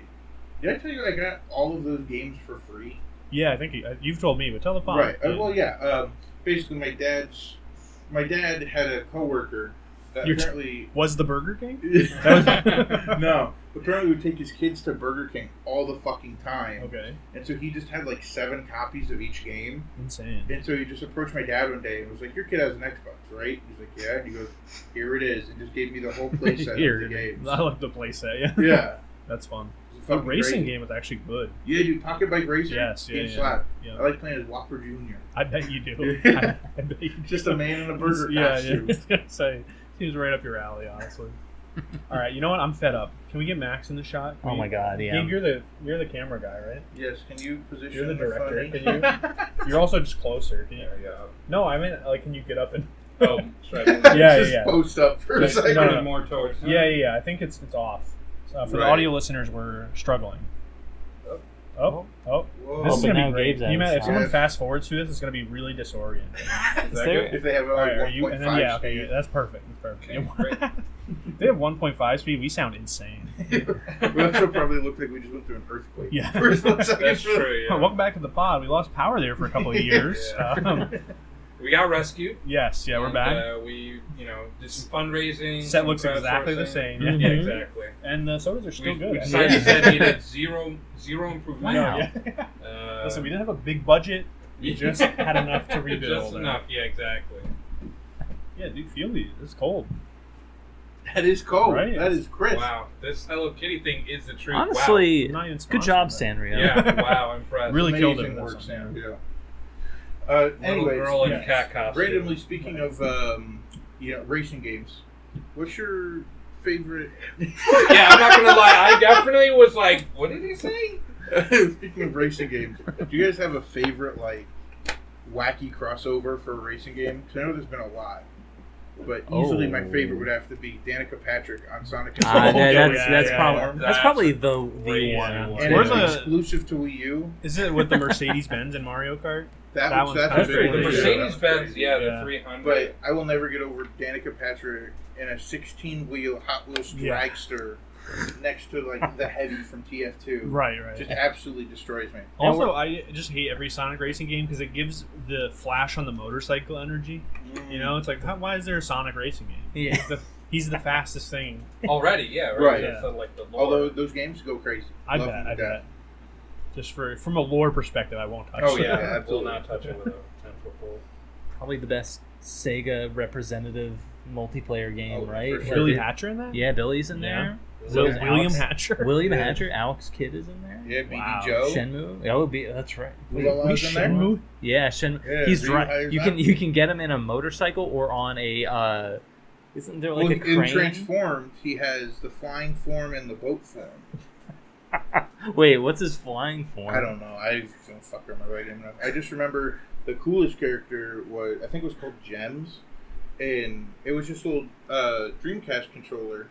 [SPEAKER 3] did I tell you I got all of those games for free?
[SPEAKER 1] yeah. I think you, you've told me, but tell the pod.
[SPEAKER 3] Right.
[SPEAKER 1] Yeah.
[SPEAKER 3] Uh, well, yeah. Um, basically, my dad's. My dad had a coworker that
[SPEAKER 1] Your t-
[SPEAKER 3] apparently.
[SPEAKER 1] was the Burger King? That
[SPEAKER 3] no, no. Apparently, would take his kids to Burger King all the fucking time,
[SPEAKER 1] Okay,
[SPEAKER 3] and so he just had like seven copies of each game.
[SPEAKER 1] insane.
[SPEAKER 3] And so he just approached my dad one day and was like, "Your kid has an Xbox, right?" He's like, "Yeah." And he goes, "Here it is," and just gave me the whole playset
[SPEAKER 4] Here
[SPEAKER 3] of the games.
[SPEAKER 1] I like the playset. Yeah,
[SPEAKER 3] yeah,
[SPEAKER 1] that's fun.
[SPEAKER 3] It was
[SPEAKER 1] The
[SPEAKER 3] fucking
[SPEAKER 1] racing
[SPEAKER 3] great.
[SPEAKER 1] game was actually good.
[SPEAKER 3] Yeah, dude, pocket bike racing.
[SPEAKER 1] Yes, yeah,
[SPEAKER 3] Game
[SPEAKER 1] yeah.
[SPEAKER 3] slap.
[SPEAKER 1] Yeah.
[SPEAKER 3] I like playing as Whopper Junior.
[SPEAKER 1] I bet you do. I,
[SPEAKER 3] Yeah.
[SPEAKER 1] I bet you do.
[SPEAKER 3] Just a man in a burger
[SPEAKER 1] Yeah, yeah.
[SPEAKER 3] costume.
[SPEAKER 1] I was gonna say seems right up your alley, honestly. All right, you know what? I'm fed up. Can we get Max in the shot? Can
[SPEAKER 4] Oh
[SPEAKER 1] we-
[SPEAKER 4] my god, yeah.
[SPEAKER 1] Gabe, you're the you're the camera guy, right?
[SPEAKER 3] Yes, can you position
[SPEAKER 1] You're the director.
[SPEAKER 3] funny?
[SPEAKER 1] Can you? You're also just closer. Can you-
[SPEAKER 2] There you go.
[SPEAKER 1] No, I mean, like, can you get up and?
[SPEAKER 2] Oh, sorry.
[SPEAKER 1] Yeah,
[SPEAKER 3] Just
[SPEAKER 1] yeah, yeah.
[SPEAKER 3] post up for a
[SPEAKER 1] Just-
[SPEAKER 3] second.
[SPEAKER 1] no, no.
[SPEAKER 2] more towards.
[SPEAKER 1] Yeah, yeah, yeah. I think it's it's off. Uh, for the
[SPEAKER 3] Right.
[SPEAKER 1] audio listeners, we're struggling.
[SPEAKER 2] Oh.
[SPEAKER 1] Oh, oh,
[SPEAKER 3] Whoa.
[SPEAKER 1] this is
[SPEAKER 4] but
[SPEAKER 1] gonna
[SPEAKER 4] now
[SPEAKER 1] be great.
[SPEAKER 4] Gabe's out
[SPEAKER 1] You
[SPEAKER 4] of
[SPEAKER 1] might, if
[SPEAKER 4] sound.
[SPEAKER 1] someone fast forwards through this, it's gonna be really disorienting.
[SPEAKER 2] Is that
[SPEAKER 4] There-
[SPEAKER 2] good?
[SPEAKER 3] if they have uh, like
[SPEAKER 1] All right, are you?
[SPEAKER 3] 1.5
[SPEAKER 1] And then yeah, okay,
[SPEAKER 3] speed.
[SPEAKER 1] that's perfect. That's perfect.
[SPEAKER 2] Okay,
[SPEAKER 1] Yeah, they have 1.5 speed. We sound insane.
[SPEAKER 3] we also probably looked like we just went through an earthquake.
[SPEAKER 1] Yeah.
[SPEAKER 3] For a second.
[SPEAKER 2] That's true.
[SPEAKER 1] Oh,
[SPEAKER 2] Yeah.
[SPEAKER 1] welcome back to the pod. We lost power there for a couple of years.
[SPEAKER 2] Yeah.
[SPEAKER 1] um,
[SPEAKER 2] We got rescued.
[SPEAKER 1] yes, yeah, we're
[SPEAKER 2] and,
[SPEAKER 1] back.
[SPEAKER 2] Uh, we, you know, did some fundraising.
[SPEAKER 1] Set
[SPEAKER 2] some
[SPEAKER 1] looks exactly the
[SPEAKER 2] crowdsourcing.
[SPEAKER 1] same.
[SPEAKER 4] Mhm.
[SPEAKER 2] Yeah,
[SPEAKER 1] Yeah, exactly.
[SPEAKER 2] exactly.
[SPEAKER 1] And the sodas are still
[SPEAKER 2] we,
[SPEAKER 1] good.
[SPEAKER 2] we
[SPEAKER 1] I
[SPEAKER 2] decided
[SPEAKER 1] think.
[SPEAKER 2] that needed zero, zero improvement.
[SPEAKER 1] No,
[SPEAKER 4] Wow.
[SPEAKER 1] yeah.
[SPEAKER 2] Uh,
[SPEAKER 1] Listen, we didn't have a big budget. We just had enough to rebuild. uh,
[SPEAKER 2] Just enough. Yeah, exactly.
[SPEAKER 1] Yeah, dude, feel these. It's cold.
[SPEAKER 3] That is cold.
[SPEAKER 1] Right.
[SPEAKER 3] That is crisp.
[SPEAKER 2] Wow, this Hello Kitty thing is the truth.
[SPEAKER 4] Honestly,
[SPEAKER 1] Not even
[SPEAKER 4] good
[SPEAKER 1] sponsored,
[SPEAKER 4] job,
[SPEAKER 1] but-
[SPEAKER 4] Sanrio. Uh,
[SPEAKER 2] yeah. Wow, impressed.
[SPEAKER 1] Really
[SPEAKER 3] Amazing
[SPEAKER 1] killed it. with
[SPEAKER 3] work,
[SPEAKER 1] this
[SPEAKER 3] Sam.
[SPEAKER 1] one.
[SPEAKER 3] Yeah. Uh,
[SPEAKER 2] Little
[SPEAKER 3] anyways,
[SPEAKER 2] girl in
[SPEAKER 1] yes.
[SPEAKER 2] cat costume.
[SPEAKER 3] randomly speaking of um, you know, racing games, what's your favorite.
[SPEAKER 2] yeah, I'm not gonna lie. I definitely was like, "What did he say?"
[SPEAKER 3] Speaking of racing games, do you guys have a favorite like wacky crossover for a racing game? 'Cause I know there's been a lot, but easily my
[SPEAKER 4] Oh.
[SPEAKER 3] favorite would have to be Danica Patrick on Sonic. and
[SPEAKER 4] Ah,
[SPEAKER 1] Uh,
[SPEAKER 3] Knuckles.
[SPEAKER 4] that- that's
[SPEAKER 1] yeah,
[SPEAKER 4] that's
[SPEAKER 1] yeah,
[SPEAKER 4] probably that's,
[SPEAKER 2] that's
[SPEAKER 4] probably the the
[SPEAKER 2] crazy
[SPEAKER 4] one.
[SPEAKER 2] one.
[SPEAKER 3] and
[SPEAKER 1] Where's
[SPEAKER 3] it's
[SPEAKER 1] the-
[SPEAKER 3] exclusive to Wii U.
[SPEAKER 1] Is it with the Mercedes Benz and Mario Kart?
[SPEAKER 3] That,
[SPEAKER 1] That
[SPEAKER 3] was
[SPEAKER 1] one's
[SPEAKER 3] that's,
[SPEAKER 1] kinda
[SPEAKER 3] a
[SPEAKER 1] crazy.
[SPEAKER 3] big
[SPEAKER 2] The
[SPEAKER 3] one.
[SPEAKER 2] Mercedes Benz, yeah,
[SPEAKER 1] Yeah.
[SPEAKER 2] the 300.
[SPEAKER 3] But I will never get over Danica Patrick in a 16 wheel Hot Wheels
[SPEAKER 1] Yeah.
[SPEAKER 3] dragster next to like the heavy from TF2.
[SPEAKER 1] Right, Oh, right.
[SPEAKER 3] Just absolutely destroys me.
[SPEAKER 1] also, I just hate every Sonic racing game because it gives the flash on the motorcycle energy. You know, it's like, how, why is there a Sonic racing game?
[SPEAKER 4] Yeah.
[SPEAKER 1] The, he's the fastest thing.
[SPEAKER 2] already, yeah, right.
[SPEAKER 3] Right.
[SPEAKER 2] That's, uh, like the lore.
[SPEAKER 3] Although those games go crazy.
[SPEAKER 1] I
[SPEAKER 3] Love
[SPEAKER 1] bet.
[SPEAKER 3] them
[SPEAKER 1] I
[SPEAKER 3] to death.
[SPEAKER 1] bet. Just for from a lore perspective, I won't touch.
[SPEAKER 2] oh
[SPEAKER 1] it.
[SPEAKER 2] yeah,
[SPEAKER 3] Yeah,
[SPEAKER 2] we'll
[SPEAKER 3] absolutely.
[SPEAKER 2] not touch it with a ten foot pole.
[SPEAKER 4] probably the best Sega representative multiplayer game,
[SPEAKER 3] Oh,
[SPEAKER 4] right?
[SPEAKER 3] for
[SPEAKER 4] Where
[SPEAKER 3] sure.
[SPEAKER 1] Billy
[SPEAKER 4] it-
[SPEAKER 1] Hatcher in that?
[SPEAKER 4] Yeah, Billy's in
[SPEAKER 1] Yeah.
[SPEAKER 4] there.
[SPEAKER 1] So
[SPEAKER 4] Alex-
[SPEAKER 1] William Hatcher.
[SPEAKER 4] William
[SPEAKER 3] Yeah.
[SPEAKER 4] Hatcher, Alex Kidd is in there.
[SPEAKER 3] Yeah, BD
[SPEAKER 1] Wow.
[SPEAKER 3] Joe.
[SPEAKER 4] Shenmue. Oh, be, that's right.
[SPEAKER 3] Was all
[SPEAKER 1] Wait,
[SPEAKER 3] those in there?
[SPEAKER 1] Shenmue?
[SPEAKER 4] Yeah, Shenmue.
[SPEAKER 3] Yeah,
[SPEAKER 4] He's
[SPEAKER 3] Ryu
[SPEAKER 4] dri-
[SPEAKER 3] hires
[SPEAKER 4] You can
[SPEAKER 3] that.
[SPEAKER 4] you can get him in a motorcycle or on a. Uh, isn't there like
[SPEAKER 3] well,
[SPEAKER 4] a crane?
[SPEAKER 3] in transformed, he has the flying form and the boat form.
[SPEAKER 4] Wait, what's his flying form?
[SPEAKER 3] I don't know. I don't fuck remember right name enough. I just remember the coolest character was I think it was called Gems, and it was just a little uh, Dreamcast controller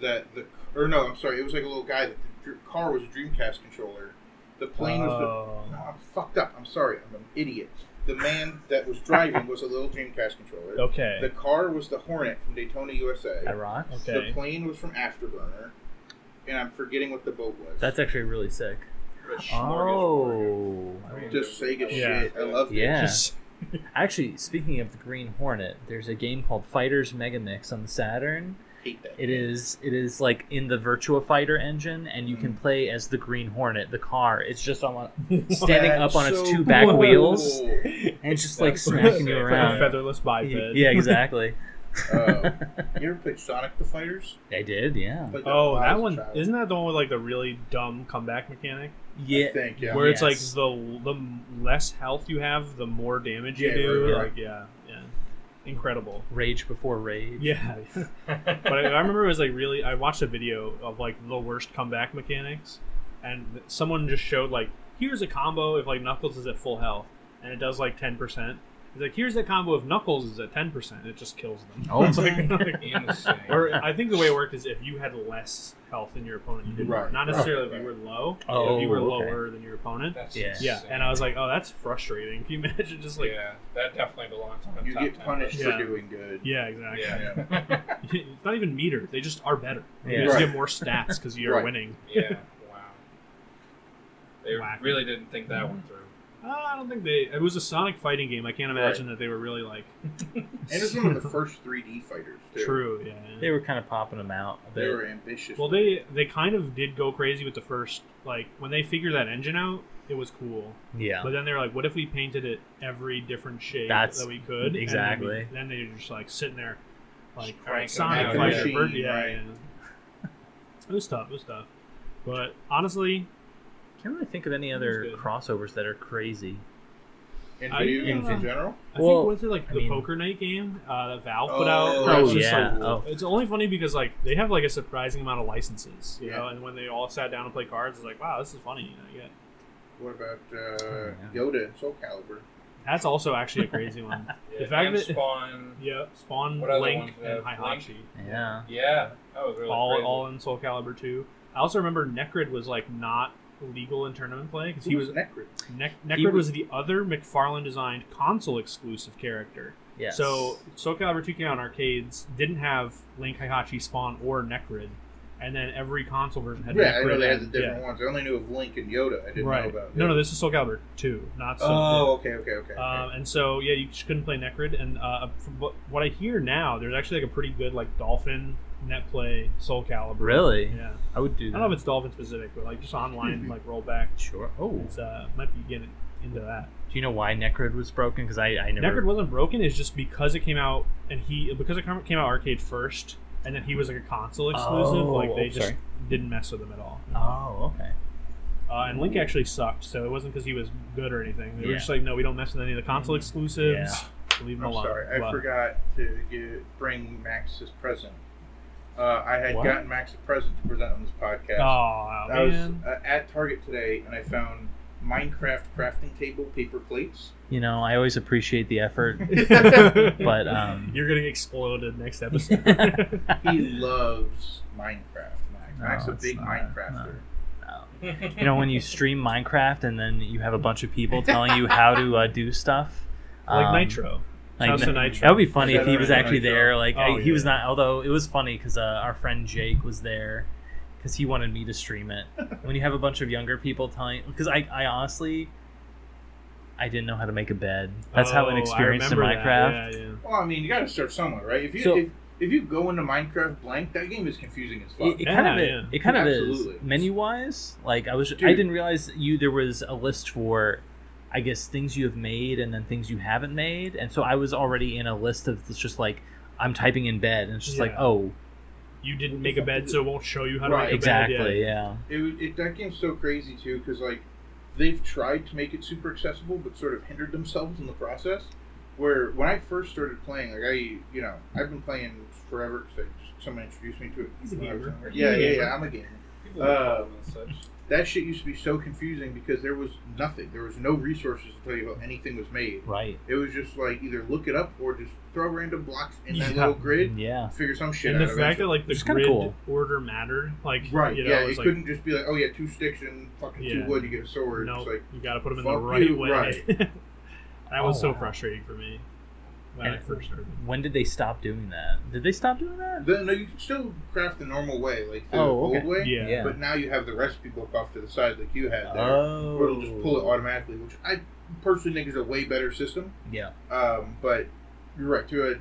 [SPEAKER 3] that the or no, I'm sorry, it was like a little guy that the dr- car was a Dreamcast controller. The plane was the
[SPEAKER 1] Oh.
[SPEAKER 3] No, I'm fucked up. I'm sorry. I'm an idiot. The man that was driving was a little Dreamcast controller. The
[SPEAKER 1] Okay.
[SPEAKER 3] car was the Hornet from Daytona, USA.
[SPEAKER 4] That rocks.
[SPEAKER 1] Okay.
[SPEAKER 3] The plane was from Afterburner. And I'm forgetting what the boat was.
[SPEAKER 4] That's actually really sick.
[SPEAKER 2] But smorgasbord.
[SPEAKER 4] Oh.
[SPEAKER 3] just Sega
[SPEAKER 1] Yeah.
[SPEAKER 3] shit. I love
[SPEAKER 4] Yeah.
[SPEAKER 3] it.
[SPEAKER 1] Just-
[SPEAKER 4] Actually, speaking of the Green Hornet, there's a game called Fighters Mega Mix on the Saturn.
[SPEAKER 3] Hate that.
[SPEAKER 4] It is it is like in the Virtua Fighter engine, and you
[SPEAKER 1] Mm.
[SPEAKER 4] can play as the Green Hornet, the car. It's just on standing up on its
[SPEAKER 3] That's
[SPEAKER 4] two
[SPEAKER 3] so
[SPEAKER 4] back
[SPEAKER 1] cool.
[SPEAKER 4] wheels
[SPEAKER 1] It's
[SPEAKER 4] and just like
[SPEAKER 2] That's
[SPEAKER 4] smacking
[SPEAKER 2] sick.
[SPEAKER 4] you
[SPEAKER 2] Like
[SPEAKER 1] like a
[SPEAKER 4] around.
[SPEAKER 1] featherless biped.
[SPEAKER 4] Yeah, exactly.
[SPEAKER 3] Um, you ever played Sonic the Fighters?
[SPEAKER 4] I did, yeah.
[SPEAKER 3] Played a
[SPEAKER 1] Oh,
[SPEAKER 3] lot as
[SPEAKER 1] that
[SPEAKER 3] a
[SPEAKER 1] one
[SPEAKER 3] child.
[SPEAKER 1] isn't that the one with like the really dumb comeback mechanic
[SPEAKER 4] Yeah.
[SPEAKER 3] I think, yeah.
[SPEAKER 1] where it's like
[SPEAKER 4] Yes.
[SPEAKER 1] the the less health you have, the more damage you
[SPEAKER 3] Yeah,
[SPEAKER 1] do.
[SPEAKER 3] right, right.
[SPEAKER 1] Like yeah, yeah, incredible.
[SPEAKER 4] Rage before rage.
[SPEAKER 1] Yeah, but I, I remember it was like really. I watched a video of like the worst comeback mechanics, and th- someone just showed like here's a combo if like Knuckles is at full health and it does like ten percent. He's like here's a combo if Knuckles is at ten percent. It just kills them.
[SPEAKER 4] Oh.
[SPEAKER 1] It's like- like-
[SPEAKER 2] Insane.
[SPEAKER 1] or I think the way it worked is if you had less health than your opponent, you did
[SPEAKER 3] Right,
[SPEAKER 1] not
[SPEAKER 3] right,
[SPEAKER 1] necessarily if
[SPEAKER 3] right.
[SPEAKER 1] you were low,
[SPEAKER 4] Oh,
[SPEAKER 1] if you were
[SPEAKER 4] okay.
[SPEAKER 1] lower than your opponent.
[SPEAKER 2] That's
[SPEAKER 4] Yeah.
[SPEAKER 1] Yeah,
[SPEAKER 2] insane.
[SPEAKER 1] and I was like, oh, that's frustrating. Can you imagine just like,
[SPEAKER 2] yeah, that definitely belongs on the
[SPEAKER 3] You
[SPEAKER 2] top
[SPEAKER 3] get
[SPEAKER 2] 10
[SPEAKER 3] punished
[SPEAKER 1] Yeah.
[SPEAKER 3] for doing good.
[SPEAKER 1] yeah,
[SPEAKER 2] list.
[SPEAKER 1] exactly.
[SPEAKER 2] Yeah,
[SPEAKER 1] it's not even meter; they just are better.
[SPEAKER 4] Yeah.
[SPEAKER 1] You just
[SPEAKER 3] Right.
[SPEAKER 1] get more stats because you're
[SPEAKER 3] Right.
[SPEAKER 1] winning.
[SPEAKER 2] yeah. Wow. They
[SPEAKER 1] Whack.
[SPEAKER 2] really didn't think that one through.
[SPEAKER 1] Uh, I don't think they. It was a Sonic fighting game. I can't imagine that they were really like.
[SPEAKER 3] And it's one of the first 3D fighters, too.
[SPEAKER 1] True. Yeah.
[SPEAKER 4] They were kind of popping them out a
[SPEAKER 3] They
[SPEAKER 4] bit.
[SPEAKER 3] were ambitious.
[SPEAKER 1] Well, they they kind of did go crazy with the first like when they figured that engine out. It was cool,
[SPEAKER 4] Yeah.
[SPEAKER 1] but then they were like, "What if we painted it every different shade
[SPEAKER 4] That's-
[SPEAKER 1] that we could?" And then we-
[SPEAKER 4] exactly.
[SPEAKER 1] Then, they were just like sitting there, like
[SPEAKER 2] Just
[SPEAKER 1] all right,
[SPEAKER 2] cranking
[SPEAKER 1] Sonic
[SPEAKER 3] out.
[SPEAKER 1] Fighter,
[SPEAKER 3] Machine,
[SPEAKER 1] Bird- yeah,
[SPEAKER 3] right.
[SPEAKER 1] yeah. It was tough. It was tough. But honestly,
[SPEAKER 4] Can't really think of any
[SPEAKER 1] That's
[SPEAKER 4] other
[SPEAKER 1] good.
[SPEAKER 4] crossovers that are crazy.
[SPEAKER 3] in
[SPEAKER 1] I-
[SPEAKER 3] video games
[SPEAKER 1] yeah.
[SPEAKER 3] in general?
[SPEAKER 1] I
[SPEAKER 4] Well,
[SPEAKER 1] think was it like
[SPEAKER 4] I
[SPEAKER 1] the
[SPEAKER 4] mean-
[SPEAKER 1] poker night game uh, that Valve put
[SPEAKER 3] Oh,
[SPEAKER 1] out?
[SPEAKER 3] that
[SPEAKER 1] It's
[SPEAKER 4] oh
[SPEAKER 3] was
[SPEAKER 1] just, like,
[SPEAKER 4] yeah.
[SPEAKER 3] cool.
[SPEAKER 4] Oh.
[SPEAKER 1] It's only funny because like they have like a surprising amount of licenses, you
[SPEAKER 3] Yeah.
[SPEAKER 1] know. And when they all sat down and played cards, it's like, wow, this is funny. You know, yeah.
[SPEAKER 3] What about uh,
[SPEAKER 4] Oh, yeah.
[SPEAKER 3] Yoda and Soul Calibur?
[SPEAKER 1] That's also actually a crazy one.
[SPEAKER 2] Yeah,
[SPEAKER 1] The fact
[SPEAKER 2] and
[SPEAKER 1] that-
[SPEAKER 2] Spawn.
[SPEAKER 1] Yeah, Spawn,
[SPEAKER 2] What other ones
[SPEAKER 1] Link,
[SPEAKER 2] do they
[SPEAKER 1] and
[SPEAKER 2] have?
[SPEAKER 1] Hihachi,
[SPEAKER 4] Yeah.
[SPEAKER 2] Yeah, that was really
[SPEAKER 1] all
[SPEAKER 2] crazy.
[SPEAKER 1] all in Soul Calibur two. I also remember Necrid was like not legal in tournament play because he was
[SPEAKER 3] Necrid.
[SPEAKER 1] Nec-
[SPEAKER 4] He
[SPEAKER 1] Necrid
[SPEAKER 4] was-
[SPEAKER 1] was the other McFarlane designed console exclusive character.
[SPEAKER 4] Yes.
[SPEAKER 1] So Soul Calibur 2 came out in arcades, didn't have Link, Hihachi, Spawn, or Necrid, and then every console version had
[SPEAKER 3] Yeah, I
[SPEAKER 1] Necrid.
[SPEAKER 3] know they had the
[SPEAKER 1] and-
[SPEAKER 3] different ones. I only knew of Link and Yoda. I
[SPEAKER 1] yeah,
[SPEAKER 3] didn't know
[SPEAKER 1] right.
[SPEAKER 3] about.
[SPEAKER 1] No, no,
[SPEAKER 3] Yoda.
[SPEAKER 1] this is Soul Calibur 2, not Soul
[SPEAKER 3] Oh, okay, okay, okay. okay.
[SPEAKER 1] Um, and so yeah, you just couldn't play Necrid. And uh, from what- what I hear now, there's actually like a pretty good like Dolphin net play Soul Calibur.
[SPEAKER 4] really,
[SPEAKER 1] Yeah.
[SPEAKER 4] I would do
[SPEAKER 1] I
[SPEAKER 4] that.
[SPEAKER 1] don't know if it's Dolphin specific, but like just online like rollback,
[SPEAKER 4] sure. Oh,
[SPEAKER 1] it's uh might be getting into that.
[SPEAKER 4] do you know why Necrid was broken? Because I, I never.
[SPEAKER 1] Necrid wasn't broken is just because it came out and he because it came out arcade first and then he was like a console exclusive
[SPEAKER 4] Oh,
[SPEAKER 1] like they
[SPEAKER 4] oh,
[SPEAKER 1] just
[SPEAKER 4] sorry.
[SPEAKER 1] didn't mess with him at all
[SPEAKER 4] Oh, okay.
[SPEAKER 1] uh, and Link actually sucked so it wasn't because he was good or anything they were
[SPEAKER 4] Yeah.
[SPEAKER 1] just like no we don't mess with any of the console
[SPEAKER 4] Mhm.
[SPEAKER 1] exclusives leave
[SPEAKER 3] I'm
[SPEAKER 1] them alone
[SPEAKER 3] sorry, I
[SPEAKER 1] But-
[SPEAKER 3] forgot to get, bring Max his present. Uh, I had
[SPEAKER 4] What?
[SPEAKER 3] gotten Max a present to present on this podcast.
[SPEAKER 1] Oh,
[SPEAKER 3] I was
[SPEAKER 4] man.
[SPEAKER 3] uh, at Target today and I found Minecraft crafting table paper plates.
[SPEAKER 4] You know, I always appreciate the effort, but um,
[SPEAKER 1] You're getting exploded next episode.
[SPEAKER 3] He loves Minecraft. Max,
[SPEAKER 4] No,
[SPEAKER 3] Max's a
[SPEAKER 4] it's
[SPEAKER 3] big
[SPEAKER 4] not.
[SPEAKER 3] Minecrafter.
[SPEAKER 4] you know when you stream Minecraft and then you have a bunch of people telling you how to uh, do stuff,
[SPEAKER 1] like
[SPEAKER 4] um,
[SPEAKER 1] Nitro.
[SPEAKER 4] like
[SPEAKER 1] House of
[SPEAKER 4] Ni-
[SPEAKER 1] Nitro.
[SPEAKER 4] That would be funny if
[SPEAKER 3] Shout
[SPEAKER 4] he
[SPEAKER 3] out
[SPEAKER 4] was
[SPEAKER 3] to
[SPEAKER 4] actually
[SPEAKER 3] Nitro.
[SPEAKER 4] there. Like I,
[SPEAKER 1] Oh,
[SPEAKER 4] he was
[SPEAKER 1] yeah.
[SPEAKER 4] not. Although it was funny because uh, our friend Jake was there because he wanted me to stream it. when you have a bunch of younger people telling, because I, I honestly, I didn't know how to make a bed. That's how
[SPEAKER 1] Oh, I
[SPEAKER 4] inexperienced in
[SPEAKER 1] remember that.
[SPEAKER 4] Minecraft.
[SPEAKER 1] Yeah, yeah.
[SPEAKER 3] Well, I mean, you got to start somewhere, right? If you
[SPEAKER 4] So-
[SPEAKER 3] if, if you go into Minecraft blank, that game is confusing as fuck.
[SPEAKER 4] It, it
[SPEAKER 1] Yeah,
[SPEAKER 4] kind of
[SPEAKER 1] yeah.
[SPEAKER 4] it kind of
[SPEAKER 3] Absolutely.
[SPEAKER 4] is menu wise. Like I was,
[SPEAKER 3] Dude.
[SPEAKER 4] I didn't realize you there was a list for, I guess things you have made and then things you haven't made, and so I was already in a list of it's just like I'm typing in bed, and it's just like
[SPEAKER 1] Yeah.
[SPEAKER 4] oh
[SPEAKER 1] You didn't make a bed, so it won't show you how to
[SPEAKER 3] Right.
[SPEAKER 1] make a
[SPEAKER 4] exactly
[SPEAKER 1] bed. yeah.
[SPEAKER 4] yeah.
[SPEAKER 3] it, was- it that game's so crazy too because like they've tried to make it super accessible but sort of hindered themselves in the process where when i first started playing like i you know i've been playing forever because someone introduced me to it
[SPEAKER 1] He's a
[SPEAKER 3] when I was
[SPEAKER 1] gamer.
[SPEAKER 3] younger. yeah yeah
[SPEAKER 2] Gamer.
[SPEAKER 3] yeah i'm a gamer
[SPEAKER 2] People
[SPEAKER 3] Uh,
[SPEAKER 2] love and such.
[SPEAKER 3] that shit used to be so confusing because there was nothing there was no resources to tell you how anything was made
[SPEAKER 4] Right.
[SPEAKER 3] it was just like either look it up or just throw random blocks in that
[SPEAKER 1] Yeah.
[SPEAKER 3] little grid
[SPEAKER 4] Mm, Yeah.
[SPEAKER 3] figure some shit
[SPEAKER 1] and
[SPEAKER 3] out
[SPEAKER 1] the
[SPEAKER 3] of
[SPEAKER 1] fact
[SPEAKER 3] it
[SPEAKER 1] that like the
[SPEAKER 4] Which is kinda
[SPEAKER 1] grid
[SPEAKER 4] cool.
[SPEAKER 1] order mattered, like
[SPEAKER 3] right
[SPEAKER 1] you know,
[SPEAKER 3] yeah
[SPEAKER 1] it
[SPEAKER 3] it
[SPEAKER 1] was like
[SPEAKER 3] couldn't just be like oh yeah two sticks and fucking
[SPEAKER 1] Yeah.
[SPEAKER 3] two wood you get a sword
[SPEAKER 1] no,
[SPEAKER 3] it's like
[SPEAKER 1] you got to put them in the
[SPEAKER 3] fuck
[SPEAKER 1] right
[SPEAKER 3] you,
[SPEAKER 1] way.
[SPEAKER 3] right.
[SPEAKER 1] that was
[SPEAKER 4] Oh,
[SPEAKER 1] so
[SPEAKER 4] wow.
[SPEAKER 1] frustrating for me when I
[SPEAKER 4] And-
[SPEAKER 1] first started.
[SPEAKER 4] When did they stop doing that? Did they stop doing that?
[SPEAKER 3] The, no, you can still craft the normal way, like the
[SPEAKER 4] Oh, okay.
[SPEAKER 3] old way.
[SPEAKER 1] Yeah.
[SPEAKER 4] Yeah.
[SPEAKER 3] But now you have the recipe book off to the side, like you had there,
[SPEAKER 4] oh.
[SPEAKER 3] where it'll just pull it automatically, which I personally think is a way better system.
[SPEAKER 4] Yeah.
[SPEAKER 3] Um, but you're right. To a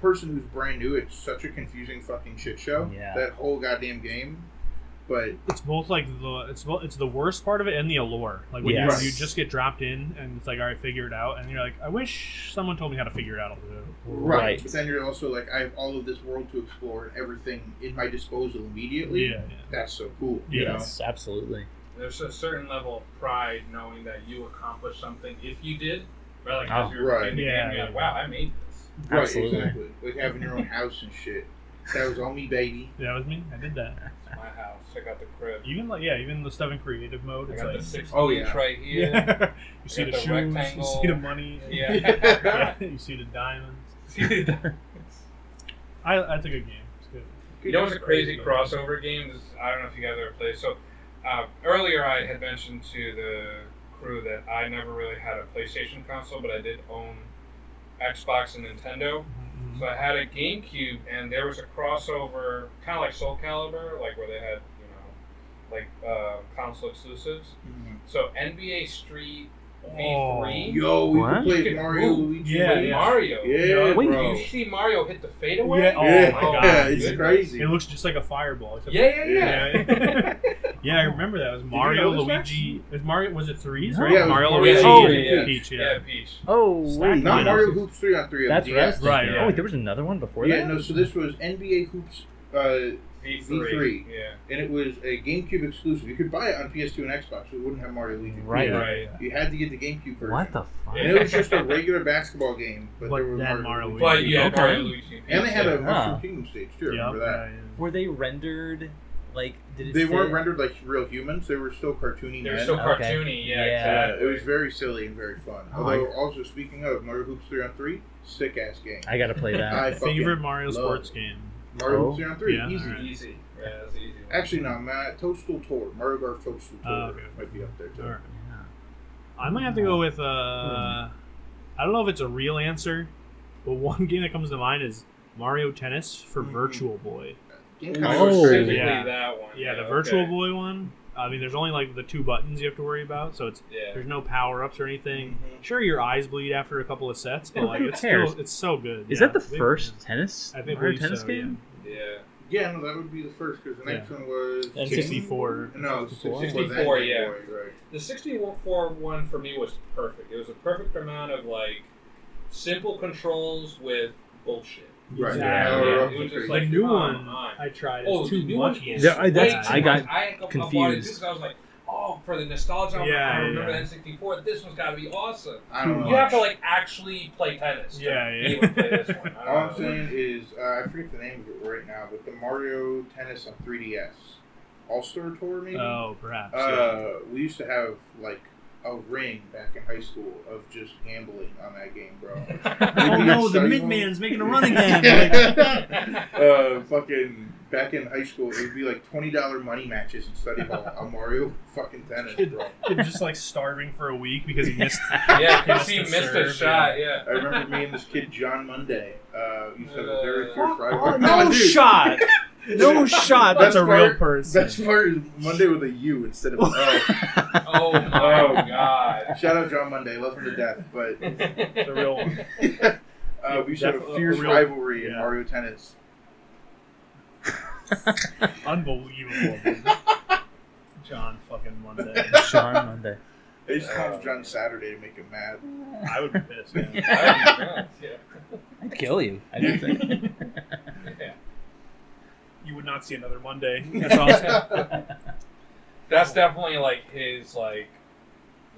[SPEAKER 3] person who's brand new, it's such a confusing fucking shit show.
[SPEAKER 4] Yeah.
[SPEAKER 3] That whole goddamn game. But
[SPEAKER 1] It's both like the it's both, it's the worst part of it and the allure. Like when
[SPEAKER 4] Yes.
[SPEAKER 1] you, you just get dropped in and it's like all right, figure it out, and you're like, I wish someone told me how to figure it out.
[SPEAKER 3] right,
[SPEAKER 4] Right.
[SPEAKER 3] but then you're also like, I have all of this world to explore and everything in my disposal immediately.
[SPEAKER 1] Yeah, yeah.
[SPEAKER 3] That's so cool. you know?
[SPEAKER 4] Yes, absolutely.
[SPEAKER 2] There's a certain level of pride knowing that you accomplished something if you did. Right, like, 'cause
[SPEAKER 4] Oh,
[SPEAKER 2] you're
[SPEAKER 3] right.
[SPEAKER 2] in the
[SPEAKER 1] Yeah.
[SPEAKER 2] game, you're like, wow, I made this.
[SPEAKER 3] Right,
[SPEAKER 4] Absolutely.
[SPEAKER 3] exactly. Like having your own house and shit. That was all me, baby.
[SPEAKER 1] That was me. I did that.
[SPEAKER 2] It's my house. I got the crib.
[SPEAKER 1] Even like yeah, even the stuff in creative mode.
[SPEAKER 2] I
[SPEAKER 1] It's
[SPEAKER 2] got
[SPEAKER 1] like
[SPEAKER 2] the six
[SPEAKER 3] Oh,
[SPEAKER 2] oh,
[SPEAKER 3] yeah.
[SPEAKER 2] right here.
[SPEAKER 1] yeah, you see the,
[SPEAKER 2] got the
[SPEAKER 1] shoes, you see the
[SPEAKER 2] rectangle.
[SPEAKER 1] money,
[SPEAKER 2] Yeah.
[SPEAKER 1] yeah, you see the diamonds.
[SPEAKER 2] you
[SPEAKER 1] I that's a good game. It's good.
[SPEAKER 2] know what's a crazy crossover game? This, I don't know if you guys ever played. So uh, earlier I had mentioned to the crew that I never really had a PlayStation console, but I did own Xbox and Nintendo.
[SPEAKER 1] Mhm.
[SPEAKER 2] So I had a GameCube, and there was a crossover, kind of like Soul Calibur, like where they had, you know, like uh, console exclusives.
[SPEAKER 3] Mm.
[SPEAKER 2] So NBA Street V3,
[SPEAKER 3] Yo, we
[SPEAKER 4] What?
[SPEAKER 3] could play Mario,
[SPEAKER 2] Ooh,
[SPEAKER 3] Luigi.
[SPEAKER 1] Oh, yeah,
[SPEAKER 3] Mario.
[SPEAKER 1] yeah.
[SPEAKER 2] Mario.
[SPEAKER 3] Yeah,
[SPEAKER 4] Wait,
[SPEAKER 3] bro.
[SPEAKER 2] You see Mario hit the fadeaway?
[SPEAKER 1] Yeah, oh
[SPEAKER 3] yeah,
[SPEAKER 1] my God.
[SPEAKER 3] yeah, it's
[SPEAKER 2] Goodness.
[SPEAKER 3] crazy.
[SPEAKER 1] It looks just like a fireball. except-
[SPEAKER 2] Yeah, yeah,
[SPEAKER 1] Yeah.
[SPEAKER 2] yeah.
[SPEAKER 1] Yeah, I remember that. It was Mario,
[SPEAKER 3] notice that?
[SPEAKER 1] Luigi. Is Mario? Was it threes?
[SPEAKER 4] No.
[SPEAKER 1] or
[SPEAKER 4] Yeah,
[SPEAKER 3] it was
[SPEAKER 1] Mario,
[SPEAKER 3] Mario,
[SPEAKER 1] Luigi,
[SPEAKER 2] yeah,
[SPEAKER 1] and
[SPEAKER 2] yeah.
[SPEAKER 1] Peach. Yeah.
[SPEAKER 2] Yeah, Peach.
[SPEAKER 4] Oh,
[SPEAKER 1] Slack
[SPEAKER 4] wait.
[SPEAKER 1] it
[SPEAKER 3] Not
[SPEAKER 1] Yeah.
[SPEAKER 3] Mario Hoops 3 on 3. on
[SPEAKER 4] That's
[SPEAKER 3] the
[SPEAKER 4] what I was
[SPEAKER 3] DS.
[SPEAKER 4] thinking.
[SPEAKER 1] Right,
[SPEAKER 4] Oh,
[SPEAKER 1] yeah.
[SPEAKER 4] wait, there was another one before
[SPEAKER 3] Yeah,
[SPEAKER 4] that.
[SPEAKER 3] no, so this was NBA Hoops, uh,
[SPEAKER 2] V3.
[SPEAKER 3] V3.
[SPEAKER 2] Yeah.
[SPEAKER 3] and it was a GameCube exclusive. You could buy it on PS2 and Xbox. so It wouldn't have Mario Luigi.
[SPEAKER 4] Right.
[SPEAKER 1] Yeah.
[SPEAKER 2] Right.
[SPEAKER 3] You had to get the GameCube version.
[SPEAKER 4] What the fuck?
[SPEAKER 3] And it was just a regular basketball game, but,
[SPEAKER 1] But
[SPEAKER 3] there were
[SPEAKER 1] that
[SPEAKER 3] Mario,
[SPEAKER 1] Mario
[SPEAKER 3] Luigi.
[SPEAKER 2] But yeah,
[SPEAKER 4] Okay.
[SPEAKER 2] Mario, Luigi, and Peach.
[SPEAKER 3] And they had
[SPEAKER 2] yeah.
[SPEAKER 3] a Mushroom
[SPEAKER 4] Huh.
[SPEAKER 3] Kingdom stage, too.
[SPEAKER 1] Yep,
[SPEAKER 3] Remember that?
[SPEAKER 1] yeah, yeah.
[SPEAKER 4] Were they rendered like did it
[SPEAKER 3] They
[SPEAKER 4] fit?
[SPEAKER 3] weren't rendered like real humans. They were still cartoony.
[SPEAKER 2] They're
[SPEAKER 3] men.
[SPEAKER 2] so
[SPEAKER 4] Okay.
[SPEAKER 2] cartoony. Yeah,
[SPEAKER 4] Yeah.
[SPEAKER 3] Yeah,
[SPEAKER 2] exactly.
[SPEAKER 3] it was very silly and very fun.
[SPEAKER 4] Oh,
[SPEAKER 3] Although, also speaking of Mario Hoops three on three, sick ass game.
[SPEAKER 4] I gotta play that.
[SPEAKER 3] I fucking
[SPEAKER 1] Favorite Mario
[SPEAKER 3] love
[SPEAKER 1] sports game.
[SPEAKER 3] Mario
[SPEAKER 4] Oh,
[SPEAKER 3] Hoops three on three,
[SPEAKER 1] yeah,
[SPEAKER 3] easy.
[SPEAKER 1] alright.
[SPEAKER 2] easy. Yeah, it was an easy. one.
[SPEAKER 3] Actually, no, Matt, Toadstool Tour, Mario Golf Toadstool Tour
[SPEAKER 1] Oh, okay.
[SPEAKER 3] might be up there too.
[SPEAKER 1] All right.
[SPEAKER 4] Yeah.
[SPEAKER 1] I might have to
[SPEAKER 3] Hmm.
[SPEAKER 1] go with. uh I don't know if it's a real answer, but one game that comes to mind is Mario Tennis for
[SPEAKER 3] Mhm.
[SPEAKER 1] Virtual Boy.
[SPEAKER 3] Game
[SPEAKER 4] Oh,
[SPEAKER 3] kind of
[SPEAKER 4] Oh,
[SPEAKER 3] was
[SPEAKER 2] specifically
[SPEAKER 3] crazy.
[SPEAKER 1] yeah.
[SPEAKER 2] that one.
[SPEAKER 1] Yeah, the
[SPEAKER 2] okay.
[SPEAKER 1] Virtual Boy one. I mean, there's only like the two buttons you have to worry about, so it's
[SPEAKER 2] Yeah.
[SPEAKER 1] there's no power ups or anything.
[SPEAKER 3] Mhm.
[SPEAKER 1] Sure, your eyes bleed after a couple of sets, but
[SPEAKER 4] Who
[SPEAKER 1] like it's
[SPEAKER 4] cares?
[SPEAKER 1] still it's so good.
[SPEAKER 4] Is
[SPEAKER 1] Yeah,
[SPEAKER 4] that the
[SPEAKER 1] I believe-
[SPEAKER 4] first tennis
[SPEAKER 1] I think
[SPEAKER 4] Mario
[SPEAKER 1] believe
[SPEAKER 4] tennis
[SPEAKER 1] so,
[SPEAKER 4] game?
[SPEAKER 2] Yeah.
[SPEAKER 3] Yeah, no, that would be the first because the next one was
[SPEAKER 1] Yeah.
[SPEAKER 4] And
[SPEAKER 1] And 64.
[SPEAKER 3] No,
[SPEAKER 4] 64.
[SPEAKER 3] 64.
[SPEAKER 2] 64,
[SPEAKER 3] then
[SPEAKER 2] yeah.
[SPEAKER 3] Game Boy, right.
[SPEAKER 2] The 64 one for me was perfect. It was a perfect amount of like simple controls with bullshit.
[SPEAKER 3] Right.
[SPEAKER 1] Exactly.
[SPEAKER 2] Yeah,
[SPEAKER 3] Yeah.
[SPEAKER 2] it was just
[SPEAKER 3] The
[SPEAKER 2] like
[SPEAKER 1] the new
[SPEAKER 2] come
[SPEAKER 1] one
[SPEAKER 2] on.
[SPEAKER 1] um, I tried is
[SPEAKER 2] Oh,
[SPEAKER 1] too
[SPEAKER 2] the new
[SPEAKER 1] much.
[SPEAKER 2] one is
[SPEAKER 4] Yeah, I-
[SPEAKER 2] way
[SPEAKER 4] that's-
[SPEAKER 2] too
[SPEAKER 4] I got
[SPEAKER 2] much. I, I wanted to do
[SPEAKER 4] confused.
[SPEAKER 2] this, I was like, oh, oh, for the nostalgia, I'm like,
[SPEAKER 1] Yeah,
[SPEAKER 2] I
[SPEAKER 1] yeah,
[SPEAKER 2] remember
[SPEAKER 1] yeah.
[SPEAKER 2] the N64. This one's got to be awesome.
[SPEAKER 3] I don't know.
[SPEAKER 2] You have to like actually play tennis. to
[SPEAKER 1] Yeah,
[SPEAKER 2] be
[SPEAKER 1] yeah.
[SPEAKER 2] able to play this one. I don't
[SPEAKER 3] All I'm
[SPEAKER 2] know.
[SPEAKER 3] saying is, uh, I forget the name of it right now, but the Mario Tennis on 3DS All Star Tour, maybe.
[SPEAKER 1] Oh, perhaps. yeah.
[SPEAKER 3] Uh, we used to have like a ring back in high school of just gambling on that game, bro.
[SPEAKER 1] Oh
[SPEAKER 3] we
[SPEAKER 1] no,
[SPEAKER 3] got
[SPEAKER 1] the
[SPEAKER 3] study
[SPEAKER 1] mid
[SPEAKER 3] one.
[SPEAKER 1] man's making a run again.
[SPEAKER 3] uh, fucking back in high school, it would be like twenty dollar money matches in study hall on Mario fucking tennis, bro.
[SPEAKER 1] Like, kid just like starving for a week because he missed.
[SPEAKER 2] yeah,
[SPEAKER 1] Missed
[SPEAKER 2] because he
[SPEAKER 1] the
[SPEAKER 2] missed a
[SPEAKER 1] serve,
[SPEAKER 2] shot. Yeah.
[SPEAKER 3] I remember me and this kid John Monday. Uh, used to have the very first rival.
[SPEAKER 1] oh, no
[SPEAKER 3] dude.
[SPEAKER 1] shot. No shot. That's
[SPEAKER 3] Best
[SPEAKER 1] a real
[SPEAKER 3] part-
[SPEAKER 1] person.
[SPEAKER 3] That's part is Monday with a U instead of an O.
[SPEAKER 2] Oh my god.
[SPEAKER 3] Shout out John Monday, love him to death. But
[SPEAKER 1] The real one.
[SPEAKER 3] uh, we used to have a
[SPEAKER 1] Definitely a
[SPEAKER 3] fierce
[SPEAKER 1] real-
[SPEAKER 3] rivalry in
[SPEAKER 1] yeah.
[SPEAKER 3] Mario tennis.
[SPEAKER 1] Unbelievable. dude. John fucking Monday.
[SPEAKER 3] Oh.
[SPEAKER 4] Sean Monday.
[SPEAKER 3] They used to call him John Saturday to make him mad.
[SPEAKER 1] I would be pissed. Yeah.
[SPEAKER 2] I was nuts,
[SPEAKER 4] I'd kill you. I
[SPEAKER 3] didn't
[SPEAKER 4] think.
[SPEAKER 2] yeah.
[SPEAKER 1] You would not see another Monday. That's awesome.
[SPEAKER 2] That's definitely like his like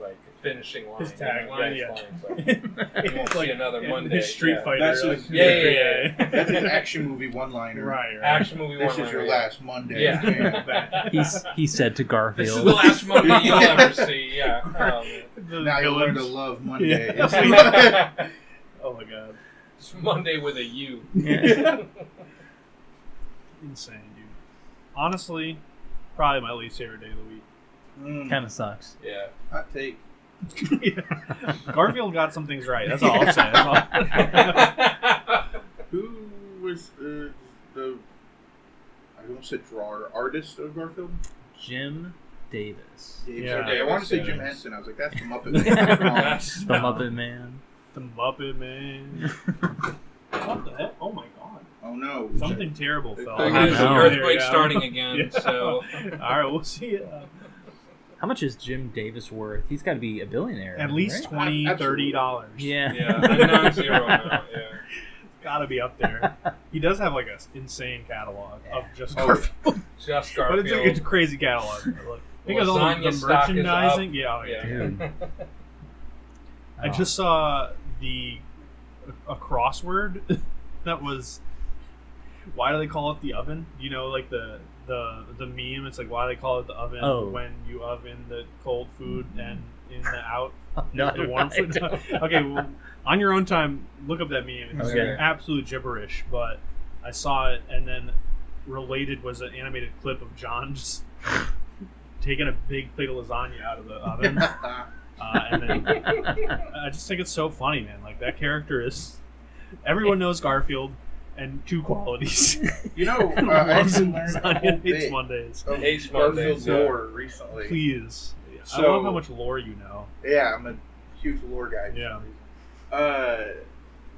[SPEAKER 2] like finishing line.
[SPEAKER 1] His tagline,
[SPEAKER 2] Like,
[SPEAKER 1] yeah.
[SPEAKER 2] lines, like, you won't see another
[SPEAKER 1] in
[SPEAKER 2] Monday.
[SPEAKER 1] His Street
[SPEAKER 2] yeah.
[SPEAKER 1] Fighter.
[SPEAKER 3] That's
[SPEAKER 1] like,
[SPEAKER 3] his-
[SPEAKER 2] Yeah, yeah, yeah.
[SPEAKER 3] That's an action movie one-liner.
[SPEAKER 1] Right, right.
[SPEAKER 2] Action movie
[SPEAKER 3] This
[SPEAKER 2] one.
[SPEAKER 3] is your
[SPEAKER 2] liner,
[SPEAKER 3] last Monday.
[SPEAKER 2] Yeah.
[SPEAKER 3] man.
[SPEAKER 2] yeah.
[SPEAKER 4] He's, he said to
[SPEAKER 2] This is
[SPEAKER 4] Garfield.
[SPEAKER 2] the last movie you'll ever see. Yeah. Um,
[SPEAKER 1] The
[SPEAKER 3] Now you learn to
[SPEAKER 1] villains.
[SPEAKER 3] love Monday.
[SPEAKER 1] Yeah. Oh my god.
[SPEAKER 2] it's Monday with a U.
[SPEAKER 1] Insane, dude. Honestly, probably my least favorite day of the week.
[SPEAKER 3] Mm,
[SPEAKER 4] kind of sucks.
[SPEAKER 2] Yeah.
[SPEAKER 3] hot take.
[SPEAKER 1] Garfield got some things right. That's all I'm saying. That's all.
[SPEAKER 3] Who was the, the I almost said drawer artist of Garfield?
[SPEAKER 4] Jim Davis,
[SPEAKER 3] Dave
[SPEAKER 1] Yeah.
[SPEAKER 3] Sarday. I want to say
[SPEAKER 2] Yeah.
[SPEAKER 3] Jim Henson. I was like, that's the Muppet. Man.
[SPEAKER 4] the
[SPEAKER 1] No.
[SPEAKER 4] Muppet Man.
[SPEAKER 1] the Muppet Man. what the heck? Oh my god.
[SPEAKER 3] oh no,
[SPEAKER 1] Something terrible fell.
[SPEAKER 2] Thing
[SPEAKER 4] I
[SPEAKER 2] is,
[SPEAKER 4] know.
[SPEAKER 2] earthquake
[SPEAKER 1] Yeah.
[SPEAKER 2] starting again.
[SPEAKER 1] Yeah.
[SPEAKER 2] So
[SPEAKER 1] All right, we'll see. uh, it.
[SPEAKER 4] How much is Jim Davis worth? He's got to be a billionaire.
[SPEAKER 1] At least
[SPEAKER 4] right?
[SPEAKER 1] twenty,
[SPEAKER 3] Absolutely.
[SPEAKER 1] thirty dollars.
[SPEAKER 4] Yeah.
[SPEAKER 2] yeah, I'm non-zero now. Yeah.
[SPEAKER 1] gotta be up there. He does have like a s- insane catalog of just
[SPEAKER 3] Oh,
[SPEAKER 1] Garfield,
[SPEAKER 2] Just
[SPEAKER 1] but
[SPEAKER 2] Garfield.
[SPEAKER 1] it's like it's a crazy catalog. Like, think of all the,
[SPEAKER 2] Lasagna
[SPEAKER 1] the
[SPEAKER 2] stock is
[SPEAKER 1] merchandising. Yeah, oh, yeah.
[SPEAKER 2] yeah.
[SPEAKER 4] Dude.
[SPEAKER 1] I just saw the a, a crossword that was. Why do they call it the oven? You know, like the the the meme. It's like why do they call it the oven
[SPEAKER 4] Oh.
[SPEAKER 1] when you oven the cold food and in the out
[SPEAKER 4] no,
[SPEAKER 1] the warm
[SPEAKER 4] I
[SPEAKER 1] food.
[SPEAKER 4] don't-
[SPEAKER 1] okay, well, on your own time, look up that meme. It's
[SPEAKER 4] Okay.
[SPEAKER 1] absolute gibberish, but I saw it, and then related was an animated clip of John just taking a big plate of lasagna out of the oven, uh, and then I just think it's so funny, man. Like that character is everyone knows Garfield and two qualities.
[SPEAKER 3] you know, uh, I
[SPEAKER 1] Loves
[SPEAKER 3] actually learned a whole
[SPEAKER 1] lasagna, hates
[SPEAKER 3] bit
[SPEAKER 1] Mondays.
[SPEAKER 3] of
[SPEAKER 2] Hates
[SPEAKER 3] Garfield
[SPEAKER 2] Mondays, yeah.
[SPEAKER 3] lore recently.
[SPEAKER 1] Please, I
[SPEAKER 3] So-
[SPEAKER 1] love how much lore you know.
[SPEAKER 3] Yeah, I'm a huge lore guy. for
[SPEAKER 1] Yeah.
[SPEAKER 3] some reason. Uh,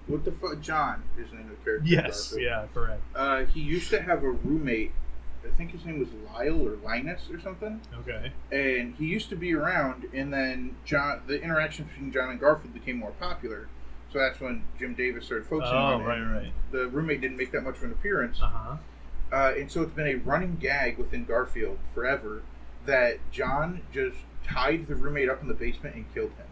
[SPEAKER 3] what the fuck, John is the name of the character.
[SPEAKER 1] Yes,
[SPEAKER 3] Garfield.
[SPEAKER 1] yeah, correct.
[SPEAKER 3] Uh, he used to have a roommate. I think his name was Lyle or Linus or something.
[SPEAKER 1] Okay,
[SPEAKER 3] and he used to be around and then john the interaction between john and garfield became more popular so that's when jim davis started focusing
[SPEAKER 1] Oh,
[SPEAKER 3] on it
[SPEAKER 1] right, right.
[SPEAKER 3] the roommate didn't make that much of an appearance
[SPEAKER 1] uh huh.
[SPEAKER 3] uh, and so it's been a running gag within garfield forever that john just tied the roommate up in the basement and killed him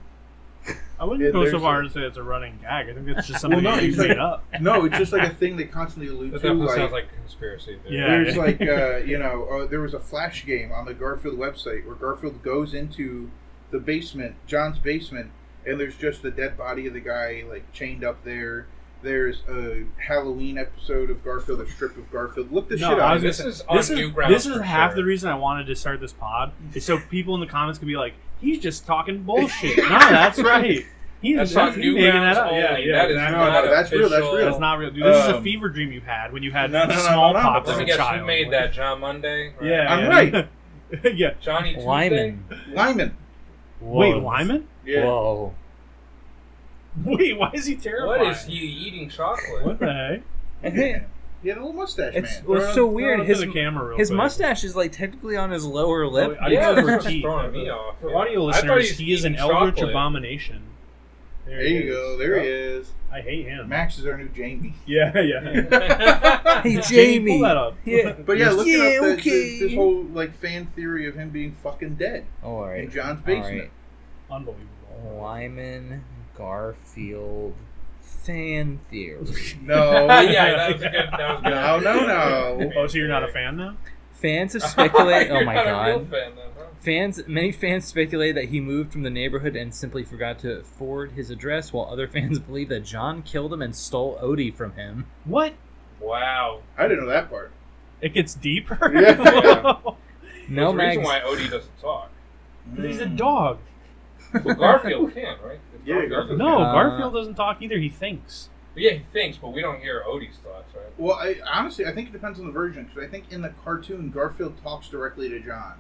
[SPEAKER 1] I wouldn't
[SPEAKER 3] Yeah,
[SPEAKER 1] go so
[SPEAKER 3] there's
[SPEAKER 1] far
[SPEAKER 3] a-
[SPEAKER 1] as to say it's a running gag. I think it's just something
[SPEAKER 3] Well, no,
[SPEAKER 1] that you
[SPEAKER 3] it's like-
[SPEAKER 1] made up.
[SPEAKER 3] no it's just like a thing they constantly allude
[SPEAKER 2] That
[SPEAKER 3] to
[SPEAKER 2] definitely
[SPEAKER 3] like,
[SPEAKER 2] sounds like a conspiracy theory.
[SPEAKER 1] Yeah.
[SPEAKER 3] There's like uh, you know, uh, there was a flash game on the Garfield website where Garfield goes into the basement, John's basement, and there's just the dead body of the guy like chained up there. There's a Halloween episode of Garfield, a strip of Garfield. Look this
[SPEAKER 1] No,
[SPEAKER 3] shit up.
[SPEAKER 1] I was
[SPEAKER 2] this
[SPEAKER 1] gonna
[SPEAKER 2] is on
[SPEAKER 1] This is,
[SPEAKER 2] new ground.
[SPEAKER 1] this is half the reason I wanted to start this pod. Is so people in the comments can be like, "He's just talking bullshit." no, that's right. He's
[SPEAKER 2] That's on
[SPEAKER 1] that's he's
[SPEAKER 2] new
[SPEAKER 1] making
[SPEAKER 2] grounds
[SPEAKER 1] that up.
[SPEAKER 2] only.
[SPEAKER 1] Yeah, yeah.
[SPEAKER 2] that is
[SPEAKER 1] that's,
[SPEAKER 3] No,
[SPEAKER 2] not
[SPEAKER 3] no, that's real, that's
[SPEAKER 2] official.
[SPEAKER 3] real.
[SPEAKER 1] that's not real. Dude, this is a
[SPEAKER 3] Um,
[SPEAKER 1] fever dream you had when you had
[SPEAKER 3] No, no, no, no,
[SPEAKER 1] smallpox
[SPEAKER 2] Let
[SPEAKER 3] no.
[SPEAKER 1] as
[SPEAKER 2] me
[SPEAKER 1] a
[SPEAKER 2] guess
[SPEAKER 1] child.
[SPEAKER 2] who made
[SPEAKER 1] Like,
[SPEAKER 2] that? John Monday. Right?
[SPEAKER 1] Yeah,
[SPEAKER 3] I'm
[SPEAKER 1] yeah.
[SPEAKER 3] right.
[SPEAKER 1] yeah.
[SPEAKER 2] Johnny Tuesday.
[SPEAKER 4] Lyman.
[SPEAKER 3] Lyman.
[SPEAKER 4] Whoa.
[SPEAKER 1] Wait, Lyman?
[SPEAKER 3] Yeah.
[SPEAKER 4] Whoa.
[SPEAKER 1] Wait, why is he terrified?
[SPEAKER 2] What is he eating chocolate?
[SPEAKER 1] What the heck?
[SPEAKER 4] I think
[SPEAKER 3] He had a little mustache,
[SPEAKER 4] It's-
[SPEAKER 3] man.
[SPEAKER 4] well,
[SPEAKER 1] Throw it-
[SPEAKER 4] so
[SPEAKER 1] throw it
[SPEAKER 4] weird,
[SPEAKER 1] up to
[SPEAKER 4] his-
[SPEAKER 1] the camera real
[SPEAKER 4] his
[SPEAKER 1] quick.
[SPEAKER 4] mustache is like technically on his lower
[SPEAKER 1] Oh,
[SPEAKER 4] lip.
[SPEAKER 1] I
[SPEAKER 2] yeah,
[SPEAKER 1] thought it was
[SPEAKER 2] that's
[SPEAKER 1] teeth.
[SPEAKER 2] throwing me off.
[SPEAKER 1] For audio
[SPEAKER 2] I thought
[SPEAKER 1] listeners,
[SPEAKER 2] was
[SPEAKER 1] he is an
[SPEAKER 2] eating
[SPEAKER 1] eldritch
[SPEAKER 2] chocolate.
[SPEAKER 1] abomination. There,
[SPEAKER 3] There
[SPEAKER 1] he
[SPEAKER 3] you
[SPEAKER 1] is.
[SPEAKER 3] go. There he is.
[SPEAKER 1] I hate him.
[SPEAKER 3] Max is our new Jamie.
[SPEAKER 1] Yeah, yeah.
[SPEAKER 4] Hey,
[SPEAKER 1] Pull
[SPEAKER 4] Jamie.
[SPEAKER 1] that up.
[SPEAKER 4] Yeah.
[SPEAKER 3] But yeah, looking
[SPEAKER 4] Yeah,
[SPEAKER 3] up that,
[SPEAKER 4] okay.
[SPEAKER 3] this, this whole like fan theory of him being fucking dead
[SPEAKER 5] All
[SPEAKER 3] in
[SPEAKER 5] right.
[SPEAKER 3] John's
[SPEAKER 5] All
[SPEAKER 3] basement.
[SPEAKER 5] right.
[SPEAKER 1] Unbelievable.
[SPEAKER 5] Lyman Garfield fan theory.
[SPEAKER 3] No,
[SPEAKER 2] yeah, that was good. That was good.
[SPEAKER 3] no, no, no.
[SPEAKER 1] Oh, so you're not a fan now?
[SPEAKER 5] Fans have speculated. oh
[SPEAKER 2] You're
[SPEAKER 5] my
[SPEAKER 2] not A real
[SPEAKER 5] god.
[SPEAKER 2] fan, then, huh?
[SPEAKER 5] Fans, many fans speculate that he moved from the neighborhood and simply forgot to forward his address, while other fans believe that John killed him and stole Odie from him.
[SPEAKER 1] What?
[SPEAKER 2] Wow.
[SPEAKER 3] I didn't know that part.
[SPEAKER 1] It gets deeper.
[SPEAKER 3] Yeah.
[SPEAKER 5] No,
[SPEAKER 2] There's a
[SPEAKER 5] Mags.
[SPEAKER 2] reason why Odie doesn't talk.
[SPEAKER 1] He's
[SPEAKER 3] Mm.
[SPEAKER 1] a dog.
[SPEAKER 2] Well, Garfield can, right?
[SPEAKER 3] Yeah, Garfield
[SPEAKER 1] No,
[SPEAKER 5] Uh,
[SPEAKER 1] Garfield doesn't talk either. He thinks.
[SPEAKER 2] Yeah, he thinks, but we don't hear Odie's thoughts, right?
[SPEAKER 3] Well, I, honestly, I think it depends on the version because I think in the cartoon Garfield talks directly to John.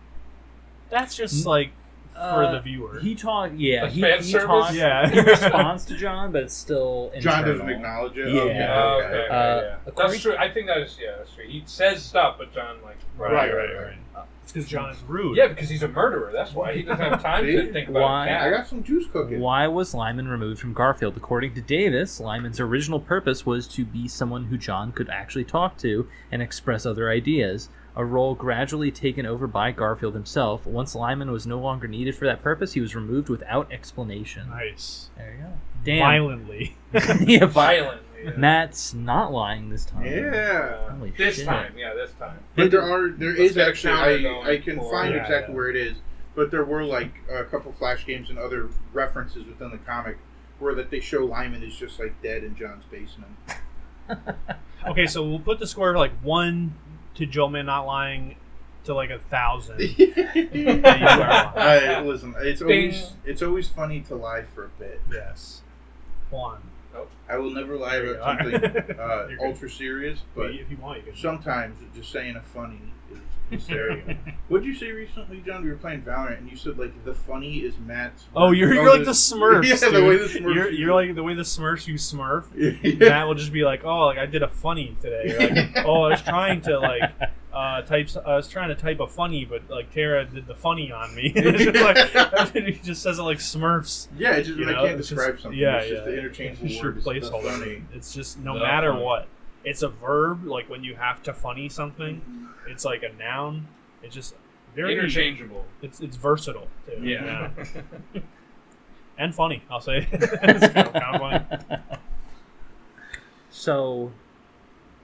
[SPEAKER 1] That's just
[SPEAKER 3] Mm.
[SPEAKER 5] Hmm?
[SPEAKER 1] like for
[SPEAKER 4] Uh,
[SPEAKER 1] the viewer.
[SPEAKER 4] He talked. Yeah,
[SPEAKER 2] Like
[SPEAKER 4] he,
[SPEAKER 2] fan
[SPEAKER 4] he
[SPEAKER 2] service?
[SPEAKER 4] talked.
[SPEAKER 1] Yeah.
[SPEAKER 4] He responds to John, but it's still
[SPEAKER 3] John
[SPEAKER 4] internal.
[SPEAKER 3] doesn't acknowledge it.
[SPEAKER 4] Yeah.
[SPEAKER 3] Okay,
[SPEAKER 2] Oh,
[SPEAKER 3] okay.
[SPEAKER 2] okay,
[SPEAKER 5] Uh,
[SPEAKER 2] yeah.
[SPEAKER 5] according-
[SPEAKER 2] That's true. I think that is yeah, that's true. He says stuff, but John like
[SPEAKER 3] Right, right, right.
[SPEAKER 1] Uh, It's because John is rude.
[SPEAKER 2] Yeah, because he's a murderer. That's why he doesn't have time
[SPEAKER 3] See?
[SPEAKER 2] to think about
[SPEAKER 5] Why?
[SPEAKER 2] a cat.
[SPEAKER 3] I got some juice cooking.
[SPEAKER 5] Why was Lyman removed from Garfield? According to Davis, Lyman's original purpose was to be someone who John could actually talk to and express other ideas, a role gradually taken over by Garfield himself. Once Lyman was no longer needed for that purpose, he was removed without explanation.
[SPEAKER 1] Nice.
[SPEAKER 5] There you go. Damn.
[SPEAKER 1] Violently.
[SPEAKER 5] yeah, vi-
[SPEAKER 2] Violently. yeah.
[SPEAKER 5] Matt's not lying this time.
[SPEAKER 3] Yeah.
[SPEAKER 2] Uh,
[SPEAKER 5] Holy
[SPEAKER 2] this
[SPEAKER 5] shit.
[SPEAKER 2] time, yeah, this time.
[SPEAKER 3] But there are there
[SPEAKER 2] Let's
[SPEAKER 3] is
[SPEAKER 2] get a
[SPEAKER 3] actually
[SPEAKER 2] counter
[SPEAKER 3] I,
[SPEAKER 2] going
[SPEAKER 3] I can
[SPEAKER 2] for-
[SPEAKER 3] find
[SPEAKER 1] yeah,
[SPEAKER 3] exactly
[SPEAKER 1] yeah.
[SPEAKER 3] where it is, but there were like a couple flash games and other references within the comic where that they show Lyman is just like dead in John's basement.
[SPEAKER 1] Okay, so we'll put the score like one to Joe Man not lying to like a thousand.
[SPEAKER 3] I, listen, it's always it's always funny to lie for a bit.
[SPEAKER 1] yes. One.
[SPEAKER 3] I will never lie
[SPEAKER 1] There you
[SPEAKER 3] about
[SPEAKER 1] are.
[SPEAKER 3] something uh,
[SPEAKER 1] You're good.
[SPEAKER 3] ultra serious, but
[SPEAKER 1] if you want, you can.
[SPEAKER 3] sometimes just saying a funny is, is there. you know. What'd you say recently, John? We were playing Valorant, and you said like the funny is Matt's.
[SPEAKER 1] Oh, you're, you're
[SPEAKER 3] Oh,
[SPEAKER 1] like the Smurfs.
[SPEAKER 3] Yeah, the
[SPEAKER 1] dude.
[SPEAKER 3] way the Smurfs.
[SPEAKER 1] You're, you're like the way the Smurfs. You Smurf.
[SPEAKER 3] yeah.
[SPEAKER 1] Matt will just be like, "Oh, like I did a funny today. Like, oh, I was trying to like uh, type. s- I was trying to type a funny, but like Tara did the funny on me. It's just like, he just says it like Smurfs.
[SPEAKER 3] Yeah, it's just
[SPEAKER 1] You
[SPEAKER 3] when
[SPEAKER 1] know,
[SPEAKER 3] I can't
[SPEAKER 1] it's
[SPEAKER 3] describe
[SPEAKER 1] just-
[SPEAKER 3] something.
[SPEAKER 1] Yeah,
[SPEAKER 3] it's just
[SPEAKER 1] yeah.
[SPEAKER 3] the interchangeable
[SPEAKER 1] It's your
[SPEAKER 3] word is the
[SPEAKER 1] placeholder.
[SPEAKER 3] funny.
[SPEAKER 1] It's just no
[SPEAKER 2] The
[SPEAKER 1] matter
[SPEAKER 2] funny.
[SPEAKER 1] what. It's a verb. Like when you have to funny something, it's like a noun. It's just very
[SPEAKER 2] Interchangeable.
[SPEAKER 1] It's it's versatile too.
[SPEAKER 2] Yeah.
[SPEAKER 1] and funny. I'll say it's kind of, kind of funny.
[SPEAKER 4] So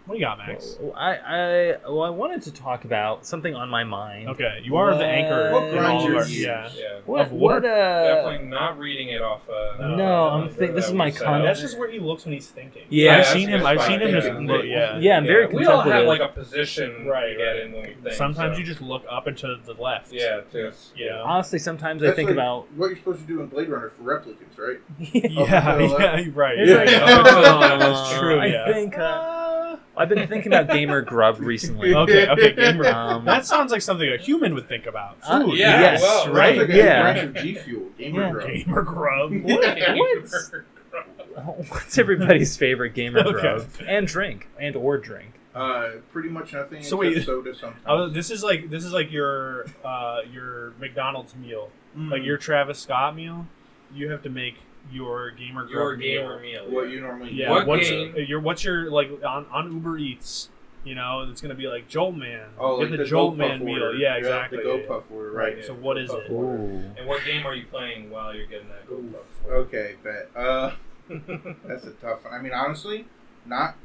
[SPEAKER 1] What do you got, Max?
[SPEAKER 4] Well, I I well, I wanted to talk about something on my mind.
[SPEAKER 1] Okay, you are the anchor.
[SPEAKER 4] What
[SPEAKER 1] in
[SPEAKER 4] grinds
[SPEAKER 1] all of
[SPEAKER 4] your
[SPEAKER 1] our-
[SPEAKER 3] gears?
[SPEAKER 1] yeah.
[SPEAKER 2] Yeah.
[SPEAKER 4] What
[SPEAKER 1] Of war?
[SPEAKER 4] what uh
[SPEAKER 2] Definitely not reading it off. Uh,
[SPEAKER 1] No,
[SPEAKER 4] no, I'm
[SPEAKER 2] uh,
[SPEAKER 4] think- this
[SPEAKER 2] that
[SPEAKER 4] is my
[SPEAKER 2] we set
[SPEAKER 4] con-
[SPEAKER 2] up.
[SPEAKER 1] That's just where he looks when he's thinking. I've
[SPEAKER 4] Yeah. Yeah,
[SPEAKER 1] seen him.
[SPEAKER 2] that's
[SPEAKER 1] I've
[SPEAKER 2] fine.
[SPEAKER 1] seen him
[SPEAKER 2] Yeah.
[SPEAKER 1] just look. Yeah,
[SPEAKER 4] Yeah, I'm very
[SPEAKER 2] we all have
[SPEAKER 4] contemplative.
[SPEAKER 2] like a position
[SPEAKER 1] Right,
[SPEAKER 2] we get
[SPEAKER 1] right.
[SPEAKER 2] in when we think.
[SPEAKER 1] Sometimes
[SPEAKER 2] so.
[SPEAKER 1] you just look up and to the left.
[SPEAKER 2] Yeah, just
[SPEAKER 1] you know?
[SPEAKER 4] honestly sometimes I
[SPEAKER 3] That's
[SPEAKER 4] think
[SPEAKER 3] like
[SPEAKER 4] about
[SPEAKER 3] what you're supposed to do in Blade Runner for replicants, right?
[SPEAKER 1] yeah, yeah, you're right.
[SPEAKER 3] Yeah.
[SPEAKER 1] Yeah.
[SPEAKER 4] uh,
[SPEAKER 1] That's true.
[SPEAKER 4] I
[SPEAKER 1] yeah. Ah.
[SPEAKER 4] think uh, I've been thinking about Gamer Grub recently.
[SPEAKER 1] okay, okay, gamer.
[SPEAKER 4] Um,
[SPEAKER 1] that sounds like something a human would think about.
[SPEAKER 4] Uh,
[SPEAKER 1] Food.
[SPEAKER 2] yeah,
[SPEAKER 4] yes,
[SPEAKER 2] well,
[SPEAKER 1] right,
[SPEAKER 3] Sounds like
[SPEAKER 4] yeah.
[SPEAKER 3] A branch of G Fuel, Gamer
[SPEAKER 4] Yeah.
[SPEAKER 3] Grub.
[SPEAKER 1] gamer grub.
[SPEAKER 4] What? What's everybody's favorite Gamer
[SPEAKER 1] Okay.
[SPEAKER 4] Grub and drink and or drink?
[SPEAKER 3] Uh, pretty much nothing except
[SPEAKER 1] So wait-
[SPEAKER 3] soda sometimes.
[SPEAKER 1] Oh, this is like this is like your uh, your McDonald's meal,
[SPEAKER 3] Mm.
[SPEAKER 1] like your Travis Scott meal. You have to make your gamer grub
[SPEAKER 2] your
[SPEAKER 1] meal.
[SPEAKER 2] gamer meal.
[SPEAKER 3] what you normally
[SPEAKER 1] Yeah,
[SPEAKER 2] What
[SPEAKER 1] what's
[SPEAKER 2] game?
[SPEAKER 1] your what's your like on, on Uber Eats? You know, it's gonna be like Jolt Man.
[SPEAKER 3] Oh,
[SPEAKER 1] Get
[SPEAKER 3] like
[SPEAKER 1] the,
[SPEAKER 3] the Go
[SPEAKER 1] Jolt Man
[SPEAKER 3] Puff
[SPEAKER 1] meal.
[SPEAKER 3] order.
[SPEAKER 1] Yeah, exactly.
[SPEAKER 3] The
[SPEAKER 1] yeah,
[SPEAKER 3] Go
[SPEAKER 1] yeah.
[SPEAKER 3] Puff order, right?
[SPEAKER 1] So what is
[SPEAKER 3] Puff
[SPEAKER 1] it?
[SPEAKER 3] order.
[SPEAKER 2] And what game are you playing while you're getting that
[SPEAKER 3] Oof.
[SPEAKER 2] GoPro?
[SPEAKER 3] Okay, bet. Uh, that's a tough one. I mean, honestly, not.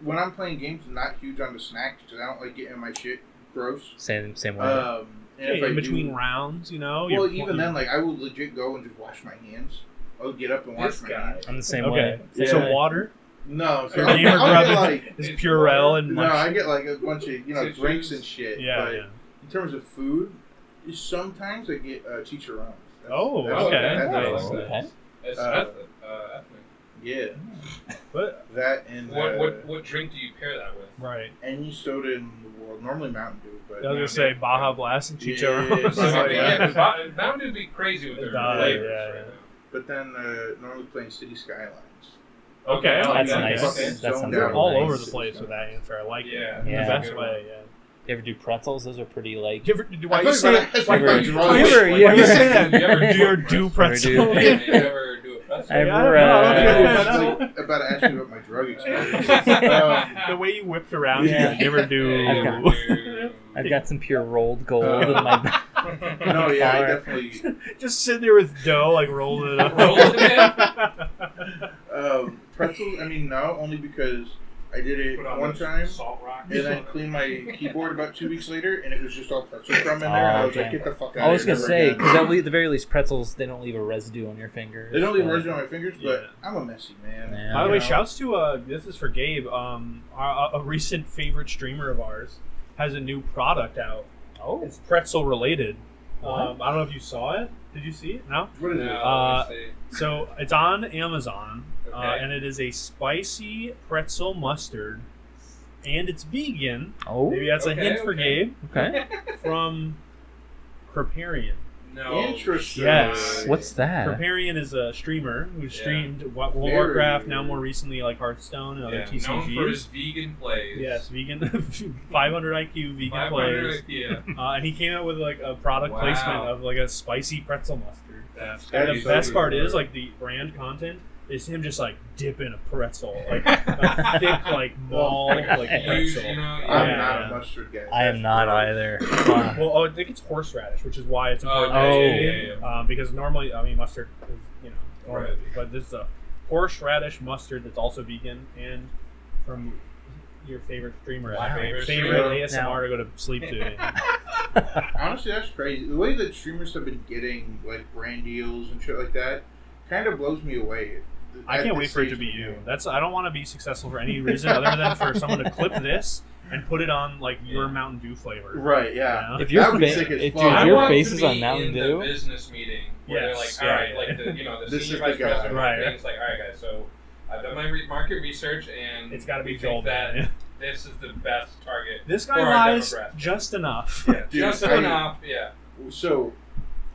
[SPEAKER 3] When I'm playing games, I'm not huge on the snacks because I don't like getting my shit gross.
[SPEAKER 5] Same same way.
[SPEAKER 1] Uh,
[SPEAKER 3] Um, and
[SPEAKER 1] Yeah,
[SPEAKER 3] if I
[SPEAKER 1] in
[SPEAKER 3] do-
[SPEAKER 1] between rounds, you know.
[SPEAKER 3] well,
[SPEAKER 1] you're-
[SPEAKER 3] even then, like I will legit go and just wash my hands. I'll get up and wash
[SPEAKER 2] This
[SPEAKER 3] my
[SPEAKER 2] guy.
[SPEAKER 3] hands.
[SPEAKER 5] I'm the same way.
[SPEAKER 1] okay.
[SPEAKER 4] Yeah.
[SPEAKER 1] So water
[SPEAKER 3] No, so
[SPEAKER 1] Your
[SPEAKER 3] I,
[SPEAKER 1] gamer
[SPEAKER 3] I get
[SPEAKER 1] grub.
[SPEAKER 3] like
[SPEAKER 1] is
[SPEAKER 2] It's
[SPEAKER 1] Purell
[SPEAKER 2] water.
[SPEAKER 1] and
[SPEAKER 3] no,
[SPEAKER 1] mush.
[SPEAKER 3] I get like a bunch of you know
[SPEAKER 2] Tissues.
[SPEAKER 3] drinks and shit.
[SPEAKER 1] yeah,
[SPEAKER 3] but
[SPEAKER 1] yeah.
[SPEAKER 3] in terms of food, sometimes I get uh, chicharrones. That's-
[SPEAKER 1] Oh,
[SPEAKER 3] that's-
[SPEAKER 1] okay,
[SPEAKER 3] that's-
[SPEAKER 1] nice.
[SPEAKER 3] that's-
[SPEAKER 5] Okay.
[SPEAKER 2] It's
[SPEAKER 3] Uh,
[SPEAKER 2] ethnic. Uh, ethnic.
[SPEAKER 3] Yeah,
[SPEAKER 1] But
[SPEAKER 3] that and
[SPEAKER 2] What,
[SPEAKER 3] uh,
[SPEAKER 2] what what drink do you pair that with?
[SPEAKER 1] right,
[SPEAKER 3] any soda in the world. Normally Mountain Dew,
[SPEAKER 1] I
[SPEAKER 3] but
[SPEAKER 1] was gonna say Baja Blast and
[SPEAKER 3] Yeah,
[SPEAKER 1] Chicharron.
[SPEAKER 3] It's like-
[SPEAKER 2] yeah, 'cause Mo- Mountain Dew be crazy with their
[SPEAKER 1] Yeah,
[SPEAKER 2] flavors
[SPEAKER 1] yeah,
[SPEAKER 2] right
[SPEAKER 1] yeah.
[SPEAKER 3] but then uh, normally playing City Skylines.
[SPEAKER 2] now.
[SPEAKER 1] Okay, I like
[SPEAKER 5] That's
[SPEAKER 1] that.
[SPEAKER 5] nice.
[SPEAKER 3] Fucking
[SPEAKER 5] That
[SPEAKER 3] zoned
[SPEAKER 5] sounds
[SPEAKER 3] out.
[SPEAKER 5] really
[SPEAKER 1] all
[SPEAKER 5] nice.
[SPEAKER 1] over the place with that answer. I like
[SPEAKER 2] Yeah.
[SPEAKER 1] it.
[SPEAKER 5] Yeah.
[SPEAKER 1] The best way. Yeah.
[SPEAKER 5] You ever do pretzels? Those are pretty like.
[SPEAKER 1] You ever, do
[SPEAKER 3] I
[SPEAKER 1] why you
[SPEAKER 3] thought
[SPEAKER 1] say
[SPEAKER 3] about- that's why I
[SPEAKER 5] Wait,
[SPEAKER 3] thought you were
[SPEAKER 5] wait,
[SPEAKER 3] always-
[SPEAKER 5] wait,
[SPEAKER 1] why you
[SPEAKER 5] wait.
[SPEAKER 1] say that?
[SPEAKER 5] You ever
[SPEAKER 1] do
[SPEAKER 2] do
[SPEAKER 1] your do
[SPEAKER 2] pretzel?
[SPEAKER 1] pretzel?
[SPEAKER 5] pretzel?
[SPEAKER 2] Yeah, you ever- us.
[SPEAKER 4] I- uh,
[SPEAKER 1] Yeah, I don't know.
[SPEAKER 4] Right.
[SPEAKER 1] I don't know.
[SPEAKER 3] Like, about to ask you about my drug experience. Um,
[SPEAKER 1] the way you whipped around
[SPEAKER 4] Yeah.
[SPEAKER 1] you, you never
[SPEAKER 4] I've
[SPEAKER 1] do.
[SPEAKER 4] got- I've got some pure rolled gold in
[SPEAKER 1] Uh.
[SPEAKER 4] my.
[SPEAKER 3] No, yeah, I
[SPEAKER 4] Fire.
[SPEAKER 3] definitely.
[SPEAKER 1] Just sitting there with dough, like rolling it up.
[SPEAKER 2] Rolling it
[SPEAKER 3] Um, pretzels, I mean, no, only because I did it
[SPEAKER 2] Put on
[SPEAKER 3] one
[SPEAKER 2] those
[SPEAKER 3] time.
[SPEAKER 2] Salt rock.
[SPEAKER 3] And then cleaned my keyboard about two weeks later, and it was just all pretzel crumb in there. and I
[SPEAKER 4] Oh,
[SPEAKER 3] was like,
[SPEAKER 4] damn.
[SPEAKER 3] "Get the fuck out!"
[SPEAKER 4] I was
[SPEAKER 3] of here
[SPEAKER 4] gonna
[SPEAKER 3] never
[SPEAKER 4] say
[SPEAKER 3] again.
[SPEAKER 4] because at le- the very least pretzels they don't leave a residue on your fingers.
[SPEAKER 3] They don't leave
[SPEAKER 4] but-
[SPEAKER 3] words on my fingers, but I'm a messy man.
[SPEAKER 4] Yeah.
[SPEAKER 1] By the
[SPEAKER 3] You
[SPEAKER 1] way,
[SPEAKER 3] know?
[SPEAKER 1] shouts to uh, this is for Gabe. Um, a, a recent favorite streamer of ours has a new product out.
[SPEAKER 4] Oh.
[SPEAKER 1] It's pretzel related. Um, I don't know if you saw it. Did you see it? No.
[SPEAKER 3] What is it?
[SPEAKER 1] Uh, So it's on Amazon, uh,
[SPEAKER 2] Okay.
[SPEAKER 1] and it is a spicy pretzel mustard, and it's vegan.
[SPEAKER 4] Oh.
[SPEAKER 1] Maybe that's a
[SPEAKER 2] Okay,
[SPEAKER 1] hint for
[SPEAKER 2] okay.
[SPEAKER 1] Gabe
[SPEAKER 4] Okay.
[SPEAKER 1] from Creparian.
[SPEAKER 2] no.
[SPEAKER 3] Interesting.
[SPEAKER 1] Yes.
[SPEAKER 4] What's that?
[SPEAKER 1] Creparian is is a streamer who streamed Wa- World of
[SPEAKER 3] Very-
[SPEAKER 1] Warcraft, now more recently like Hearthstone and other
[SPEAKER 2] Yeah,
[SPEAKER 1] TCGs.
[SPEAKER 2] known for his vegan plays.
[SPEAKER 1] Yes, vegan, 500 IQ vegan
[SPEAKER 2] 500
[SPEAKER 1] plays,
[SPEAKER 2] Yeah,
[SPEAKER 1] uh, and he came out with like a product
[SPEAKER 2] Wow.
[SPEAKER 1] placement of like a spicy pretzel mustard.
[SPEAKER 2] that's
[SPEAKER 1] And
[SPEAKER 3] That
[SPEAKER 1] the
[SPEAKER 3] is
[SPEAKER 1] best
[SPEAKER 3] so
[SPEAKER 1] part
[SPEAKER 3] good.
[SPEAKER 1] is like the brand content is him just like dipping a pretzel, like a thick like mauled like
[SPEAKER 2] huge, you
[SPEAKER 1] pretzel.
[SPEAKER 2] know.
[SPEAKER 3] I'm
[SPEAKER 1] Yeah.
[SPEAKER 3] not a mustard guy.
[SPEAKER 4] I am not either.
[SPEAKER 1] Well, oh, I think it's horseradish, which is why it's
[SPEAKER 2] Oh,
[SPEAKER 1] important.
[SPEAKER 2] yeah,
[SPEAKER 1] to
[SPEAKER 4] yeah,
[SPEAKER 1] vegan,
[SPEAKER 2] yeah,
[SPEAKER 1] Um, because normally, I mean, mustard, is, you know, normally,
[SPEAKER 2] Right.
[SPEAKER 1] but this is a horseradish mustard that's also vegan and from your favorite streamer,
[SPEAKER 2] Wow.
[SPEAKER 1] favorite,
[SPEAKER 2] Favorite
[SPEAKER 1] favorite ASMR
[SPEAKER 4] Now-
[SPEAKER 1] to go to sleep to.
[SPEAKER 3] Honestly, that's crazy. The way that streamers have been getting like brand deals and shit like that kind of blows me away.
[SPEAKER 1] I
[SPEAKER 3] At
[SPEAKER 1] can't
[SPEAKER 3] this
[SPEAKER 1] wait for it to
[SPEAKER 3] stage
[SPEAKER 1] be
[SPEAKER 3] of the
[SPEAKER 1] you.
[SPEAKER 3] game.
[SPEAKER 1] That's I don't want to be successful for any reason other than for someone to clip this and put it on like your
[SPEAKER 2] Yeah.
[SPEAKER 1] Mountain Dew flavor.
[SPEAKER 3] Right? Yeah.
[SPEAKER 1] You know?
[SPEAKER 4] If your
[SPEAKER 3] That would be
[SPEAKER 4] fa-
[SPEAKER 3] sick as
[SPEAKER 4] if,
[SPEAKER 3] fuck.
[SPEAKER 4] dude, if
[SPEAKER 2] I
[SPEAKER 4] your
[SPEAKER 2] want
[SPEAKER 4] face
[SPEAKER 2] to
[SPEAKER 4] is
[SPEAKER 2] be
[SPEAKER 4] on Mountain
[SPEAKER 2] in
[SPEAKER 4] Dew,
[SPEAKER 2] The business meeting where
[SPEAKER 1] Yes,
[SPEAKER 2] they're like, all
[SPEAKER 1] yeah,
[SPEAKER 2] right,
[SPEAKER 1] yeah.
[SPEAKER 2] like the you know the
[SPEAKER 3] This
[SPEAKER 2] senior
[SPEAKER 3] is
[SPEAKER 2] vice
[SPEAKER 3] the guy.
[SPEAKER 2] president.
[SPEAKER 1] Right.
[SPEAKER 2] It's like, all right, guys. So I've done my re- market research, and
[SPEAKER 1] it's got to
[SPEAKER 2] we
[SPEAKER 1] be
[SPEAKER 2] think
[SPEAKER 1] Joel.
[SPEAKER 2] that
[SPEAKER 1] man.
[SPEAKER 2] this is the best target.
[SPEAKER 1] This guy
[SPEAKER 2] for our
[SPEAKER 1] lies
[SPEAKER 2] demographic.
[SPEAKER 1] just enough.
[SPEAKER 2] Yeah,
[SPEAKER 3] Dude,
[SPEAKER 2] just
[SPEAKER 3] I-
[SPEAKER 2] enough. Yeah.
[SPEAKER 3] So,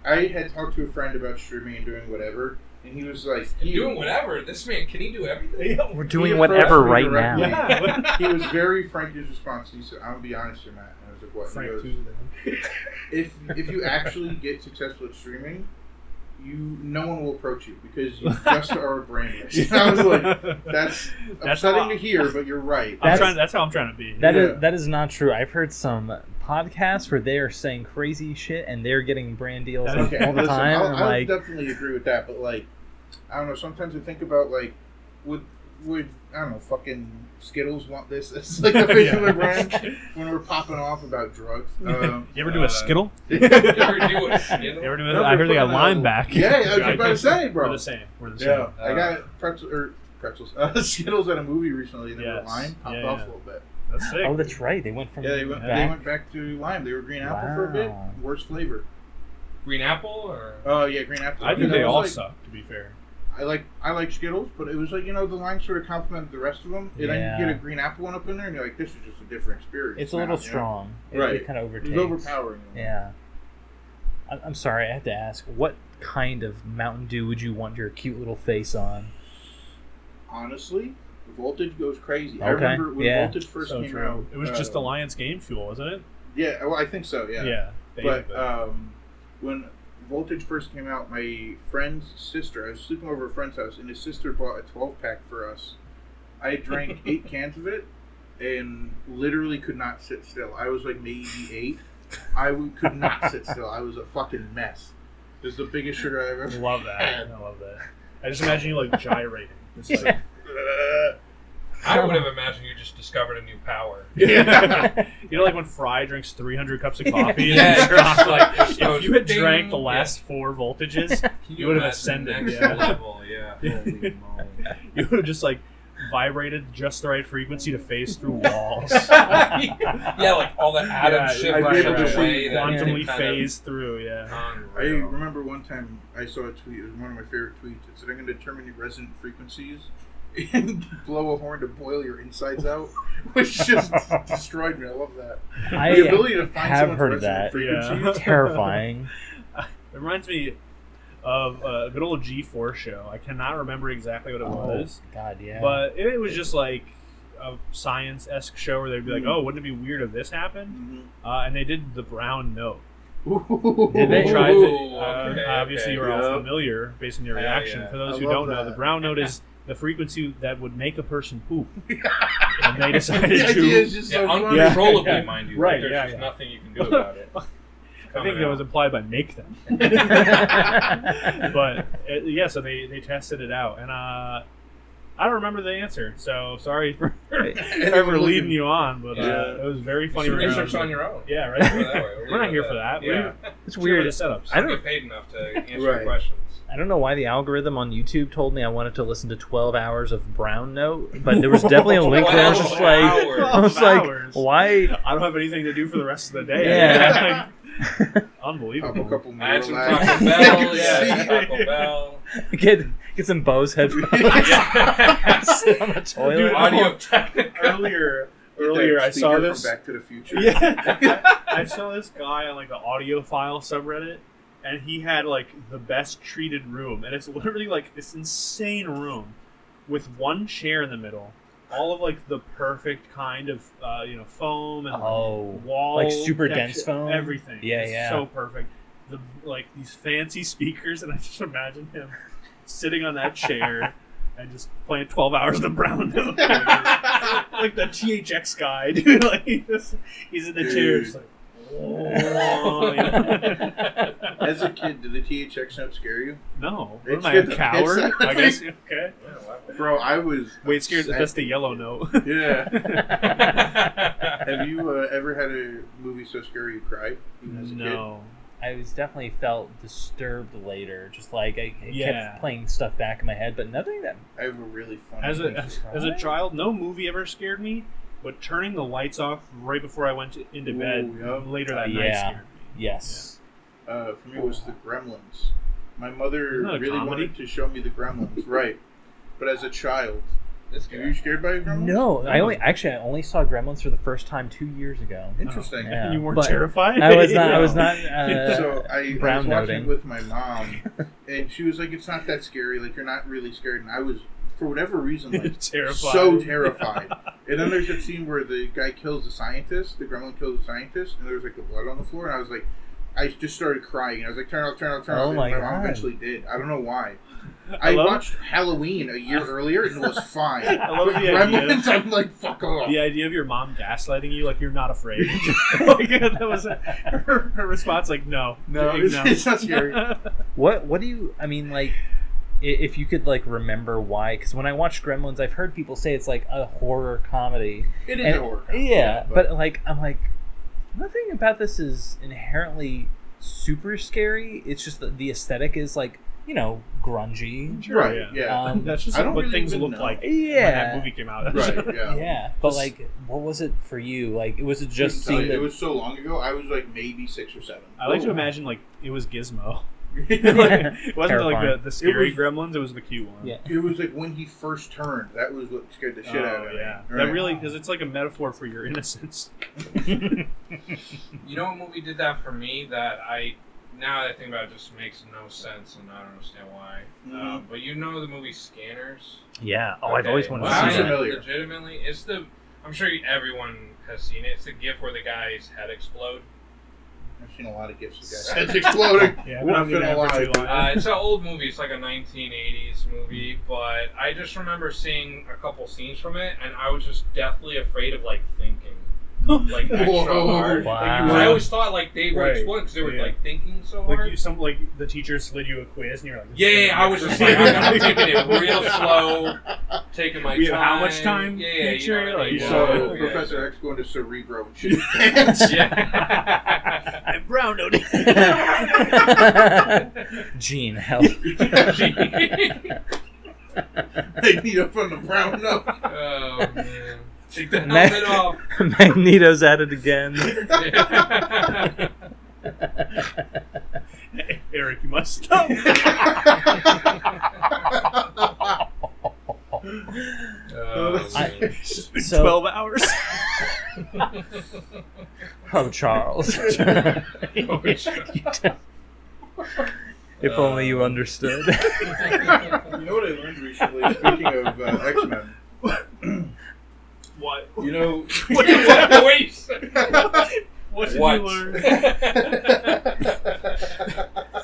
[SPEAKER 3] I had talked to a friend about streaming and doing whatever, and he was like,
[SPEAKER 2] And
[SPEAKER 3] "You-
[SPEAKER 2] doing whatever. This man, can he do everything?
[SPEAKER 1] yeah.
[SPEAKER 4] we're
[SPEAKER 3] He
[SPEAKER 4] doing
[SPEAKER 3] approached
[SPEAKER 4] whatever
[SPEAKER 3] me
[SPEAKER 4] right
[SPEAKER 3] directly.
[SPEAKER 4] now.
[SPEAKER 1] yeah.
[SPEAKER 3] He was very frank in his response. He said, "I'm gonna be honest, with you, Matt." And I was like, "What?"
[SPEAKER 1] Frank
[SPEAKER 3] he goes,
[SPEAKER 1] too, then.
[SPEAKER 3] if if you actually get successful at streaming, you no one will approach you because you just are a brainless. I was like, that's
[SPEAKER 1] That's
[SPEAKER 3] upsetting
[SPEAKER 1] how-
[SPEAKER 3] to hear, but you're right.
[SPEAKER 1] I'm
[SPEAKER 4] That's-
[SPEAKER 1] trying. That's how I'm trying to be.
[SPEAKER 4] That is
[SPEAKER 3] Yeah.
[SPEAKER 4] that is not true. I've heard some podcasts where they are saying crazy shit and they're getting brand deals
[SPEAKER 1] That is-
[SPEAKER 3] Okay,
[SPEAKER 4] all the
[SPEAKER 3] listen,
[SPEAKER 4] time.
[SPEAKER 3] I'll,
[SPEAKER 4] and
[SPEAKER 3] I'll
[SPEAKER 4] like,
[SPEAKER 3] definitely agree with that, but like, I don't know. Sometimes I think about like, would would I don't know, fucking Skittles want this? It's like the face of
[SPEAKER 1] Yeah.
[SPEAKER 3] a brand when we're popping off about drugs. Um,
[SPEAKER 1] you ever do
[SPEAKER 2] Uh,
[SPEAKER 1] a skittle?
[SPEAKER 2] You ever do a
[SPEAKER 1] You
[SPEAKER 2] Skittle?
[SPEAKER 1] ever do
[SPEAKER 3] No,
[SPEAKER 1] a, I heard they got
[SPEAKER 3] we're
[SPEAKER 1] lime
[SPEAKER 3] putting
[SPEAKER 1] back.
[SPEAKER 3] Yeah, I was about to say, bro.
[SPEAKER 1] We're the same. We're the same.
[SPEAKER 3] yeah, I
[SPEAKER 2] Uh,
[SPEAKER 3] got pretzel or pretzels, uh, Skittles at a movie recently, and they
[SPEAKER 1] Yes.
[SPEAKER 3] were lime popped
[SPEAKER 1] Yeah,
[SPEAKER 3] off
[SPEAKER 1] yeah.
[SPEAKER 3] a little bit.
[SPEAKER 1] Uh, That's sick.
[SPEAKER 4] oh, that's right. They went from
[SPEAKER 3] Yeah, they went,
[SPEAKER 4] back.
[SPEAKER 3] they went back to lime. They were green apple for a bit.
[SPEAKER 4] Wow.
[SPEAKER 3] Worst flavor.
[SPEAKER 2] Green apple or?
[SPEAKER 3] Oh yeah, green apple.
[SPEAKER 1] I
[SPEAKER 3] You
[SPEAKER 1] think
[SPEAKER 3] know,
[SPEAKER 1] they
[SPEAKER 3] it was
[SPEAKER 1] all
[SPEAKER 3] like-
[SPEAKER 1] suck. To be fair.
[SPEAKER 3] I like I like Skittles, but it was like you know the lime sort of complemented the rest of them, and then you
[SPEAKER 4] Yeah.
[SPEAKER 3] get a green apple one up in there, and you're like, this is just a different experience.
[SPEAKER 4] It's a little
[SPEAKER 3] now, you know?
[SPEAKER 4] strong. It,
[SPEAKER 3] Right.
[SPEAKER 4] it kind of overtakes.
[SPEAKER 3] It was overpowering. you know?
[SPEAKER 4] Yeah. I- I'm sorry. I have to ask. What kind of Mountain Dew would you want your cute little face on?
[SPEAKER 3] Honestly, the voltage goes crazy. I
[SPEAKER 4] Okay,
[SPEAKER 3] remember when
[SPEAKER 4] yeah.
[SPEAKER 3] voltage first
[SPEAKER 1] So
[SPEAKER 3] came
[SPEAKER 1] true.
[SPEAKER 3] out.
[SPEAKER 1] It was
[SPEAKER 3] uh,
[SPEAKER 1] just Alliance Game Fuel, wasn't it?
[SPEAKER 3] Yeah, well, I think so. Yeah. but
[SPEAKER 1] basically.
[SPEAKER 3] um, when voltage first came out, my friend's sister. I was sleeping over at a friend's house, and his sister bought a 12 pack for us. I drank eight cans of it, and literally could not sit still. I was like maybe eight. I w- could not sit still. I was a fucking mess. This is the biggest sugar I've ever.
[SPEAKER 1] love that. I love that. I just imagine you like gyrating. Just like,
[SPEAKER 2] I would have imagined you just discovered a new power.
[SPEAKER 1] You know, like when Fry drinks 300 cups of coffee.
[SPEAKER 2] Yeah,
[SPEAKER 1] and
[SPEAKER 2] it's just like,
[SPEAKER 1] like,
[SPEAKER 2] it's
[SPEAKER 1] if you had
[SPEAKER 2] ding,
[SPEAKER 1] drank the
[SPEAKER 2] yeah.
[SPEAKER 1] last four voltages,
[SPEAKER 2] Can
[SPEAKER 1] You would have
[SPEAKER 2] imagine
[SPEAKER 1] ascended,
[SPEAKER 2] Next
[SPEAKER 1] yeah.
[SPEAKER 2] level, yeah.
[SPEAKER 3] Holy moly.
[SPEAKER 1] you would have just like vibrated just the right frequency to phase through walls.
[SPEAKER 2] yeah, like all the atom
[SPEAKER 1] Yeah,
[SPEAKER 2] shift
[SPEAKER 3] I'd be
[SPEAKER 2] right
[SPEAKER 3] able to
[SPEAKER 2] away.
[SPEAKER 3] see
[SPEAKER 2] that you
[SPEAKER 1] Quantumly
[SPEAKER 2] can kind
[SPEAKER 1] phase through,
[SPEAKER 2] of-
[SPEAKER 1] yeah.
[SPEAKER 3] I
[SPEAKER 2] Unreal.
[SPEAKER 3] remember one time I saw a tweet. It was one of my favorite tweets. It said, "I'm going to determine your resonant frequencies and blow a horn to boil your insides out," which just destroyed me. I love that.
[SPEAKER 4] I
[SPEAKER 3] the ability to find
[SPEAKER 4] have
[SPEAKER 3] someone's
[SPEAKER 4] heard of
[SPEAKER 3] resonant
[SPEAKER 4] that.
[SPEAKER 3] frequency.
[SPEAKER 1] Yeah.
[SPEAKER 4] Terrifying.
[SPEAKER 1] It reminds me of a good old G4 show. I cannot remember exactly what it
[SPEAKER 4] Oh,
[SPEAKER 1] was.
[SPEAKER 4] God, yeah.
[SPEAKER 1] But it was just like a
[SPEAKER 3] Hmm.
[SPEAKER 1] science esque show where they'd be like, "Oh, wouldn't it be weird if this happened?"
[SPEAKER 3] Mhm.
[SPEAKER 1] Uh, and they did the brown note, Did they try
[SPEAKER 2] Ooh,
[SPEAKER 1] to?
[SPEAKER 2] okay,
[SPEAKER 1] Uh,
[SPEAKER 2] okay.
[SPEAKER 1] obviously, you're
[SPEAKER 3] Yeah.
[SPEAKER 1] all familiar based on your
[SPEAKER 2] Yeah,
[SPEAKER 1] reaction.
[SPEAKER 2] yeah.
[SPEAKER 1] For those
[SPEAKER 3] I
[SPEAKER 1] who
[SPEAKER 3] love
[SPEAKER 1] don't know, the
[SPEAKER 3] that.
[SPEAKER 1] brown note is the frequency that would make a person poop, and they decided
[SPEAKER 3] The
[SPEAKER 1] to.
[SPEAKER 3] idea is just
[SPEAKER 2] Yeah,
[SPEAKER 3] so funny.
[SPEAKER 1] Yeah.
[SPEAKER 2] uncontrollably, mind you.
[SPEAKER 1] Right,
[SPEAKER 2] There's
[SPEAKER 1] yeah,
[SPEAKER 2] just
[SPEAKER 1] yeah.
[SPEAKER 2] nothing you can do about it.
[SPEAKER 1] I think that was implied by make them,
[SPEAKER 5] yeah.
[SPEAKER 1] but uh, yeah. So they they tested it out, and uh, I don't remember the answer. So sorry for for
[SPEAKER 3] Anyone
[SPEAKER 1] leading
[SPEAKER 3] looking-
[SPEAKER 1] you on, but uh,
[SPEAKER 3] Yeah.
[SPEAKER 1] it was very funny.
[SPEAKER 2] funny research
[SPEAKER 1] round.
[SPEAKER 2] on your own.
[SPEAKER 1] Yeah,
[SPEAKER 2] Go that
[SPEAKER 1] right.
[SPEAKER 2] way.
[SPEAKER 1] We're not here for that.
[SPEAKER 2] Yeah.
[SPEAKER 5] it's
[SPEAKER 1] We're here for
[SPEAKER 5] weird.
[SPEAKER 1] the setups.
[SPEAKER 2] I don't get paid enough to answer your
[SPEAKER 3] Right.
[SPEAKER 2] questions.
[SPEAKER 4] I don't know why the algorithm on YouTube told me I wanted to listen to 12 hours of Brown Note, but there was definitely a link there. I was just like, I
[SPEAKER 2] Howard.
[SPEAKER 4] was like,
[SPEAKER 1] Hours.
[SPEAKER 4] why?
[SPEAKER 1] I don't have anything to do for the rest of the day.
[SPEAKER 4] Yeah.
[SPEAKER 1] Like,
[SPEAKER 3] Up a
[SPEAKER 1] unbelievable.
[SPEAKER 3] couple more
[SPEAKER 2] I had some
[SPEAKER 3] laughs.
[SPEAKER 2] Taco
[SPEAKER 3] I
[SPEAKER 2] Bell.
[SPEAKER 3] could
[SPEAKER 2] yeah,
[SPEAKER 3] see.
[SPEAKER 2] Taco Bell.
[SPEAKER 4] Get get some Bose headphones.
[SPEAKER 2] Yeah.
[SPEAKER 4] Sit on the toilet.
[SPEAKER 1] Dude,
[SPEAKER 2] Audio Technica.
[SPEAKER 1] Earlier,
[SPEAKER 3] Get that
[SPEAKER 1] earlier I
[SPEAKER 3] speaker
[SPEAKER 1] saw
[SPEAKER 3] from
[SPEAKER 1] this.
[SPEAKER 3] Back to the Future.
[SPEAKER 1] Yeah. I saw this guy on like the audiophile subreddit, and he had like the best treated room, and it's literally like this insane room with one chair in the middle, all of like the perfect kind of uh, you know foam and
[SPEAKER 4] oh.
[SPEAKER 1] wall,
[SPEAKER 4] Like super dense foam?
[SPEAKER 1] everything.
[SPEAKER 4] Yeah,
[SPEAKER 1] It's
[SPEAKER 4] yeah.
[SPEAKER 1] so perfect. The like these fancy speakers, and I just imagine him sitting on that chair and just playing twelve hours of the brown note, like the THX guy, dude. Like he just, he's in the chair, just like. "Oh, "Whoa," you know?
[SPEAKER 3] As a kid, did the THX note scare you?
[SPEAKER 1] no, what
[SPEAKER 3] It
[SPEAKER 1] am I a
[SPEAKER 3] scared the
[SPEAKER 1] coward?
[SPEAKER 3] piss out
[SPEAKER 1] I
[SPEAKER 3] of me.
[SPEAKER 1] guess okay.
[SPEAKER 3] Bro, I was.
[SPEAKER 1] Wait, scared. That's the yellow note.
[SPEAKER 3] Yeah.
[SPEAKER 2] Yeah,
[SPEAKER 3] Have you uh, ever had a movie so scary you cried? even as a
[SPEAKER 1] no,
[SPEAKER 4] I was definitely felt disturbed later. Just like I, I
[SPEAKER 1] Yeah.
[SPEAKER 4] kept playing stuff back in my head, but nothing that
[SPEAKER 3] kid? I have a really funny.
[SPEAKER 1] as a
[SPEAKER 3] thing.
[SPEAKER 1] as a child, no movie ever scared me, but turning the lights off right before I went to, into
[SPEAKER 3] Ooh,
[SPEAKER 1] bed
[SPEAKER 3] yeah.
[SPEAKER 1] later that night
[SPEAKER 4] Uh, Yeah.
[SPEAKER 1] scared me.
[SPEAKER 4] yes.
[SPEAKER 3] uh, for me was the Gremlins. My mother
[SPEAKER 1] Isn't that a
[SPEAKER 3] really
[SPEAKER 1] comedy?
[SPEAKER 3] wanted to show me the Gremlins, right? But as a child,
[SPEAKER 2] This
[SPEAKER 3] were you
[SPEAKER 2] guy.
[SPEAKER 3] scared by Gremlins?
[SPEAKER 4] No, I only actually I only saw Gremlins for the first time two years ago.
[SPEAKER 3] Interesting.
[SPEAKER 4] Yeah.
[SPEAKER 1] you weren't
[SPEAKER 4] but
[SPEAKER 1] terrified.
[SPEAKER 4] I was not. I
[SPEAKER 1] No.
[SPEAKER 4] was not. Uh,
[SPEAKER 3] so I, I was
[SPEAKER 4] brown
[SPEAKER 3] watching
[SPEAKER 4] noting.
[SPEAKER 3] with my mom, and she was like, "It's not that scary. Like you're not really scared." And I was, for whatever reason, like
[SPEAKER 1] terrified.
[SPEAKER 3] so terrified. and then there's that scene where the guy kills the scientist, the gremlin kills the scientist, and there's like the blood on the floor, and I was like, I just started crying. I was like, turn off, turn off, turn
[SPEAKER 4] Oh
[SPEAKER 3] off. And
[SPEAKER 4] my
[SPEAKER 3] mom
[SPEAKER 4] God.
[SPEAKER 3] eventually did. I don't know why.
[SPEAKER 1] I
[SPEAKER 3] I,
[SPEAKER 1] love-
[SPEAKER 3] watched Halloween a year earlier and it was fine.
[SPEAKER 1] I love
[SPEAKER 3] But
[SPEAKER 1] the
[SPEAKER 3] Gremlins, I'm like, fuck off.
[SPEAKER 1] The idea of your mom gaslighting you, like you're not afraid. like, that was her, her response. Like no,
[SPEAKER 3] No,
[SPEAKER 1] Like,
[SPEAKER 3] it's, it's not scary.
[SPEAKER 2] Um,
[SPEAKER 4] What What do you? I mean, like, i- if you could like remember why? Because when I watched Gremlins, I've heard people say it's like a horror comedy.
[SPEAKER 3] It is
[SPEAKER 4] And-
[SPEAKER 3] a horror. comedy,
[SPEAKER 4] Yeah, but, like, I'm like, nothing about this is inherently super scary. It's just that the aesthetic is like you know grungy.
[SPEAKER 1] Sure,
[SPEAKER 3] right,
[SPEAKER 1] yeah.
[SPEAKER 3] yeah.
[SPEAKER 4] Um,
[SPEAKER 1] That's just
[SPEAKER 3] I don't
[SPEAKER 1] what
[SPEAKER 3] really
[SPEAKER 1] things
[SPEAKER 3] even
[SPEAKER 1] looked
[SPEAKER 3] know.
[SPEAKER 1] like when that
[SPEAKER 4] yeah,
[SPEAKER 1] movie came out.
[SPEAKER 3] right, yeah.
[SPEAKER 4] yeah. But
[SPEAKER 1] Just-
[SPEAKER 4] like, what was it for you? Like, was it
[SPEAKER 3] Couldn't
[SPEAKER 4] just
[SPEAKER 3] tell you.
[SPEAKER 4] seeing the
[SPEAKER 3] It was so long ago. I was like maybe six or seven.
[SPEAKER 1] I like to
[SPEAKER 4] Ooh.
[SPEAKER 1] imagine like it was Gizmo.
[SPEAKER 4] Yeah.
[SPEAKER 1] it wasn't like the,
[SPEAKER 4] Terrifying.
[SPEAKER 1] the scary
[SPEAKER 3] was-
[SPEAKER 1] Gremlins. It was the cute one.
[SPEAKER 4] Yeah.
[SPEAKER 3] It was like when he first turned. That was what scared the shit
[SPEAKER 1] oh,
[SPEAKER 3] out of me.
[SPEAKER 1] yeah.
[SPEAKER 3] Right.
[SPEAKER 1] That really because it's like a metaphor for your innocence.
[SPEAKER 2] You know what movie did that for me that I now that I think about it just makes no sense and I don't understand why.
[SPEAKER 1] Mm-hmm.
[SPEAKER 2] Um, but you know the movie Scanners?
[SPEAKER 4] yeah? Oh, I've
[SPEAKER 2] Okay.
[SPEAKER 4] always wanted
[SPEAKER 3] Wow.
[SPEAKER 4] to see
[SPEAKER 2] I
[SPEAKER 4] that.
[SPEAKER 3] Familiar.
[SPEAKER 2] Legitimately, it's the I'm sure everyone has seen it. It's the gif where the guy's head explodes.
[SPEAKER 3] I've seen a lot of gifts. of death. It's exploding.
[SPEAKER 1] Yeah,
[SPEAKER 3] We're
[SPEAKER 1] I'm
[SPEAKER 3] not gonna
[SPEAKER 1] gonna
[SPEAKER 3] lie.
[SPEAKER 1] have to
[SPEAKER 2] Uh, it's an old movie. It's like a 1980s movie, but I just remember seeing a couple scenes from it, and I was just deathly afraid of like thinking, like extra
[SPEAKER 3] Whoa.
[SPEAKER 2] hard.
[SPEAKER 4] Wow.
[SPEAKER 2] Because I always thought like they were
[SPEAKER 1] Right.
[SPEAKER 2] exploding because they were
[SPEAKER 1] Yeah.
[SPEAKER 2] like thinking so hard.
[SPEAKER 1] Like you, some like the teacher slid you a quiz, and you're like,
[SPEAKER 2] Yeah, yeah, yeah, I was just like, I'm, I'm taking it real slow, taking my
[SPEAKER 1] We have
[SPEAKER 2] time.
[SPEAKER 1] how much time,
[SPEAKER 2] Yeah, yeah,
[SPEAKER 1] teacher?
[SPEAKER 2] You know,
[SPEAKER 1] Like, uh,
[SPEAKER 2] like,
[SPEAKER 1] Yeah.
[SPEAKER 3] So
[SPEAKER 2] whoa,
[SPEAKER 3] Professor X going to Cerebro and shit.
[SPEAKER 2] Yeah.
[SPEAKER 1] I'm brown noted.
[SPEAKER 4] Gene, help.
[SPEAKER 3] they beat up on the brown note.
[SPEAKER 2] oh man. Take the
[SPEAKER 4] Next.
[SPEAKER 2] helmet off.
[SPEAKER 4] Magneto's at it again.
[SPEAKER 2] Yeah.
[SPEAKER 1] Eric, you must stop.
[SPEAKER 2] Oh,
[SPEAKER 4] I-
[SPEAKER 2] man.
[SPEAKER 1] It's been
[SPEAKER 4] So-
[SPEAKER 1] twelve hours.
[SPEAKER 4] Oh, Charles.
[SPEAKER 2] Oh,
[SPEAKER 4] If only you understood.
[SPEAKER 3] You know what I learned recently? Speaking of uh, X Men,
[SPEAKER 1] what?
[SPEAKER 3] you know.
[SPEAKER 1] What?
[SPEAKER 2] What the way you said-
[SPEAKER 1] What did
[SPEAKER 2] What?
[SPEAKER 1] you learn?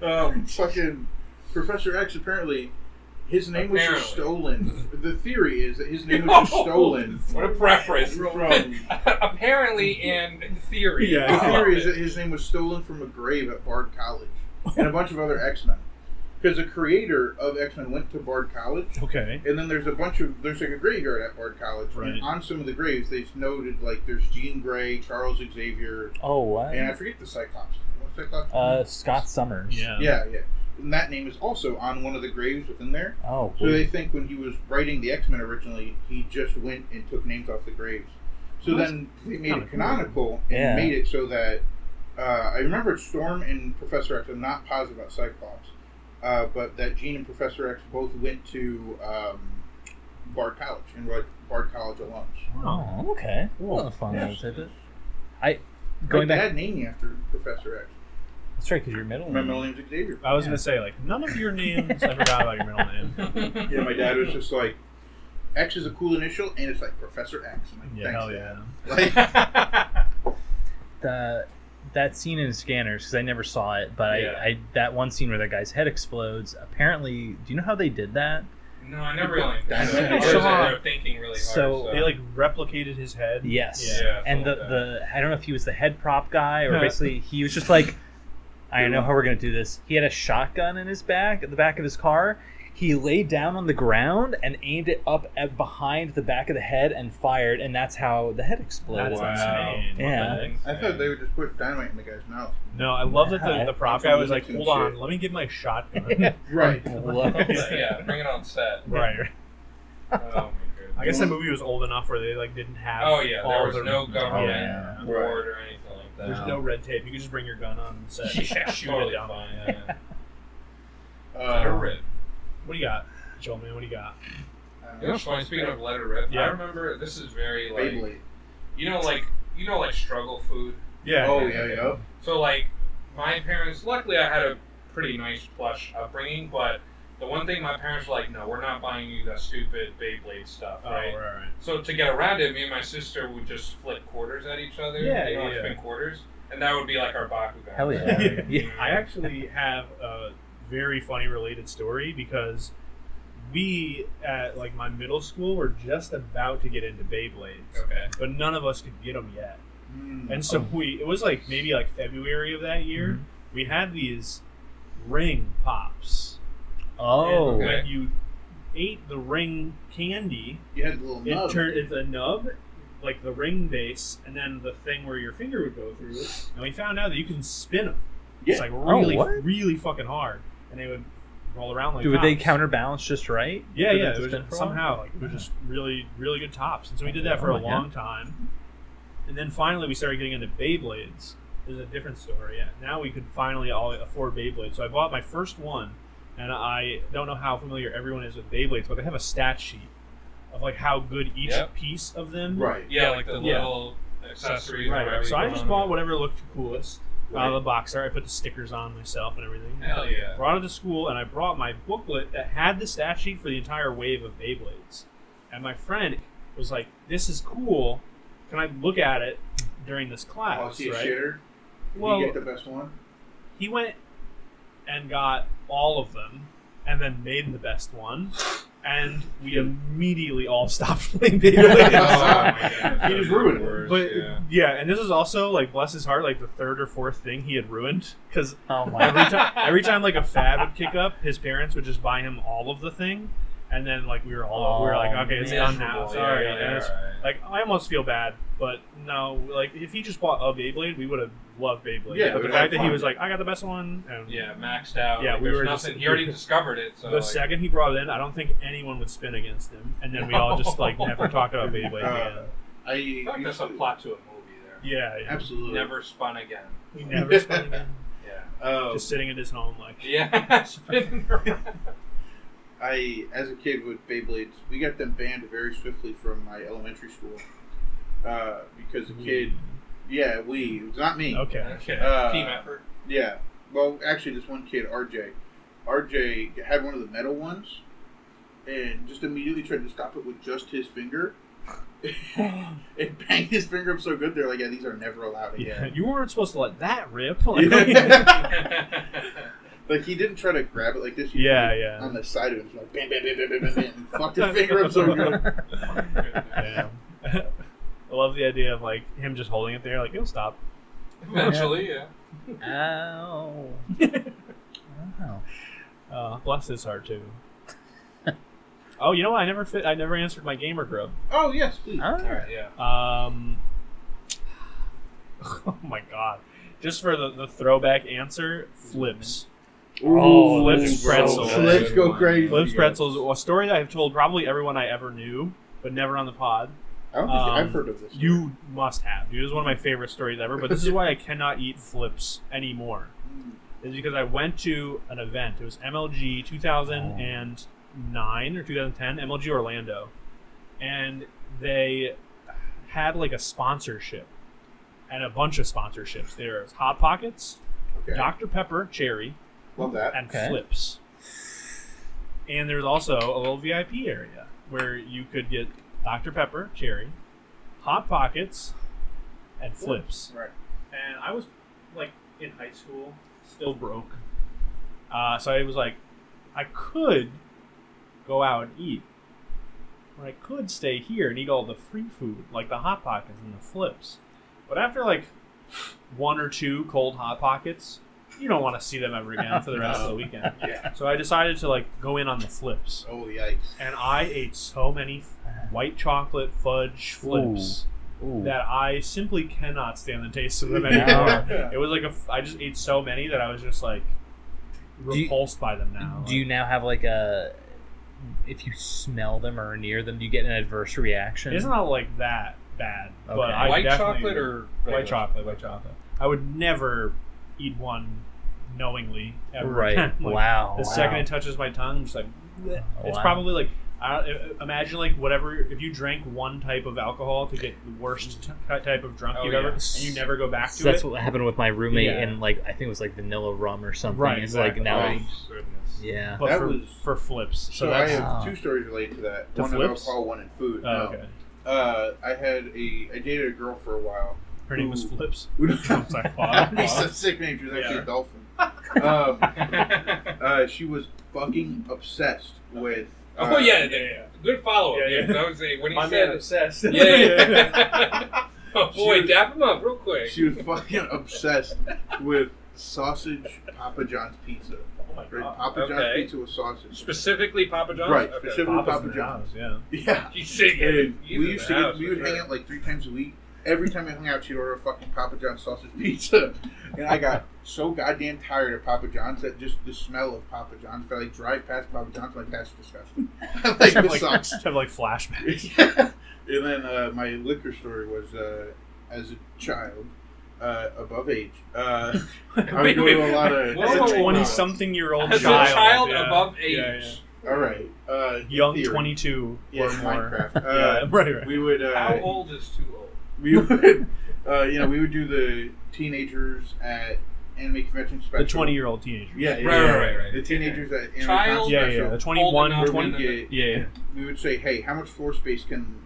[SPEAKER 3] Um, Professor X apparently his name was just stolen. The theory is that his name
[SPEAKER 2] Oh,
[SPEAKER 3] was just stolen
[SPEAKER 2] What a preference.
[SPEAKER 3] from.
[SPEAKER 2] Apparently, in theory.
[SPEAKER 1] Yeah.
[SPEAKER 3] The theory is that his name was stolen from a grave at Bard College and a bunch of other X Men. Because the creator of X Men went to Bard College,
[SPEAKER 1] Okay.
[SPEAKER 3] and then there's a bunch of there's like a graveyard at Bard College,
[SPEAKER 1] Right.
[SPEAKER 3] and on some of the graves they've noted like there's Jean Grey, Charles Xavier,
[SPEAKER 4] Oh, what?
[SPEAKER 3] and I forget the Cyclops. What's Cyclops?
[SPEAKER 4] Uh, Scott Summers.
[SPEAKER 1] Yeah.
[SPEAKER 3] yeah, yeah. And that name is also on one of the graves within there.
[SPEAKER 4] Oh,
[SPEAKER 3] So they think when he was writing the X Men originally, he just went and took names off the graves. So
[SPEAKER 1] That's
[SPEAKER 3] then they made
[SPEAKER 1] kinda
[SPEAKER 3] it canonical and
[SPEAKER 4] Yeah.
[SPEAKER 3] made it so that uh, I remember it's Storm and Professor X. I'm not positive about Cyclops, uh, but that Jean and Professor X both went to um, Bard College and were like Bard College alums.
[SPEAKER 4] oh, okay. Well, a fun
[SPEAKER 3] yeah.
[SPEAKER 4] little tidbit. I
[SPEAKER 3] Going
[SPEAKER 4] going
[SPEAKER 3] My
[SPEAKER 4] back.
[SPEAKER 3] dad named me after Professor X.
[SPEAKER 4] That's right, because your middle
[SPEAKER 3] My
[SPEAKER 4] name.
[SPEAKER 3] middle name's Xavier.
[SPEAKER 1] I was gonna say like none of your names. I forgot about your middle name.
[SPEAKER 3] Yeah, my dad was just like. X is a cool initial, and it's like Professor X. I'm like,
[SPEAKER 1] Yeah,
[SPEAKER 3] Thanks,
[SPEAKER 1] hell
[SPEAKER 3] Dad."
[SPEAKER 1] yeah.
[SPEAKER 3] Like,
[SPEAKER 4] the that scene in Scanners because I never saw it, but
[SPEAKER 2] Yeah.
[SPEAKER 4] I, I that one scene where that guy's head explodes. Apparently, do you know how they did that?
[SPEAKER 2] no, I never really.
[SPEAKER 3] That's
[SPEAKER 2] I
[SPEAKER 3] right.
[SPEAKER 2] was
[SPEAKER 3] Sure.
[SPEAKER 2] out there thinking really hard.
[SPEAKER 4] So-
[SPEAKER 2] So,
[SPEAKER 1] They like replicated his head.
[SPEAKER 4] Yes.
[SPEAKER 2] Yeah,
[SPEAKER 4] and the,
[SPEAKER 2] something like
[SPEAKER 4] the I don't know if he was the head prop guy or
[SPEAKER 1] No.
[SPEAKER 4] basically he was just like, I don't know how we're gonna do this. He had a shotgun in his back at the back of his car. He laid down on the ground and aimed it up at behind the back of the head and fired, and that's how the head exploded.
[SPEAKER 1] That's
[SPEAKER 2] Wow.
[SPEAKER 1] insane. What
[SPEAKER 4] Yeah.
[SPEAKER 1] the heck?
[SPEAKER 3] I thought they would just put dynamite in the guy's mouth.
[SPEAKER 1] No, I love that
[SPEAKER 4] Yeah.
[SPEAKER 1] the, the prop
[SPEAKER 3] That's
[SPEAKER 1] guy was
[SPEAKER 3] some
[SPEAKER 1] like,
[SPEAKER 3] losing
[SPEAKER 1] hold
[SPEAKER 3] shit."
[SPEAKER 1] on, let me get my shotgun.
[SPEAKER 3] Right.
[SPEAKER 2] yeah, bring it on set.
[SPEAKER 1] right.
[SPEAKER 2] Oh my goodness.
[SPEAKER 1] I guess the movie was old enough where they like didn't have.
[SPEAKER 2] Oh yeah,
[SPEAKER 1] all
[SPEAKER 2] there was
[SPEAKER 1] the-
[SPEAKER 2] no
[SPEAKER 1] Oh,
[SPEAKER 2] government
[SPEAKER 1] Yeah.
[SPEAKER 2] board or anything like that.
[SPEAKER 1] There's no red tape. You could just bring your gun on and set.
[SPEAKER 2] yeah,
[SPEAKER 1] shoot
[SPEAKER 2] totally
[SPEAKER 1] it down.
[SPEAKER 2] fine. Yeah. Letter
[SPEAKER 3] Uh,
[SPEAKER 2] Rip.
[SPEAKER 1] What do you got, Joel? Man, what do you got?
[SPEAKER 2] Oh,
[SPEAKER 3] uh,
[SPEAKER 2] You know, what's funny. Speaking of letter rip,
[SPEAKER 1] Yeah.
[SPEAKER 2] I remember this is very like
[SPEAKER 3] Beyblade.
[SPEAKER 2] you know like you know like struggle food.
[SPEAKER 1] Yeah.
[SPEAKER 3] Oh yeah, yeah.
[SPEAKER 2] So like my parents, luckily I had a pretty nice plush upbringing, but the one thing my parents were like, no, we're not buying you that stupid Beyblade stuff,
[SPEAKER 1] Oh,
[SPEAKER 2] right?
[SPEAKER 1] right, right.
[SPEAKER 2] So to get around it, me and my sister would just flip quarters at each other.
[SPEAKER 1] Yeah,
[SPEAKER 2] you know,
[SPEAKER 1] yeah,
[SPEAKER 2] like,
[SPEAKER 1] yeah.
[SPEAKER 2] spin quarters, and that would be like our bakugan.
[SPEAKER 4] Hell yeah.
[SPEAKER 1] Yeah.
[SPEAKER 4] Yeah.
[SPEAKER 1] I actually have a very funny related story because we at like my middle school were just about to get into Beyblades,
[SPEAKER 2] Okay. Mm-hmm. Oh.
[SPEAKER 1] but none of us could get them yet.
[SPEAKER 3] Mm.
[SPEAKER 1] And so we it was like maybe like February of that year.
[SPEAKER 2] Mm-hmm.
[SPEAKER 1] We had these ring pops.
[SPEAKER 4] Oh,
[SPEAKER 1] and
[SPEAKER 2] Okay.
[SPEAKER 1] when you ate the ring candy,
[SPEAKER 3] you had the little nub.
[SPEAKER 1] it turned it's a nub, like the ring base, and then the thing where your finger would go through. And we found out that you can spin them. It's
[SPEAKER 3] Yeah.
[SPEAKER 1] like really,
[SPEAKER 4] Oh, what?
[SPEAKER 1] really fucking hard, and they would roll around like.
[SPEAKER 4] do would they
[SPEAKER 1] tops.
[SPEAKER 4] counterbalance just right?
[SPEAKER 1] Yeah,
[SPEAKER 4] For
[SPEAKER 1] yeah.
[SPEAKER 4] them
[SPEAKER 1] It
[SPEAKER 4] to
[SPEAKER 1] was
[SPEAKER 4] spin for a while?
[SPEAKER 1] somehow like it was just really, really good tops, and so we did that for
[SPEAKER 4] Oh
[SPEAKER 1] a
[SPEAKER 4] my
[SPEAKER 1] long time, and then finally we started getting into Beyblades. Is a different story. Yeah, now we could finally all afford Beyblades. So I bought my first one, and I don't know how familiar everyone is with Beyblades, but they have a stat sheet of like how good each
[SPEAKER 2] Yep.
[SPEAKER 1] piece of them.
[SPEAKER 3] right.
[SPEAKER 2] Yeah, like the
[SPEAKER 1] Yeah.
[SPEAKER 2] little accessories. or
[SPEAKER 1] Right.
[SPEAKER 2] whatever
[SPEAKER 1] So
[SPEAKER 2] you
[SPEAKER 1] I
[SPEAKER 2] put
[SPEAKER 1] just
[SPEAKER 2] on
[SPEAKER 1] bought
[SPEAKER 2] it.
[SPEAKER 1] whatever looked coolest out
[SPEAKER 3] Right.
[SPEAKER 1] of the box art. I put the stickers on myself and everything.
[SPEAKER 2] Hell yeah.
[SPEAKER 1] Brought it to school, and I brought my booklet that had the stat sheet for the entire wave of Beyblades. And my friend was like, "This is cool. Can I look at it during this class?"
[SPEAKER 3] Oh, see a
[SPEAKER 1] right?
[SPEAKER 3] shitter.
[SPEAKER 1] Well,
[SPEAKER 3] you get the best one.
[SPEAKER 1] he went and got all of them, and then made the best one. And we immediately all stopped playing
[SPEAKER 2] Oh,
[SPEAKER 1] Beyblades.
[SPEAKER 2] my goodness,
[SPEAKER 1] He
[SPEAKER 2] those
[SPEAKER 1] just
[SPEAKER 2] are the
[SPEAKER 3] ruined it.
[SPEAKER 2] worst,
[SPEAKER 1] But
[SPEAKER 2] yeah.
[SPEAKER 1] yeah. and this is also like bless his heart, like the third or fourth thing he had ruined because
[SPEAKER 4] Oh my.
[SPEAKER 1] every time every time like a fad would kick up, his parents would just buy him all of the thing, and then like we were all we were like,
[SPEAKER 4] Oh,
[SPEAKER 1] okay, it's
[SPEAKER 2] Miserable,
[SPEAKER 1] done now,
[SPEAKER 2] yeah,
[SPEAKER 1] sorry.
[SPEAKER 2] yeah,
[SPEAKER 1] and it's,
[SPEAKER 2] alright.
[SPEAKER 1] like I almost feel bad, but no, like if he just bought a Beyblade, we would have loved Beyblade.
[SPEAKER 3] Yeah, we
[SPEAKER 1] but the
[SPEAKER 3] would've
[SPEAKER 1] fact that
[SPEAKER 3] had
[SPEAKER 1] he
[SPEAKER 3] fun.
[SPEAKER 1] was like, I got the best one, and
[SPEAKER 2] Yeah, maxed out.
[SPEAKER 1] Yeah,
[SPEAKER 2] like,
[SPEAKER 1] we
[SPEAKER 2] there's
[SPEAKER 1] were just-
[SPEAKER 2] nothing. he already discovered it. So
[SPEAKER 1] The
[SPEAKER 2] like,
[SPEAKER 1] second he brought it in, I don't think anyone would spin against him, and then we all just like never talked about Beyblade
[SPEAKER 3] Uh,
[SPEAKER 1] again.
[SPEAKER 3] I
[SPEAKER 2] I feel like that's a plot to a movie there.
[SPEAKER 1] Yeah, yeah.
[SPEAKER 3] Absolutely.
[SPEAKER 2] Never spun again.
[SPEAKER 1] we never spun again.
[SPEAKER 2] Yeah.
[SPEAKER 3] Um,
[SPEAKER 1] Just sitting in his home, like
[SPEAKER 2] Yeah. spinning around.
[SPEAKER 3] I, as a kid with Beyblades, we got them banned very swiftly from my elementary school uh, because a kid. Yeah, we. It was not me.
[SPEAKER 1] Hmm. okay,
[SPEAKER 2] Okay.
[SPEAKER 3] Uh,
[SPEAKER 2] Team effort.
[SPEAKER 3] Yeah. Well, actually, this one kid, RJ, RJ had one of the metal ones, and just immediately tried to stop it with just his finger. it banged his finger up so good, they're like, "Yeah, these are never allowed
[SPEAKER 1] yeah.
[SPEAKER 3] again."
[SPEAKER 1] You weren't supposed to let that rip.
[SPEAKER 3] Yeah.
[SPEAKER 1] Like,
[SPEAKER 3] Like he didn't try to grab it like this. He
[SPEAKER 1] Yeah,
[SPEAKER 3] did it
[SPEAKER 1] yeah.
[SPEAKER 3] On the side of him, like bam, bam, bam, bam, bam, bam, bam, and fucked his finger up so
[SPEAKER 4] Oh
[SPEAKER 3] good.
[SPEAKER 1] Yeah. I love the idea of like him just holding it there, like it'll stop.
[SPEAKER 2] Eventually, yeah.
[SPEAKER 4] Ow. Wow.
[SPEAKER 1] Uh, bless his heart too. oh, you know what? I never fit. I never answered my gamer grub.
[SPEAKER 3] Oh yes, please.
[SPEAKER 4] All right.
[SPEAKER 2] Yeah.
[SPEAKER 1] Um, oh my god! Just for the, the throwback answer, flips. Oh, Flips
[SPEAKER 3] bro.
[SPEAKER 1] pretzels.
[SPEAKER 3] Flips go crazy.
[SPEAKER 1] Flips pretzels. A story that I've told probably everyone I ever knew, but never on the pod.
[SPEAKER 3] I don't think
[SPEAKER 1] Um,
[SPEAKER 3] I've heard of this.
[SPEAKER 1] You must have. Dude, this is one of my favorite stories ever. But this is why I cannot eat flips anymore. Is because I went to an event. It was MLG 2009 or 2010, MLG Orlando, and they had like a sponsorship and a bunch of sponsorships. There was Hot Pockets,
[SPEAKER 3] Okay.
[SPEAKER 1] Dr Pepper, Cherry,
[SPEAKER 3] Love that.
[SPEAKER 1] and
[SPEAKER 4] Okay.
[SPEAKER 1] flips. And there's also a little VIP area where you could get Dr. Pepper, cherry, Hot Pockets, and flips.
[SPEAKER 3] Right.
[SPEAKER 1] And I was like in high school, still broke. Uh, so I was like, I could go out and eat, or I could stay here and eat all the free food, like the Hot Pockets and the flips. But after like one or two cold Hot Pockets, you don't want to see them ever again for the rest of the weekend.
[SPEAKER 3] Yeah.
[SPEAKER 1] So I decided to like go in on the flips,
[SPEAKER 3] Oh yikes.
[SPEAKER 1] and I ate so many f- white chocolate fudge flips
[SPEAKER 5] Ooh.
[SPEAKER 1] that I simply cannot stand the taste of them anymore. it was like a f- I just ate so many that I was just like
[SPEAKER 4] you-
[SPEAKER 1] repulsed by them now.
[SPEAKER 4] Do you now have like a? If you smell them or are near them, do you get an adverse reaction?
[SPEAKER 1] Like, it's not like that bad, but
[SPEAKER 4] Okay.
[SPEAKER 1] I
[SPEAKER 2] white
[SPEAKER 1] definitely-
[SPEAKER 2] chocolate or
[SPEAKER 1] white chocolate, white chocolate. I would never eat one knowingly ever.
[SPEAKER 4] right?
[SPEAKER 1] again. Like,
[SPEAKER 4] wow.
[SPEAKER 1] The
[SPEAKER 4] wow.
[SPEAKER 1] second it touches my tongue, I'm just like, "Bleh." it's
[SPEAKER 4] Wow.
[SPEAKER 1] probably like, I don't, imagine like whatever. If you drank one type of alcohol to get the worst t- type of drunk
[SPEAKER 2] Oh,
[SPEAKER 1] you've
[SPEAKER 2] yeah.
[SPEAKER 1] ever, and you never go back to
[SPEAKER 4] So that's
[SPEAKER 1] it.
[SPEAKER 4] what happened with my roommate,
[SPEAKER 1] Yeah.
[SPEAKER 4] and like I think it was like vanilla rum or something.
[SPEAKER 1] Right,
[SPEAKER 4] It's
[SPEAKER 1] exactly.
[SPEAKER 4] like now,
[SPEAKER 3] Right.
[SPEAKER 2] Goodness.
[SPEAKER 4] yeah.
[SPEAKER 1] but
[SPEAKER 3] That
[SPEAKER 1] for,
[SPEAKER 3] was-
[SPEAKER 1] for flips, so
[SPEAKER 3] So I
[SPEAKER 1] that's
[SPEAKER 3] have
[SPEAKER 4] Wow.
[SPEAKER 3] two stories related to that.
[SPEAKER 1] To
[SPEAKER 3] one
[SPEAKER 1] flips?
[SPEAKER 3] of alcohol, one in food.
[SPEAKER 1] oh,
[SPEAKER 3] no.
[SPEAKER 1] okay.
[SPEAKER 3] Uh, I had a I dated a girl for a while.
[SPEAKER 1] Her name was Flips.
[SPEAKER 3] We don't
[SPEAKER 1] I'm sorry, Claude.
[SPEAKER 3] That'd be such a sick name. She was actually
[SPEAKER 1] Yeah.
[SPEAKER 3] a dolphin. um, uh, she was fucking obsessed with. Uh,
[SPEAKER 2] oh yeah, yeah, yeah. Good follow up.
[SPEAKER 1] Yeah, yeah.
[SPEAKER 2] I was saying when he
[SPEAKER 1] My man
[SPEAKER 2] said,
[SPEAKER 1] obsessed.
[SPEAKER 2] yeah, yeah. oh
[SPEAKER 3] She
[SPEAKER 2] boy,
[SPEAKER 3] was-
[SPEAKER 2] dap him up real quick.
[SPEAKER 3] uh, She was fucking obsessed with sausage Papa John's pizza.
[SPEAKER 1] Oh my
[SPEAKER 3] Right?
[SPEAKER 1] god.
[SPEAKER 3] Papa John's
[SPEAKER 2] okay.
[SPEAKER 3] pizza with sausage.
[SPEAKER 2] Specifically, Papa John's.
[SPEAKER 3] Right,
[SPEAKER 2] Okay.
[SPEAKER 3] specifically-
[SPEAKER 1] Papa's
[SPEAKER 3] Papa
[SPEAKER 1] in the
[SPEAKER 3] John's.
[SPEAKER 1] house, Yeah.
[SPEAKER 3] Yeah.
[SPEAKER 2] He's singing.
[SPEAKER 3] And
[SPEAKER 2] He's in
[SPEAKER 3] we used
[SPEAKER 2] the
[SPEAKER 3] to
[SPEAKER 2] house,
[SPEAKER 3] get, we would
[SPEAKER 2] for
[SPEAKER 3] hang
[SPEAKER 2] sure.
[SPEAKER 3] out like three times a week. Every time we hung out, she'd order a fucking Papa John's sausage pizza, and I got so goddamn tired of Papa John's that just the smell of Papa John's. If I like drive past Papa John's, I'm like that's disgusting. like
[SPEAKER 1] Have,
[SPEAKER 3] this sucks.
[SPEAKER 1] have like flashbacks.
[SPEAKER 3] and then uh, my liquor story was uh, as a child, uh, above age. Uh, I would
[SPEAKER 2] Wait,
[SPEAKER 3] go
[SPEAKER 2] wait.
[SPEAKER 3] to a lot of. uh,
[SPEAKER 2] Whoa,
[SPEAKER 1] As
[SPEAKER 2] whoa,
[SPEAKER 1] a
[SPEAKER 2] whoa.
[SPEAKER 1] twenty-something-year-old
[SPEAKER 2] As a
[SPEAKER 1] child,
[SPEAKER 2] child
[SPEAKER 1] yeah.
[SPEAKER 2] above age.
[SPEAKER 1] Yeah, yeah.
[SPEAKER 3] All right, uh,
[SPEAKER 1] young
[SPEAKER 3] theory.
[SPEAKER 1] twenty-two
[SPEAKER 3] Yeah,
[SPEAKER 1] or more.
[SPEAKER 3] Minecraft.
[SPEAKER 1] yeah,
[SPEAKER 3] Uh,
[SPEAKER 1] right, right.
[SPEAKER 3] We would. Uh,
[SPEAKER 2] How old is too old?
[SPEAKER 3] we would, uh, you know, we would do the teenagers at anime convention special.
[SPEAKER 1] The twenty-year-old teenager.
[SPEAKER 3] Yeah, yeah,
[SPEAKER 2] Right,
[SPEAKER 3] yeah.
[SPEAKER 2] right, right, right.
[SPEAKER 3] The teenagers at anime
[SPEAKER 2] Child-
[SPEAKER 3] Con
[SPEAKER 1] yeah,
[SPEAKER 3] special.
[SPEAKER 1] yeah. The twenty-one,
[SPEAKER 2] enough.
[SPEAKER 3] Where we
[SPEAKER 1] 20
[SPEAKER 2] Twenty-
[SPEAKER 3] get-
[SPEAKER 1] yeah, yeah.
[SPEAKER 3] we would say, hey, how much floor space can,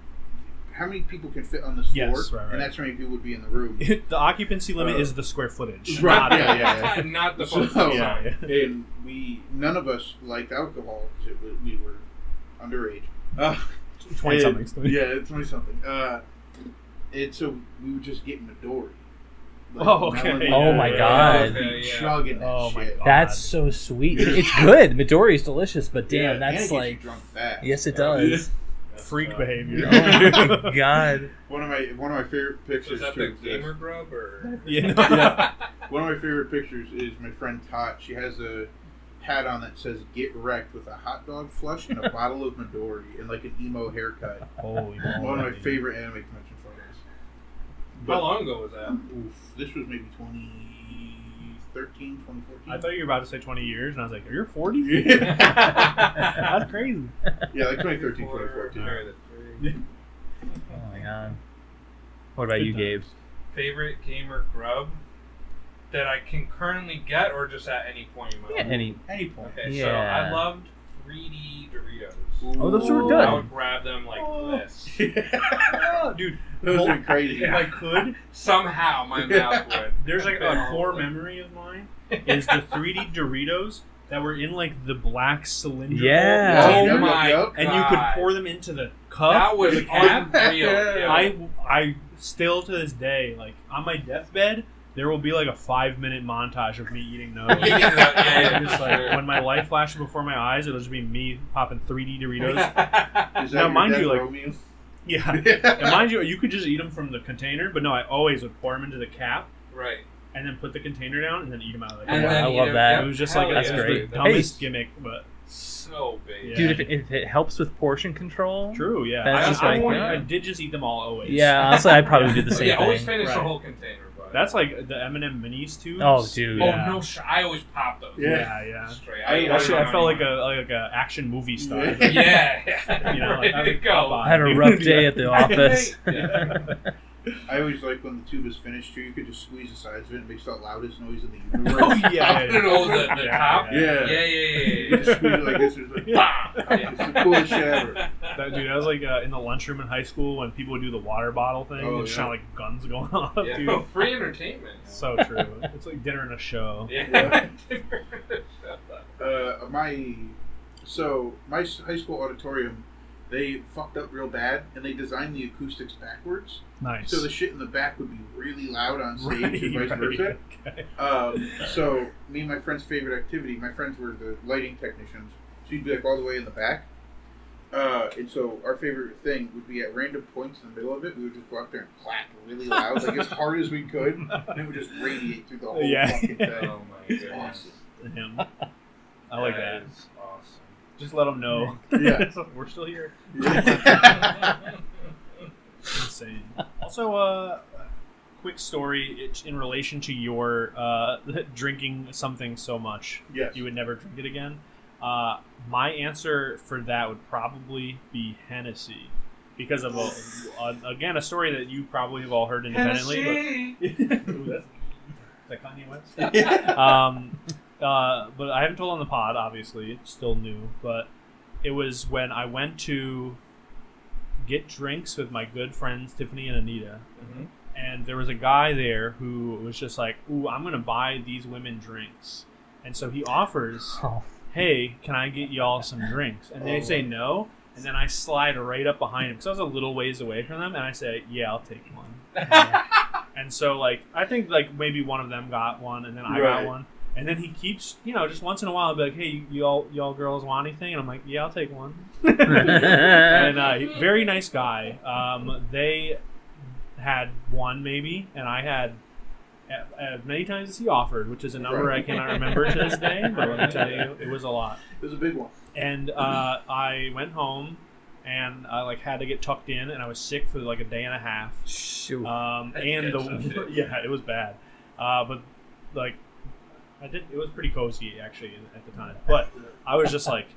[SPEAKER 3] how many people can fit on this floor?
[SPEAKER 1] Yes, right, right.
[SPEAKER 3] And that's how many people would be in the room.
[SPEAKER 1] the occupancy limit
[SPEAKER 3] Uh,
[SPEAKER 1] is the square footage.
[SPEAKER 3] right,
[SPEAKER 1] Not-
[SPEAKER 3] yeah, Oh. yeah, yeah.
[SPEAKER 2] Not the
[SPEAKER 3] So-
[SPEAKER 2] phone.
[SPEAKER 1] yeah, yeah.
[SPEAKER 3] and we none of us liked alcohol because we were underage. Uh,
[SPEAKER 1] Twenty
[SPEAKER 3] and-
[SPEAKER 1] something.
[SPEAKER 3] Yeah, twenty something. Uh, and so we would just get Midori.
[SPEAKER 1] Oh, okay.
[SPEAKER 3] melon-
[SPEAKER 4] Oh my
[SPEAKER 3] yeah,
[SPEAKER 4] God.
[SPEAKER 3] we'd be
[SPEAKER 2] Okay, yeah.
[SPEAKER 3] chugging that
[SPEAKER 1] Oh my
[SPEAKER 3] shit.
[SPEAKER 1] God.
[SPEAKER 4] That's so sweet. It's good. Midori is delicious, but damn,
[SPEAKER 3] Yeah, and it
[SPEAKER 4] that's
[SPEAKER 3] gets you
[SPEAKER 4] like
[SPEAKER 3] drunk fast.
[SPEAKER 4] yes, it does.
[SPEAKER 1] Freak behavior.
[SPEAKER 4] Oh my god.
[SPEAKER 3] One of my one of my favorite
[SPEAKER 2] So is
[SPEAKER 3] pictures.
[SPEAKER 2] that the
[SPEAKER 3] too, is-
[SPEAKER 2] gamer grub or?
[SPEAKER 1] Yeah, no.
[SPEAKER 3] yeah. One of my favorite pictures is my friend Tot. She has a hat on that says "Get Wrecked" with a hot dog flush and a bottle of Midori and like an emo haircut.
[SPEAKER 1] Holy
[SPEAKER 4] Oh,
[SPEAKER 3] One of my
[SPEAKER 1] moly.
[SPEAKER 3] favorite anime convention photos.
[SPEAKER 2] How long ago was that?
[SPEAKER 3] Oof, this was maybe 2013, 2014.
[SPEAKER 1] I thought you were about to say twenty years, and I was like, "You're 40?
[SPEAKER 3] yeah,
[SPEAKER 1] That's crazy.
[SPEAKER 3] like 2013, 2014.
[SPEAKER 2] Or the three.
[SPEAKER 4] Oh my god. What about
[SPEAKER 1] Good
[SPEAKER 4] you, Gabe?
[SPEAKER 2] Favorite gamer grub that I can currently get, or just at any point in my life.
[SPEAKER 4] Any?
[SPEAKER 3] Any point.
[SPEAKER 2] Okay, so
[SPEAKER 4] Yeah.
[SPEAKER 2] I loved 3D Doritos.
[SPEAKER 4] Oh, those were
[SPEAKER 2] So I
[SPEAKER 4] good.
[SPEAKER 2] would grab them like
[SPEAKER 1] Oh.
[SPEAKER 2] this.
[SPEAKER 1] Oh, dude,
[SPEAKER 3] Those are crazy.
[SPEAKER 1] if I could,
[SPEAKER 2] Somehow my mouth would.
[SPEAKER 1] there's like a core memory of mine is the 3D Doritos that were in like the black cylinder.
[SPEAKER 4] Yeah.
[SPEAKER 1] hole.
[SPEAKER 2] oh
[SPEAKER 3] Yup, yup,
[SPEAKER 2] my
[SPEAKER 3] yup.
[SPEAKER 2] god!
[SPEAKER 1] and you could pour them into the cup.
[SPEAKER 2] That was
[SPEAKER 1] or the cap.
[SPEAKER 2] unreal.
[SPEAKER 3] Yeah.
[SPEAKER 1] I I still to this day like on my deathbed there will be like a five minute montage of me eating those.
[SPEAKER 2] Eating the- yeah,
[SPEAKER 1] And just like when my life flashes before my eyes, it'll just be me popping 3D Doritos.
[SPEAKER 2] yeah.
[SPEAKER 3] Is
[SPEAKER 1] Now, mind
[SPEAKER 3] death
[SPEAKER 1] you, like-
[SPEAKER 3] row meal?
[SPEAKER 1] Yeah, and mind you, you could just eat them from the container, but no, I always would pour them into the cap
[SPEAKER 2] right.
[SPEAKER 1] and then put the container down and then eat them out of the
[SPEAKER 4] And
[SPEAKER 1] cap.
[SPEAKER 4] then I
[SPEAKER 2] you
[SPEAKER 4] love
[SPEAKER 2] know,
[SPEAKER 4] that.
[SPEAKER 1] it was just
[SPEAKER 2] hell
[SPEAKER 1] like
[SPEAKER 2] yeah.
[SPEAKER 1] it was
[SPEAKER 4] That's
[SPEAKER 1] the
[SPEAKER 4] great.
[SPEAKER 1] dumbest gimmick, but
[SPEAKER 2] So big.
[SPEAKER 1] Yeah.
[SPEAKER 4] Dude, if, it- if it helps with portion control,
[SPEAKER 1] true. Yeah,
[SPEAKER 4] That's
[SPEAKER 1] I,
[SPEAKER 4] just
[SPEAKER 1] I
[SPEAKER 4] like-
[SPEAKER 1] want-
[SPEAKER 4] yeah.
[SPEAKER 1] I did just eat them all always.
[SPEAKER 4] yeah, honestly, I'd probably do the same
[SPEAKER 2] yeah, always
[SPEAKER 4] thing.
[SPEAKER 2] finish the
[SPEAKER 1] Right.
[SPEAKER 2] whole container, but
[SPEAKER 1] that's like the M&M minis too.
[SPEAKER 4] Oh, dude,
[SPEAKER 2] Oh
[SPEAKER 1] yeah.
[SPEAKER 2] no! Sh- I always pop those.
[SPEAKER 1] Yeah, yeah.
[SPEAKER 2] Straight.
[SPEAKER 3] I-
[SPEAKER 1] That shit, I
[SPEAKER 2] don't
[SPEAKER 1] felt like
[SPEAKER 2] know.
[SPEAKER 1] a like a action movie star.
[SPEAKER 3] Yeah.
[SPEAKER 2] yeah.
[SPEAKER 1] You know, like,
[SPEAKER 2] Ready
[SPEAKER 1] I
[SPEAKER 2] to
[SPEAKER 1] would
[SPEAKER 2] go.
[SPEAKER 1] pop
[SPEAKER 4] I had a rough day at the office.
[SPEAKER 3] I always like when the tube is finished too. You could just squeeze the sides of it and makes the loudest noise in the universe.
[SPEAKER 1] Oh, yeah, yeah, yeah.
[SPEAKER 2] Oh, the, the
[SPEAKER 1] Yeah,
[SPEAKER 2] top.
[SPEAKER 3] yeah.
[SPEAKER 2] Yeah, yeah, yeah.
[SPEAKER 3] You just
[SPEAKER 2] yeah,
[SPEAKER 3] squeeze it like this. It's like,
[SPEAKER 2] yeah.
[SPEAKER 3] It's the coolest shit ever.
[SPEAKER 1] That, dude, I was like uh, in the lunchroom in high school when people would do the water bottle thing.
[SPEAKER 3] Oh,
[SPEAKER 1] it
[SPEAKER 3] yeah.
[SPEAKER 1] sounded like guns going off,
[SPEAKER 2] Yeah, Oh,
[SPEAKER 1] dude.
[SPEAKER 2] free entertainment.
[SPEAKER 1] so true. It's like dinner and a show.
[SPEAKER 2] Yeah.
[SPEAKER 3] Uh, my so my s- high school auditorium, they fucked up real bad, and they designed the acoustics backwards,
[SPEAKER 1] Nice.
[SPEAKER 3] so the shit in the back would be really loud on stage and
[SPEAKER 1] Right,
[SPEAKER 3] vice versa.
[SPEAKER 1] okay.
[SPEAKER 3] Um, so me and my friend's favorite activity. My friends were the lighting technicians, so you'd be like all the way in the back. Uh, and so our favorite thing would be at random points in the middle of it, we would just go out there and clap really loud, like as hard as we could, and it would just radiate through the whole
[SPEAKER 1] Yeah.
[SPEAKER 3] fucking thing.
[SPEAKER 2] oh my
[SPEAKER 3] It's
[SPEAKER 2] goodness.
[SPEAKER 3] awesome.
[SPEAKER 1] Him. I like that.
[SPEAKER 2] is awesome.
[SPEAKER 1] Just let them know.
[SPEAKER 3] Yeah.
[SPEAKER 1] We're still here.
[SPEAKER 3] Yeah.
[SPEAKER 1] Insane. Also, uh, quick story it's in relation to your uh, drinking something so much.
[SPEAKER 3] yes.
[SPEAKER 1] you would never drink it again. Uh, my answer for that would probably be Hennessy, because of a, a, again a story that you probably have all heard independently.
[SPEAKER 2] Tennessee.
[SPEAKER 1] But, Ooh, that's, is that Kanye West? um, uh, but I haven't told on the pod. Obviously, it's still new. But it was when I went to get drinks with my good friends Tiffany and Anita,
[SPEAKER 2] Mhm.
[SPEAKER 1] and there was a guy there who was just like, "Ooh, I'm gonna buy these women drinks," and so he offers,
[SPEAKER 4] Oh.
[SPEAKER 1] "Hey, can I get y'all some drinks?" And they
[SPEAKER 3] Oh.
[SPEAKER 1] say no, and then I slide right up behind him because I was a little ways away from them, and I say, "Yeah, I'll take one." and so, like, I think like maybe one of them got one, and then I
[SPEAKER 3] Right.
[SPEAKER 1] got one. And then he keeps, you know, just once in a while, I'll be like, "Hey, y'all, y'all girls want anything?" And I'm like, "Yeah, I'll take one." and uh, he- very nice guy. Um, they had one maybe, and I had a- as many times as he offered, which is a number I cannot remember to this day. But let me tell you, it was a lot.
[SPEAKER 3] It was a big one.
[SPEAKER 1] And uh, I went home, and I like had to get tucked in, and I was sick for like a day and a half.
[SPEAKER 4] Shoot.
[SPEAKER 1] Um,
[SPEAKER 2] That's
[SPEAKER 1] and
[SPEAKER 2] good stuff,
[SPEAKER 1] the
[SPEAKER 2] dude.
[SPEAKER 1] yeah, it was bad. Uh, but like, I did. It was pretty cozy actually in- at the time. But I was just like,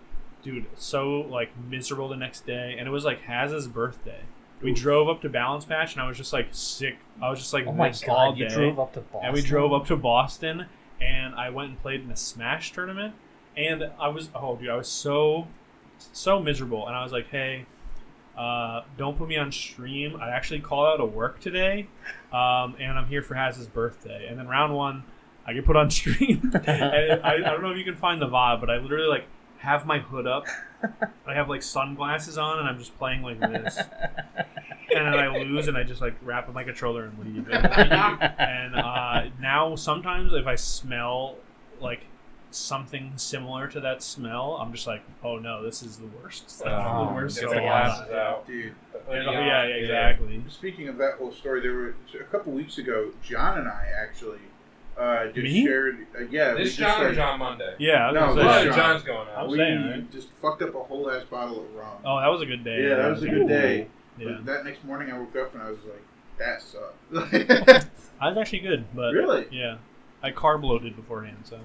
[SPEAKER 1] dude, so like miserable the next day, and it was like Haz's birthday. We drove up to Balance Patch, and I was just like sick. I was just like
[SPEAKER 4] Oh my
[SPEAKER 1] this all
[SPEAKER 4] god, you
[SPEAKER 1] day.
[SPEAKER 4] drove up to Boston.
[SPEAKER 1] and we drove up to Boston, and I went and played in a Smash tournament, and I was oh dude, I was so so miserable, and I was like, hey. Uh, don't put me on stream. I actually called out of work today, um, and I'm here for Haz's birthday. And then round one, I get put on stream, and I, I don't know if you can find the vibe, but I literally like have my hood up. I have like sunglasses on, and I'm just playing like this. And then I lose, and I just like wrap up my controller and leave. And, uh, now sometimes if I smell like something similar to that smell, I'm just like, oh no, this is the worst. That's
[SPEAKER 4] Oh,
[SPEAKER 1] the worst.
[SPEAKER 2] Get
[SPEAKER 1] thing
[SPEAKER 2] the
[SPEAKER 4] so
[SPEAKER 2] glasses
[SPEAKER 1] ever.
[SPEAKER 2] out.
[SPEAKER 3] Dude,
[SPEAKER 1] Yeah, yeah, exactly.
[SPEAKER 3] speaking of that whole story, there were a couple weeks ago, John and I actually uh, just
[SPEAKER 1] Me?
[SPEAKER 3] shared. Uh, yeah, we
[SPEAKER 2] This
[SPEAKER 3] just
[SPEAKER 2] John or
[SPEAKER 3] started-
[SPEAKER 2] John Monday?
[SPEAKER 1] Yeah. I was
[SPEAKER 3] No,
[SPEAKER 1] gonna
[SPEAKER 2] Well,
[SPEAKER 1] say-
[SPEAKER 3] John.
[SPEAKER 2] John's going
[SPEAKER 1] I'm
[SPEAKER 2] out.
[SPEAKER 3] we
[SPEAKER 1] saying, right?
[SPEAKER 3] just fucked up a whole ass bottle of rum.
[SPEAKER 1] Oh, that was a good day.
[SPEAKER 3] yeah, that was a
[SPEAKER 1] Ooh.
[SPEAKER 3] good day. But
[SPEAKER 1] Yeah,
[SPEAKER 3] that next morning, I woke up and I was like, that sucked.
[SPEAKER 1] I was actually good, but
[SPEAKER 3] really?
[SPEAKER 1] yeah, I carb loaded beforehand, so.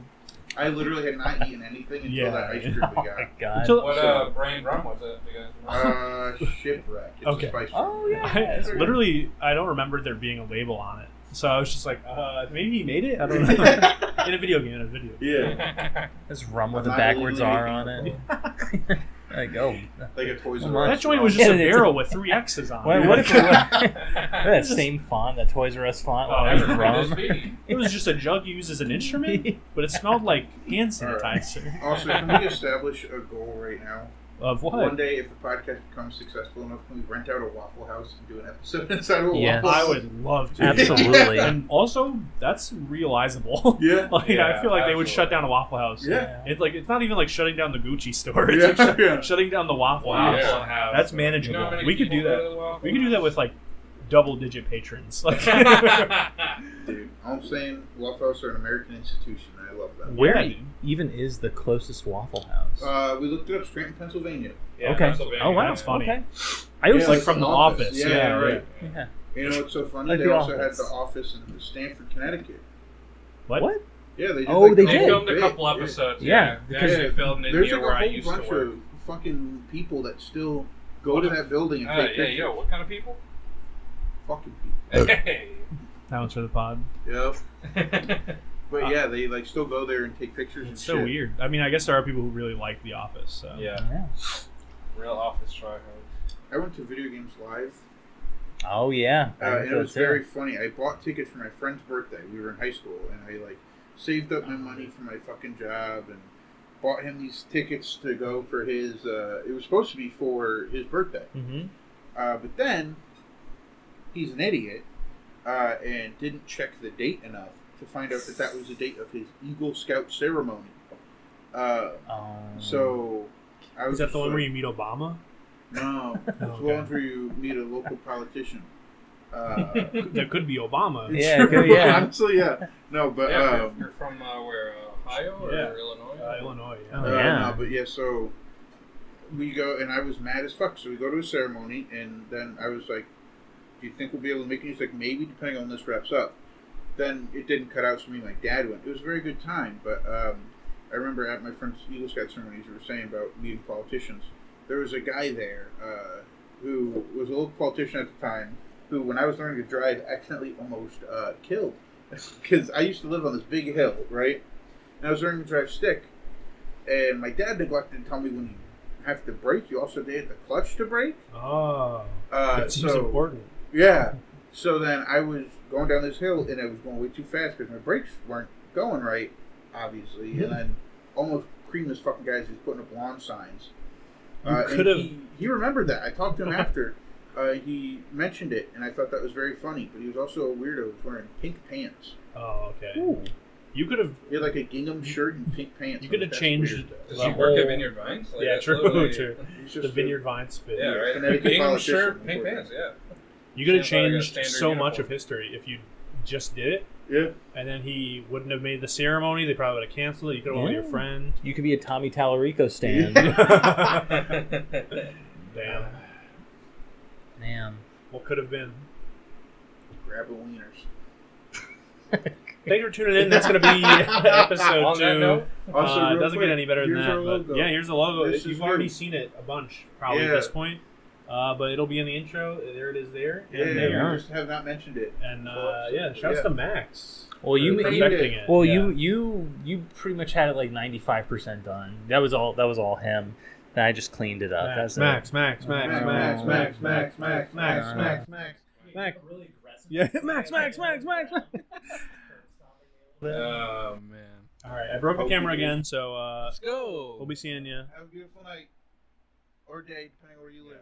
[SPEAKER 3] I literally had not eaten anything until
[SPEAKER 1] Yeah,
[SPEAKER 3] that ice
[SPEAKER 1] yeah.
[SPEAKER 3] cream we got.
[SPEAKER 4] God.
[SPEAKER 1] Until-
[SPEAKER 2] What uh, brand rum was it? You guys remember?
[SPEAKER 3] Uh, shipwreck. It's
[SPEAKER 1] Oh Okay.
[SPEAKER 3] a spice.
[SPEAKER 4] oh yeah.
[SPEAKER 1] I,
[SPEAKER 4] that's-
[SPEAKER 1] literally, I don't remember there being a label on it. So I was just like, uh, maybe he made it? I don't know. in a video game, in a video.
[SPEAKER 3] yeah.
[SPEAKER 4] That's rum with
[SPEAKER 3] I'm
[SPEAKER 4] a
[SPEAKER 3] not
[SPEAKER 4] backwards
[SPEAKER 3] really
[SPEAKER 4] R on
[SPEAKER 3] making
[SPEAKER 4] it.
[SPEAKER 3] a
[SPEAKER 4] Like, oh,
[SPEAKER 3] like a Toys
[SPEAKER 4] Come
[SPEAKER 3] R
[SPEAKER 4] on.
[SPEAKER 3] Us.
[SPEAKER 1] That joint was just
[SPEAKER 4] Yeah,
[SPEAKER 1] a
[SPEAKER 4] it's a-
[SPEAKER 1] barrel with three X's on
[SPEAKER 4] what,
[SPEAKER 1] it.
[SPEAKER 4] what if it was that
[SPEAKER 2] That's
[SPEAKER 4] same font, that Toys R Us font?
[SPEAKER 1] Oh,
[SPEAKER 4] Oh,
[SPEAKER 1] that's
[SPEAKER 4] that's wrong.
[SPEAKER 1] it was just a jug you use as an instrument, but it smelled like hand sanitizer.
[SPEAKER 3] also, can we establish a goal right now?
[SPEAKER 1] Of
[SPEAKER 3] One
[SPEAKER 1] what?
[SPEAKER 3] day, if the podcast becomes successful enough, can we rent out a Waffle House and do an episode inside of a
[SPEAKER 4] Yes.
[SPEAKER 3] Waffle
[SPEAKER 1] I
[SPEAKER 3] House?
[SPEAKER 1] would love to.
[SPEAKER 4] Absolutely.
[SPEAKER 1] And also, that's realizable.
[SPEAKER 3] Yeah.
[SPEAKER 1] like I
[SPEAKER 2] Yeah,
[SPEAKER 1] feel like they would shut down a Waffle House.
[SPEAKER 3] Yeah.
[SPEAKER 1] It's like it's not even like shutting down the Gucci store. It's
[SPEAKER 3] Yeah,
[SPEAKER 1] like shut-
[SPEAKER 3] yeah.
[SPEAKER 1] shutting down the Waffle
[SPEAKER 2] Wow.
[SPEAKER 1] House.
[SPEAKER 3] Yeah.
[SPEAKER 1] That's manageable. We could do that. We could do that with like double-digit patrons. Like
[SPEAKER 3] Dude, I'm saying Waffle House are an American institution. I love them.
[SPEAKER 4] Where
[SPEAKER 1] Yeah.
[SPEAKER 4] even is the closest Waffle House?
[SPEAKER 3] Uh, we looked it up, Scranton, Pennsylvania.
[SPEAKER 2] yeah,
[SPEAKER 4] okay.
[SPEAKER 2] Pennsylvania.
[SPEAKER 4] Oh wow,
[SPEAKER 1] That's funny.
[SPEAKER 4] Okay. I always
[SPEAKER 3] Yeah,
[SPEAKER 1] like
[SPEAKER 3] it's
[SPEAKER 1] from
[SPEAKER 3] an
[SPEAKER 1] the office.
[SPEAKER 3] Yeah,
[SPEAKER 1] Yeah,
[SPEAKER 3] right.
[SPEAKER 4] yeah.
[SPEAKER 3] You know what's so funny?
[SPEAKER 4] Like
[SPEAKER 3] they
[SPEAKER 4] The
[SPEAKER 3] also
[SPEAKER 4] Office.
[SPEAKER 3] had the office in Stanford, Connecticut.
[SPEAKER 1] what?
[SPEAKER 4] What?
[SPEAKER 3] Yeah, they did.
[SPEAKER 4] Oh,
[SPEAKER 3] like,
[SPEAKER 4] they
[SPEAKER 2] They,
[SPEAKER 3] the
[SPEAKER 4] did.
[SPEAKER 3] whole
[SPEAKER 2] filmed
[SPEAKER 3] bit.
[SPEAKER 2] a couple
[SPEAKER 3] Yeah.
[SPEAKER 2] episodes.
[SPEAKER 4] Yeah,
[SPEAKER 2] Yeah, they
[SPEAKER 4] because-
[SPEAKER 2] actually filmed in
[SPEAKER 3] There's
[SPEAKER 2] near
[SPEAKER 3] like
[SPEAKER 2] where
[SPEAKER 3] a
[SPEAKER 2] I
[SPEAKER 3] whole
[SPEAKER 2] used
[SPEAKER 3] bunch
[SPEAKER 2] to work.
[SPEAKER 3] of fucking people that still go
[SPEAKER 2] What
[SPEAKER 3] to
[SPEAKER 2] the-
[SPEAKER 3] that building and
[SPEAKER 2] Uh,
[SPEAKER 3] take
[SPEAKER 2] yeah,
[SPEAKER 3] pictures.
[SPEAKER 2] yo, what kind of people?
[SPEAKER 3] Fucking people.
[SPEAKER 2] Hey.
[SPEAKER 1] That one's for the pod.
[SPEAKER 3] Yep.
[SPEAKER 2] yeah,
[SPEAKER 3] But
[SPEAKER 1] Uh,
[SPEAKER 3] yeah, they like still go there and take pictures. and
[SPEAKER 1] It's so
[SPEAKER 3] shit.
[SPEAKER 1] weird. I mean, I guess there are people who really like The Office. So.
[SPEAKER 4] Oh, Yeah.
[SPEAKER 2] real office tryhard.
[SPEAKER 3] I went to Video Games Live,
[SPEAKER 4] Oh yeah. I
[SPEAKER 3] uh,
[SPEAKER 4] like
[SPEAKER 3] and
[SPEAKER 4] that
[SPEAKER 3] it was
[SPEAKER 4] too.
[SPEAKER 3] very funny. I bought tickets for my friend's birthday. We were in high school, and I like saved up my money for my fucking job and bought him these tickets to go for his. Uh, it was supposed to be for his birthday.
[SPEAKER 4] Mhm.
[SPEAKER 3] Uh, but then he's an idiot uh, and didn't check the date enough to find out that that was the date of his Eagle Scout ceremony. Uh,
[SPEAKER 4] Um,
[SPEAKER 3] so I was
[SPEAKER 1] Is that the one
[SPEAKER 3] just
[SPEAKER 1] where
[SPEAKER 3] like,
[SPEAKER 1] you meet Obama?
[SPEAKER 3] No, it's
[SPEAKER 1] Oh,
[SPEAKER 3] the
[SPEAKER 1] okay.
[SPEAKER 3] one where you meet a local politician. Uh,
[SPEAKER 1] that could be Obama.
[SPEAKER 4] Yeah, it could- yeah.
[SPEAKER 3] honestly, yeah. No, but
[SPEAKER 2] yeah, you're-
[SPEAKER 3] um,
[SPEAKER 2] you're from uh, where Ohio or
[SPEAKER 1] Yeah.
[SPEAKER 2] Illinois?
[SPEAKER 1] Uh, Illinois.
[SPEAKER 4] Oh,
[SPEAKER 1] Yeah.
[SPEAKER 3] uh,
[SPEAKER 4] yeah.
[SPEAKER 3] no, but yeah. So we go, and I was mad as fuck. So we go to a ceremony, and then I was like, "Do you think we'll be able to make it?" He's like, "Maybe, depending on when this wraps up." Then it didn't cut out, so me and my dad went. It was a very good time, but um, I remember at my friend's Eagle Scout ceremonies, we were saying about meeting politicians. There was a guy there uh, who was a local politician at the time, who, when I was learning to drive, accidentally almost uh, killed. Because I used to live on this big hill, right? And I was learning to drive stick, and my dad neglected to tell me when you have to brake, you also did the clutch to brake.
[SPEAKER 1] Oh,
[SPEAKER 3] Uh,
[SPEAKER 1] that seems
[SPEAKER 3] so,
[SPEAKER 1] important.
[SPEAKER 3] yeah. So then I was going down this hill and I was going way too fast because my brakes weren't going right, obviously. And then almost creamed this fucking guy as he's putting up lawn signs.
[SPEAKER 1] You
[SPEAKER 3] Uh, and
[SPEAKER 1] could've-
[SPEAKER 3] He, he remembered that. I talked to him after. Uh, he mentioned it, and I thought that was very funny. But he was also a weirdo. He was wearing pink pants.
[SPEAKER 1] Oh, okay. You could have.
[SPEAKER 3] He had like a gingham shirt and pink pants.
[SPEAKER 1] You
[SPEAKER 3] I'm
[SPEAKER 1] could
[SPEAKER 3] like,
[SPEAKER 1] have
[SPEAKER 3] "That's
[SPEAKER 1] changed.
[SPEAKER 3] weird."
[SPEAKER 2] Does
[SPEAKER 1] the
[SPEAKER 2] he work
[SPEAKER 1] whole-
[SPEAKER 2] at Vineyard Vines? Like,
[SPEAKER 1] Yeah,
[SPEAKER 2] that's
[SPEAKER 1] true.
[SPEAKER 2] literally-
[SPEAKER 1] True.
[SPEAKER 3] He's just
[SPEAKER 1] The
[SPEAKER 3] a-
[SPEAKER 1] Vineyard Vines fit.
[SPEAKER 2] Yeah, right.
[SPEAKER 3] Connecticut
[SPEAKER 2] Gingham
[SPEAKER 3] politician.
[SPEAKER 2] shirt, pink pants. Yeah.
[SPEAKER 1] You could have
[SPEAKER 2] Sounds like a
[SPEAKER 1] changed
[SPEAKER 2] standard
[SPEAKER 1] so much
[SPEAKER 2] uniform.
[SPEAKER 1] of history if you just did it,
[SPEAKER 3] Yeah.
[SPEAKER 1] and then he wouldn't have made the ceremony. They probably would have canceled it. You could have went with your
[SPEAKER 4] Yeah.
[SPEAKER 1] friend.
[SPEAKER 4] you could be a Tommy Tallarico stand.
[SPEAKER 1] Damn.
[SPEAKER 4] Damn.
[SPEAKER 1] What could have been?
[SPEAKER 3] Grab a wieners.
[SPEAKER 1] Thanks for tuning in. That's going to be episode
[SPEAKER 2] On
[SPEAKER 1] two.
[SPEAKER 2] that note,
[SPEAKER 3] Also,
[SPEAKER 1] uh,
[SPEAKER 3] real
[SPEAKER 1] it doesn't
[SPEAKER 3] quick,
[SPEAKER 1] get any better than
[SPEAKER 3] here's
[SPEAKER 1] that.
[SPEAKER 3] our
[SPEAKER 1] but-
[SPEAKER 3] logo.
[SPEAKER 1] yeah, here's the logo.
[SPEAKER 3] This
[SPEAKER 1] You've
[SPEAKER 3] is
[SPEAKER 1] already
[SPEAKER 3] new.
[SPEAKER 1] seen it a bunch, probably
[SPEAKER 3] Yeah.
[SPEAKER 1] at this point. Uh, but it'll be in the intro. There it is there.
[SPEAKER 3] Yeah,
[SPEAKER 1] and
[SPEAKER 3] yeah,
[SPEAKER 1] there.
[SPEAKER 3] yeah,
[SPEAKER 4] are.
[SPEAKER 3] we just have not mentioned it.
[SPEAKER 1] And uh, yeah, shouts
[SPEAKER 3] Yeah.
[SPEAKER 1] to Max.
[SPEAKER 4] Well, you,
[SPEAKER 1] for
[SPEAKER 4] you
[SPEAKER 1] perfecting it.
[SPEAKER 4] well
[SPEAKER 1] yeah.
[SPEAKER 4] you you you pretty much had it like ninety five percent done. That was all. That was all him. And I just cleaned it up.
[SPEAKER 1] Max,
[SPEAKER 4] That's it.
[SPEAKER 1] Max, Max, Max, Max, Max, Max, Max, Max, Max.
[SPEAKER 3] Max.
[SPEAKER 1] Max. Yeah, Max, Max, Max, Max. Max.
[SPEAKER 2] oh man,
[SPEAKER 1] All right, I broke the
[SPEAKER 3] Hope
[SPEAKER 1] camera
[SPEAKER 3] you do.
[SPEAKER 1] again, so uh,
[SPEAKER 2] let's go.
[SPEAKER 1] we'll be seeing you.
[SPEAKER 3] Have a beautiful night or day, depending on where you live.